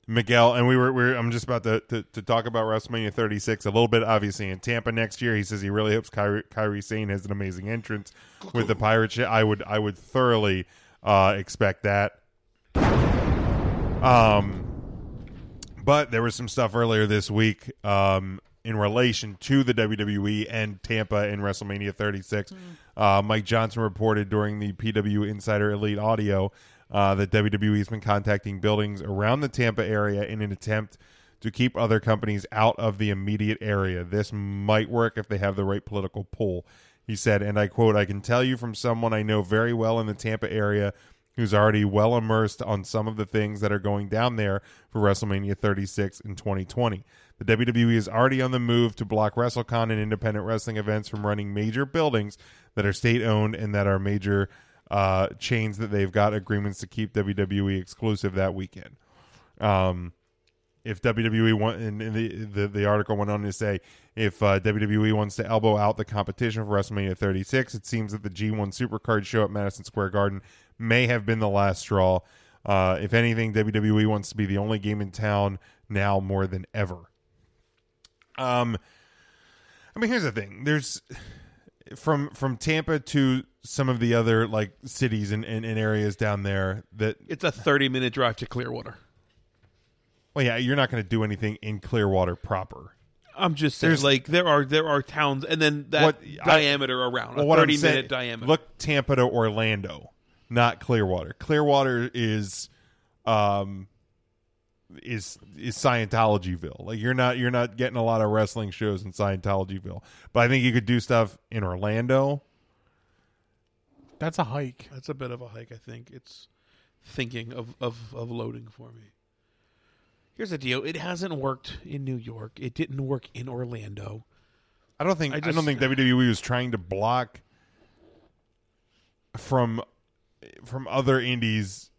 Miguel and we were. We were I'm just about to, to to talk about WrestleMania 36 a little bit. Obviously in Tampa next year, he says he really hopes Kyrie, Kyrie Sane has an amazing entrance with the pirate ship. I would I would thoroughly uh, expect that. Um, but there was some stuff earlier this week um, in relation to the WWE and Tampa in WrestleMania 36. Uh, Mike Johnson reported during the PW Insider Elite audio uh, that WWE has been contacting buildings around the Tampa area in an attempt to keep other companies out of the immediate area. This might work if they have the right political pull. He said, and I quote, I can tell you from someone I know very well in the Tampa area who's already well immersed on some of the things that are going down there for WrestleMania 36 in 2020. The WWE is already on the move to block WrestleCon and independent wrestling events from running major buildings that are state owned and that are major uh, chains that they've got agreements to keep WWE exclusive that weekend. Um, if WWE want, and and the, the the article went on to say if uh, WWE wants to elbow out the competition for WrestleMania 36, it seems that the G1 Supercard show at Madison Square Garden may have been the last straw. Uh, if anything, WWE wants to be the only game in town now more than ever. Um, I mean, here's the thing: there's from from Tampa to some of the other like cities and, and, and areas down there that
It's a 30 minute drive to Clearwater.
well, yeah, you're not going to do anything in Clearwater proper.
I'm just saying,
There's-
like there are there are towns, and then that
What- I-
diameter around
Well,
a
what
30
I'm saying-
minute diameter.
Look, Tampa to Orlando, not Clearwater. Clearwater is, um, is is Scientologyville. Like you're not you're not getting a lot of wrestling shows in Scientologyville. But I think you could do stuff in Orlando.
That's a hike.
that's a bit of a hike. I think it's thinking of of of loading for me. Here's the deal: it hasn't worked in New York. It didn't work in Orlando.
I don't think I,
I
don't
just-
think WWE was trying to block from from other indies.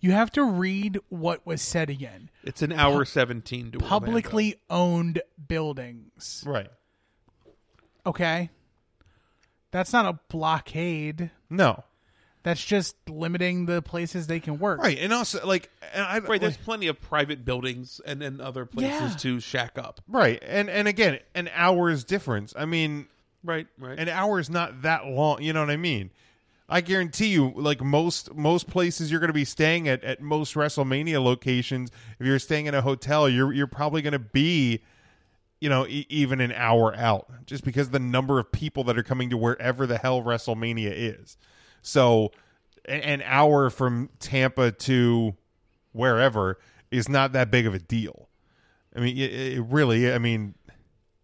You have to read what was said again.
It's an hour seventeen to Orlando.
Publicly owned buildings.
Right.
Okay. That's not a blockade.
No.
That's just limiting the places they can work.
Right. And also like and I [laughs]
Right, there's plenty of private buildings and then other places
Yeah.
to shack up.
right. And and again, an hour's difference. I mean,
Right, right.
an hour's not that long, you know what I mean? I guarantee you like most most places you're going to be staying at at most WrestleMania locations, if you're staying in a hotel, you're you're probably going to be you know, e- even an hour out just because the number of people that are coming to wherever the hell WrestleMania is. So a- an hour from Tampa to wherever is not that big of a deal. I mean, it, it really, I mean,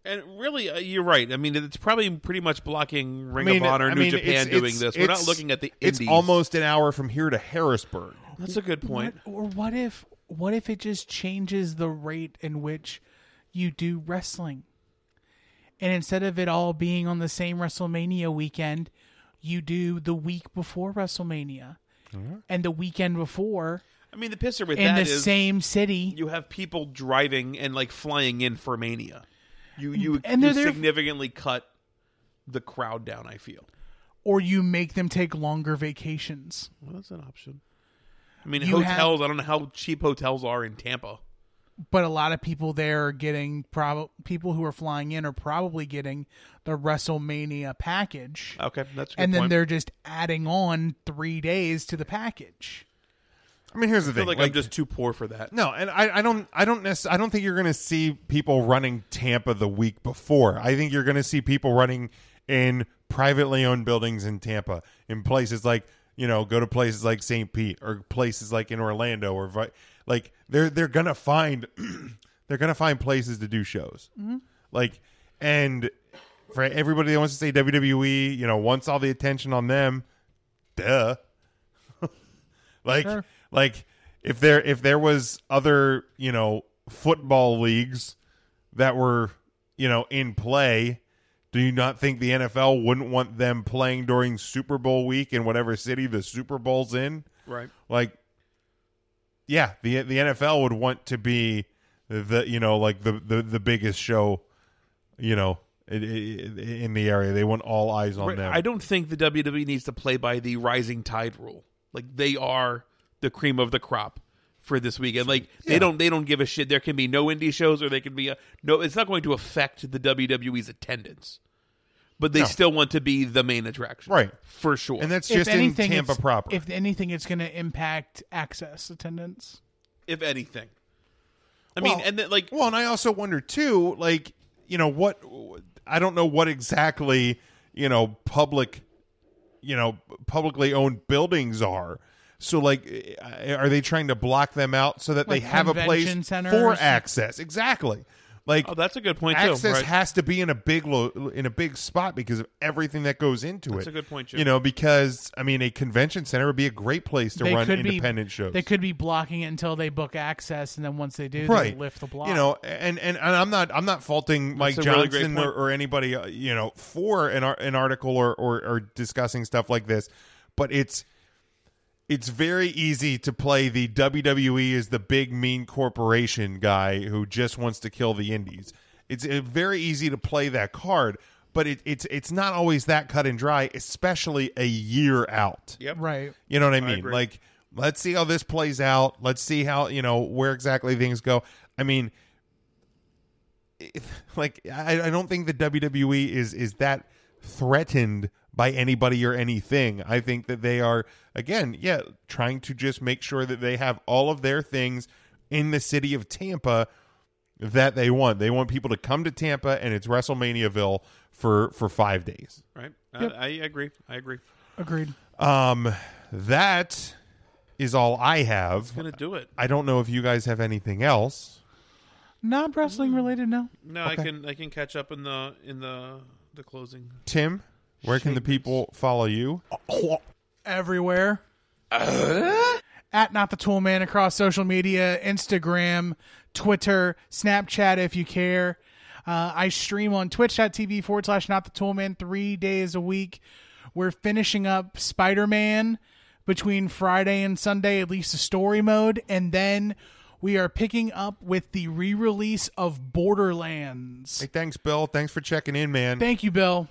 and really, uh, you're right. I mean, it's probably pretty much blocking Ring
I mean,
of Honor,
I
New
mean,
Japan
it's-
doing
it's-
this. We're not
it's-
looking at the
It's
indies.
almost an hour from here to Harrisburg.
that's a good point.
What- or what if what if it just changes the rate in which you do wrestling? And instead of it all being on the same WrestleMania weekend, you do the week before WrestleMania and the weekend before
I mean, the pisser with
in
that
the
is
same city.
you have people driving and like flying in for Mania. You you,
And
you
they're there-
significantly cut the crowd down. I feel
or you make them take longer vacations.
well, that's an option. I mean,
You have-
hotels. I don't know how cheap hotels are in Tampa.
But a lot of people there are getting prob- people who are flying in are probably getting the WrestleMania package.
Okay, that's a good
and then
point.
they're just adding on 3 days to the package.
I mean, here's the
I feel
thing.
like,
like-
I'm just too poor for that.
no, and I, I don't, I don't necess- I don't think you're going to see people running Tampa the week before. I think you're going to see people running in privately owned buildings in Tampa, in places like you know, go to places like St. Pete or places like in Orlando or vi- like they're they're going to find [clears throat] they're going to find places to do shows. Like, and for everybody that wants to say WWE, you know, wants all the attention on them, duh. like, like if there if there was other you know football leagues that were you know in play, do you not think the NFL wouldn't want them playing during Super Bowl week in whatever city the Super Bowl's in?
Right.
like yeah the the NFL would want to be the you know like the the, the biggest show you know i- i- in the area they want all eyes on
Right,
them
I don't think the WWE needs to play by the rising tide rule. Like they are the cream of the crop for this weekend. Like they don't they don't give a shit. There can be no indie shows or they can be a, no. It's not going to affect the WWE's attendance, but they still want to be the main attraction,
Right.
For sure.
and that's
If
just
anything,
in Tampa
it's-
proper
If anything, it's going to impact access attendance.
if anything, I mean,
Well-
and then like
well and I also wonder too like you know what I don't know what exactly you know public you know publicly owned buildings are so like eh, are they trying to block them out so that
Like
they have a place
convention centers?
for access exactly like
oh, that's a good point too.
access
right?
has to be in a big lo- in a big spot because of everything that goes into it.
a good point, Jim.
You know, because I mean, a convention center would be a great place to run independent
be,
shows.
They could be blocking it until they book access, and then once they do,
right
they lift the block.
You know, and and, and I'm not I'm not faulting Mike
a really great
Johnson
point.
or, or anybody uh, you know for an ar- an article or, or or discussing stuff like this, but it's. It's very easy to play the WWE is the big mean corporation guy who just wants to kill the indies. It's uh, very easy to play that card, but it, it's it's not always that cut and dry, especially a year out.
right?
You know what I mean? like, let's see how this plays out. Let's see how you know where exactly things go. I mean, [laughs] it- like, I, I don't think the WWE is is that threatened by anybody or anything. I think that they are again, yeah, trying to just make sure that they have all of their things in the city of Tampa that they want. They want people to come to Tampa and it's WrestleManiaville for for 5 days.
right? I, I agree. I agree.
Agreed.
Um, that is all I have.
Gonna do it.
I don't know if you guys have anything else.
Not wrestling related, no.
No, I can I can catch up in the in the the closing.
Tim, where can the people follow you?
Everywhere. at Not the Tool Man across social media, Instagram, Twitter, Snapchat if you care. Uh, I stream on twitch.tv forward slash Not the Tool Man three days a week. We're finishing up Spider Man between Friday and Sunday, at least the story mode, and then we are picking up with the re release of Borderlands.
Hey, thanks, Bill. Thanks for checking in, man.
Thank you, Bill.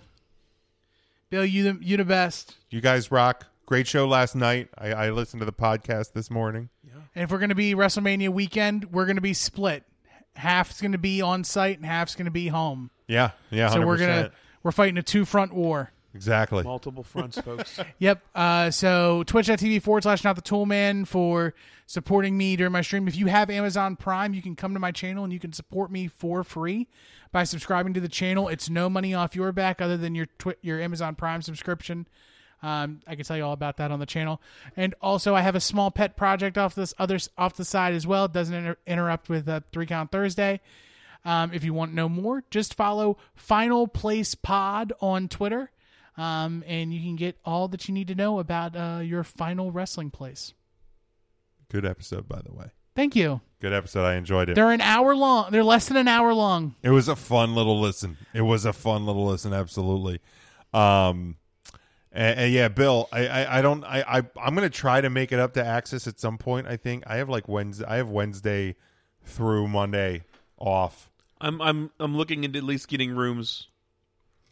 Bill, you the, you the best.
you guys rock. Great show last night. I, I listened to the podcast this morning.
And if we're going to be WrestleMania weekend, we're going to be split. Half's going to be on site and half's going to be home.
Yeah, yeah.
So we are
100%.
gonna we're fighting a two front war.
exactly.
Multiple fronts, [laughs] folks.
Yep. Uh, so twitch.tv forward slash not the tool man for supporting me during my stream. If you have Amazon Prime, you can come to my channel and you can support me for free by subscribing to the channel. It's no money off your back other than your twi- your Amazon Prime subscription. Um, I can tell you all about that on the channel. And also, I have a small pet project off this other off the side as well. It doesn't inter- interrupt with uh, Three Count Thursday. Um, if you want to know more, just follow Final Place Pod on Twitter, um, and you can get all that you need to know about uh, your final wrestling place.
Good episode, by the way.
Thank you.
Good episode. I enjoyed it.
They're an hour long. They're less than an hour long.
It was a fun little listen. It was a fun little listen, absolutely. Um, and, and yeah, Bill, I, I, I don't, I, I, I'm gonna try to make it up to Axis at some point. I think I have like Wednesday, I have Wednesday through Monday off. [laughs]
I'm I'm I'm looking into at least getting rooms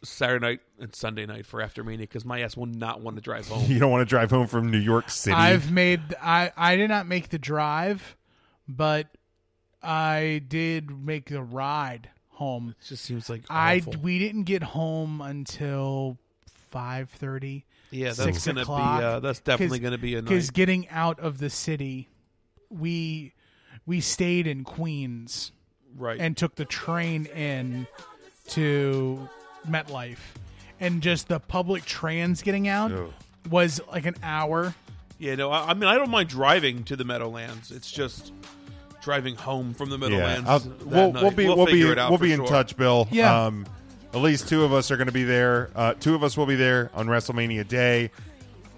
Saturday night and Sunday night for after mania because my ass will not want to drive
[laughs]
home.
You don't want to drive home from New York City.
I've made I I did not make the drive, but I did make the ride home.
It just seems like
I
awful.
we didn't get home until five thirty.
yeah, that's
six
gonna
o'clock.
be uh, that's definitely gonna be a
because
night.
getting out of the city, we we stayed in Queens
right.
and took the train in to MetLife, and just the public trans getting out
Ugh.
was like an hour.
yeah, no, I, I mean I don't mind driving to the Meadowlands. It's just driving home from the
yeah,
Meadowlands.
I'll-
that
we'll,
night.
we'll be, we'll, be,
figure it out
we'll
for
be in
sure.
touch, Bill.
Yeah.
Um, at least two of us are going to be there. Uh, two of us will be there on WrestleMania Day.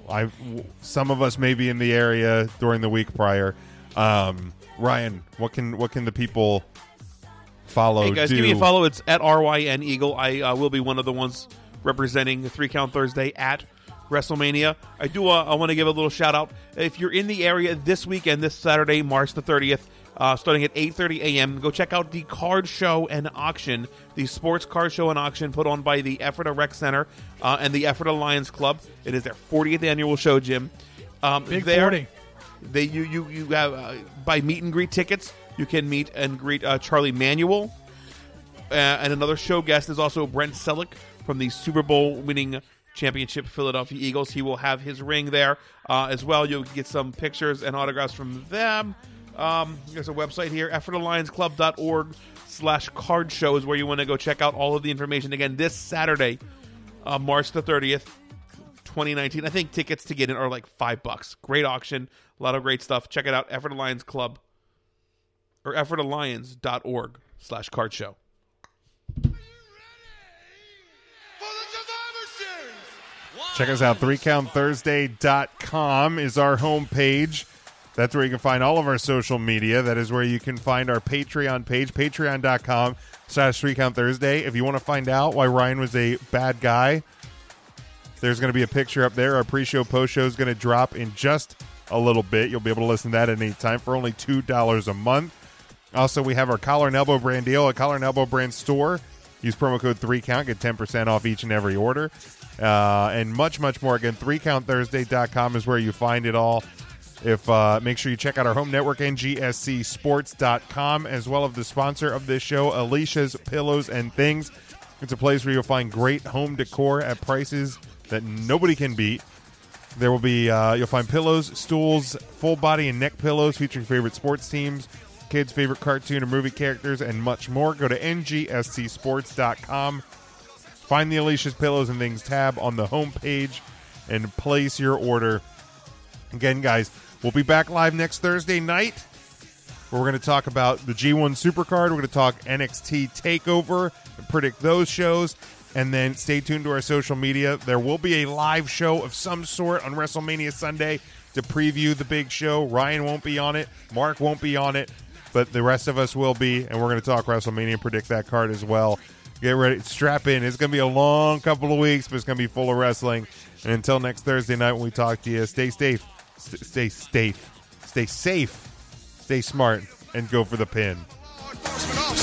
I, w- some of us may be in the area during the week prior. Um, Ryan, what can what can the people follow?
Hey guys,
do?
give me a follow. It's at ryn eagle. I uh, will be one of the ones representing the three count Thursday at WrestleMania. I do. Uh, I want to give a little shout out. If you're in the area this weekend, this Saturday, March the 30th, uh, starting at 8:30 a.m., go check out the card show and auction, the sports card show and auction put on by the Effort Rec Center uh, and the Effort Lions Club. It is their 40th annual show, Jim. Um,
Big
there-
forty.
they you you you have uh, by meet and greet tickets. You can meet and greet uh, Charlie Manuel, uh, and another show guest is also Brent Selleck from the Super Bowl winning championship Philadelphia Eagles. He will have his ring there uh, as well. You'll get some pictures and autographs from them. Um, there's a website here, effortallianceclub.org slash card show is where you want to go check out all of the information. Again, this Saturday, uh, March the 30th, 2019. I think tickets to get in are like five bucks. Great auction, a lot of great stuff. Check it out, Effort Alliance Club or effortalliance.org slash card show.
Check us out. 3countthursday.com is our homepage. That's where you can find all of our social media. That is where you can find our Patreon page, patreon.com slash 3countthursday. If you want to find out why Ryan was a bad guy, there's going to be a picture up there. Our pre-show, post-show is going to drop in just a little bit. You'll be able to listen to that at any time for only $2 a month. Also, we have our collar and elbow brand deal at Collar and Elbow Brand Store. Use promo code 3Count, get 10% off each and every order, uh, and much, much more. Again, 3countthursday.com is where you find it all. If uh, Make sure you check out our home network, ngscsports.com, as well as the sponsor of this show, Alicia's Pillows and Things. It's a place where you'll find great home decor at prices that nobody can beat. There will be uh, you'll find pillows, stools, full body and neck pillows featuring favorite sports teams, kids' favorite cartoon or movie characters, and much more. Go to ngscsports.com. Find the Alicia's Pillows and Things tab on the homepage and place your order. Again, guys, we'll be back live next Thursday night where we're going to talk about the G1 Supercard. We're going to talk NXT Takeover and predict those shows. And then stay tuned to our social media. There will be a live show of some sort on WrestleMania Sunday. to preview the big show. Ryan won't be on it. Mark won't be on it, but the rest of us will be, and we're going to talk WrestleMania and predict that card as well. Get ready, strap in. It's going to be a long couple of weeks, but it's going to be full of wrestling. And until next Thursday night when we talk to you, stay safe, st- stay safe, stay safe, stay smart, and go for the pin.
Law enforcement officer.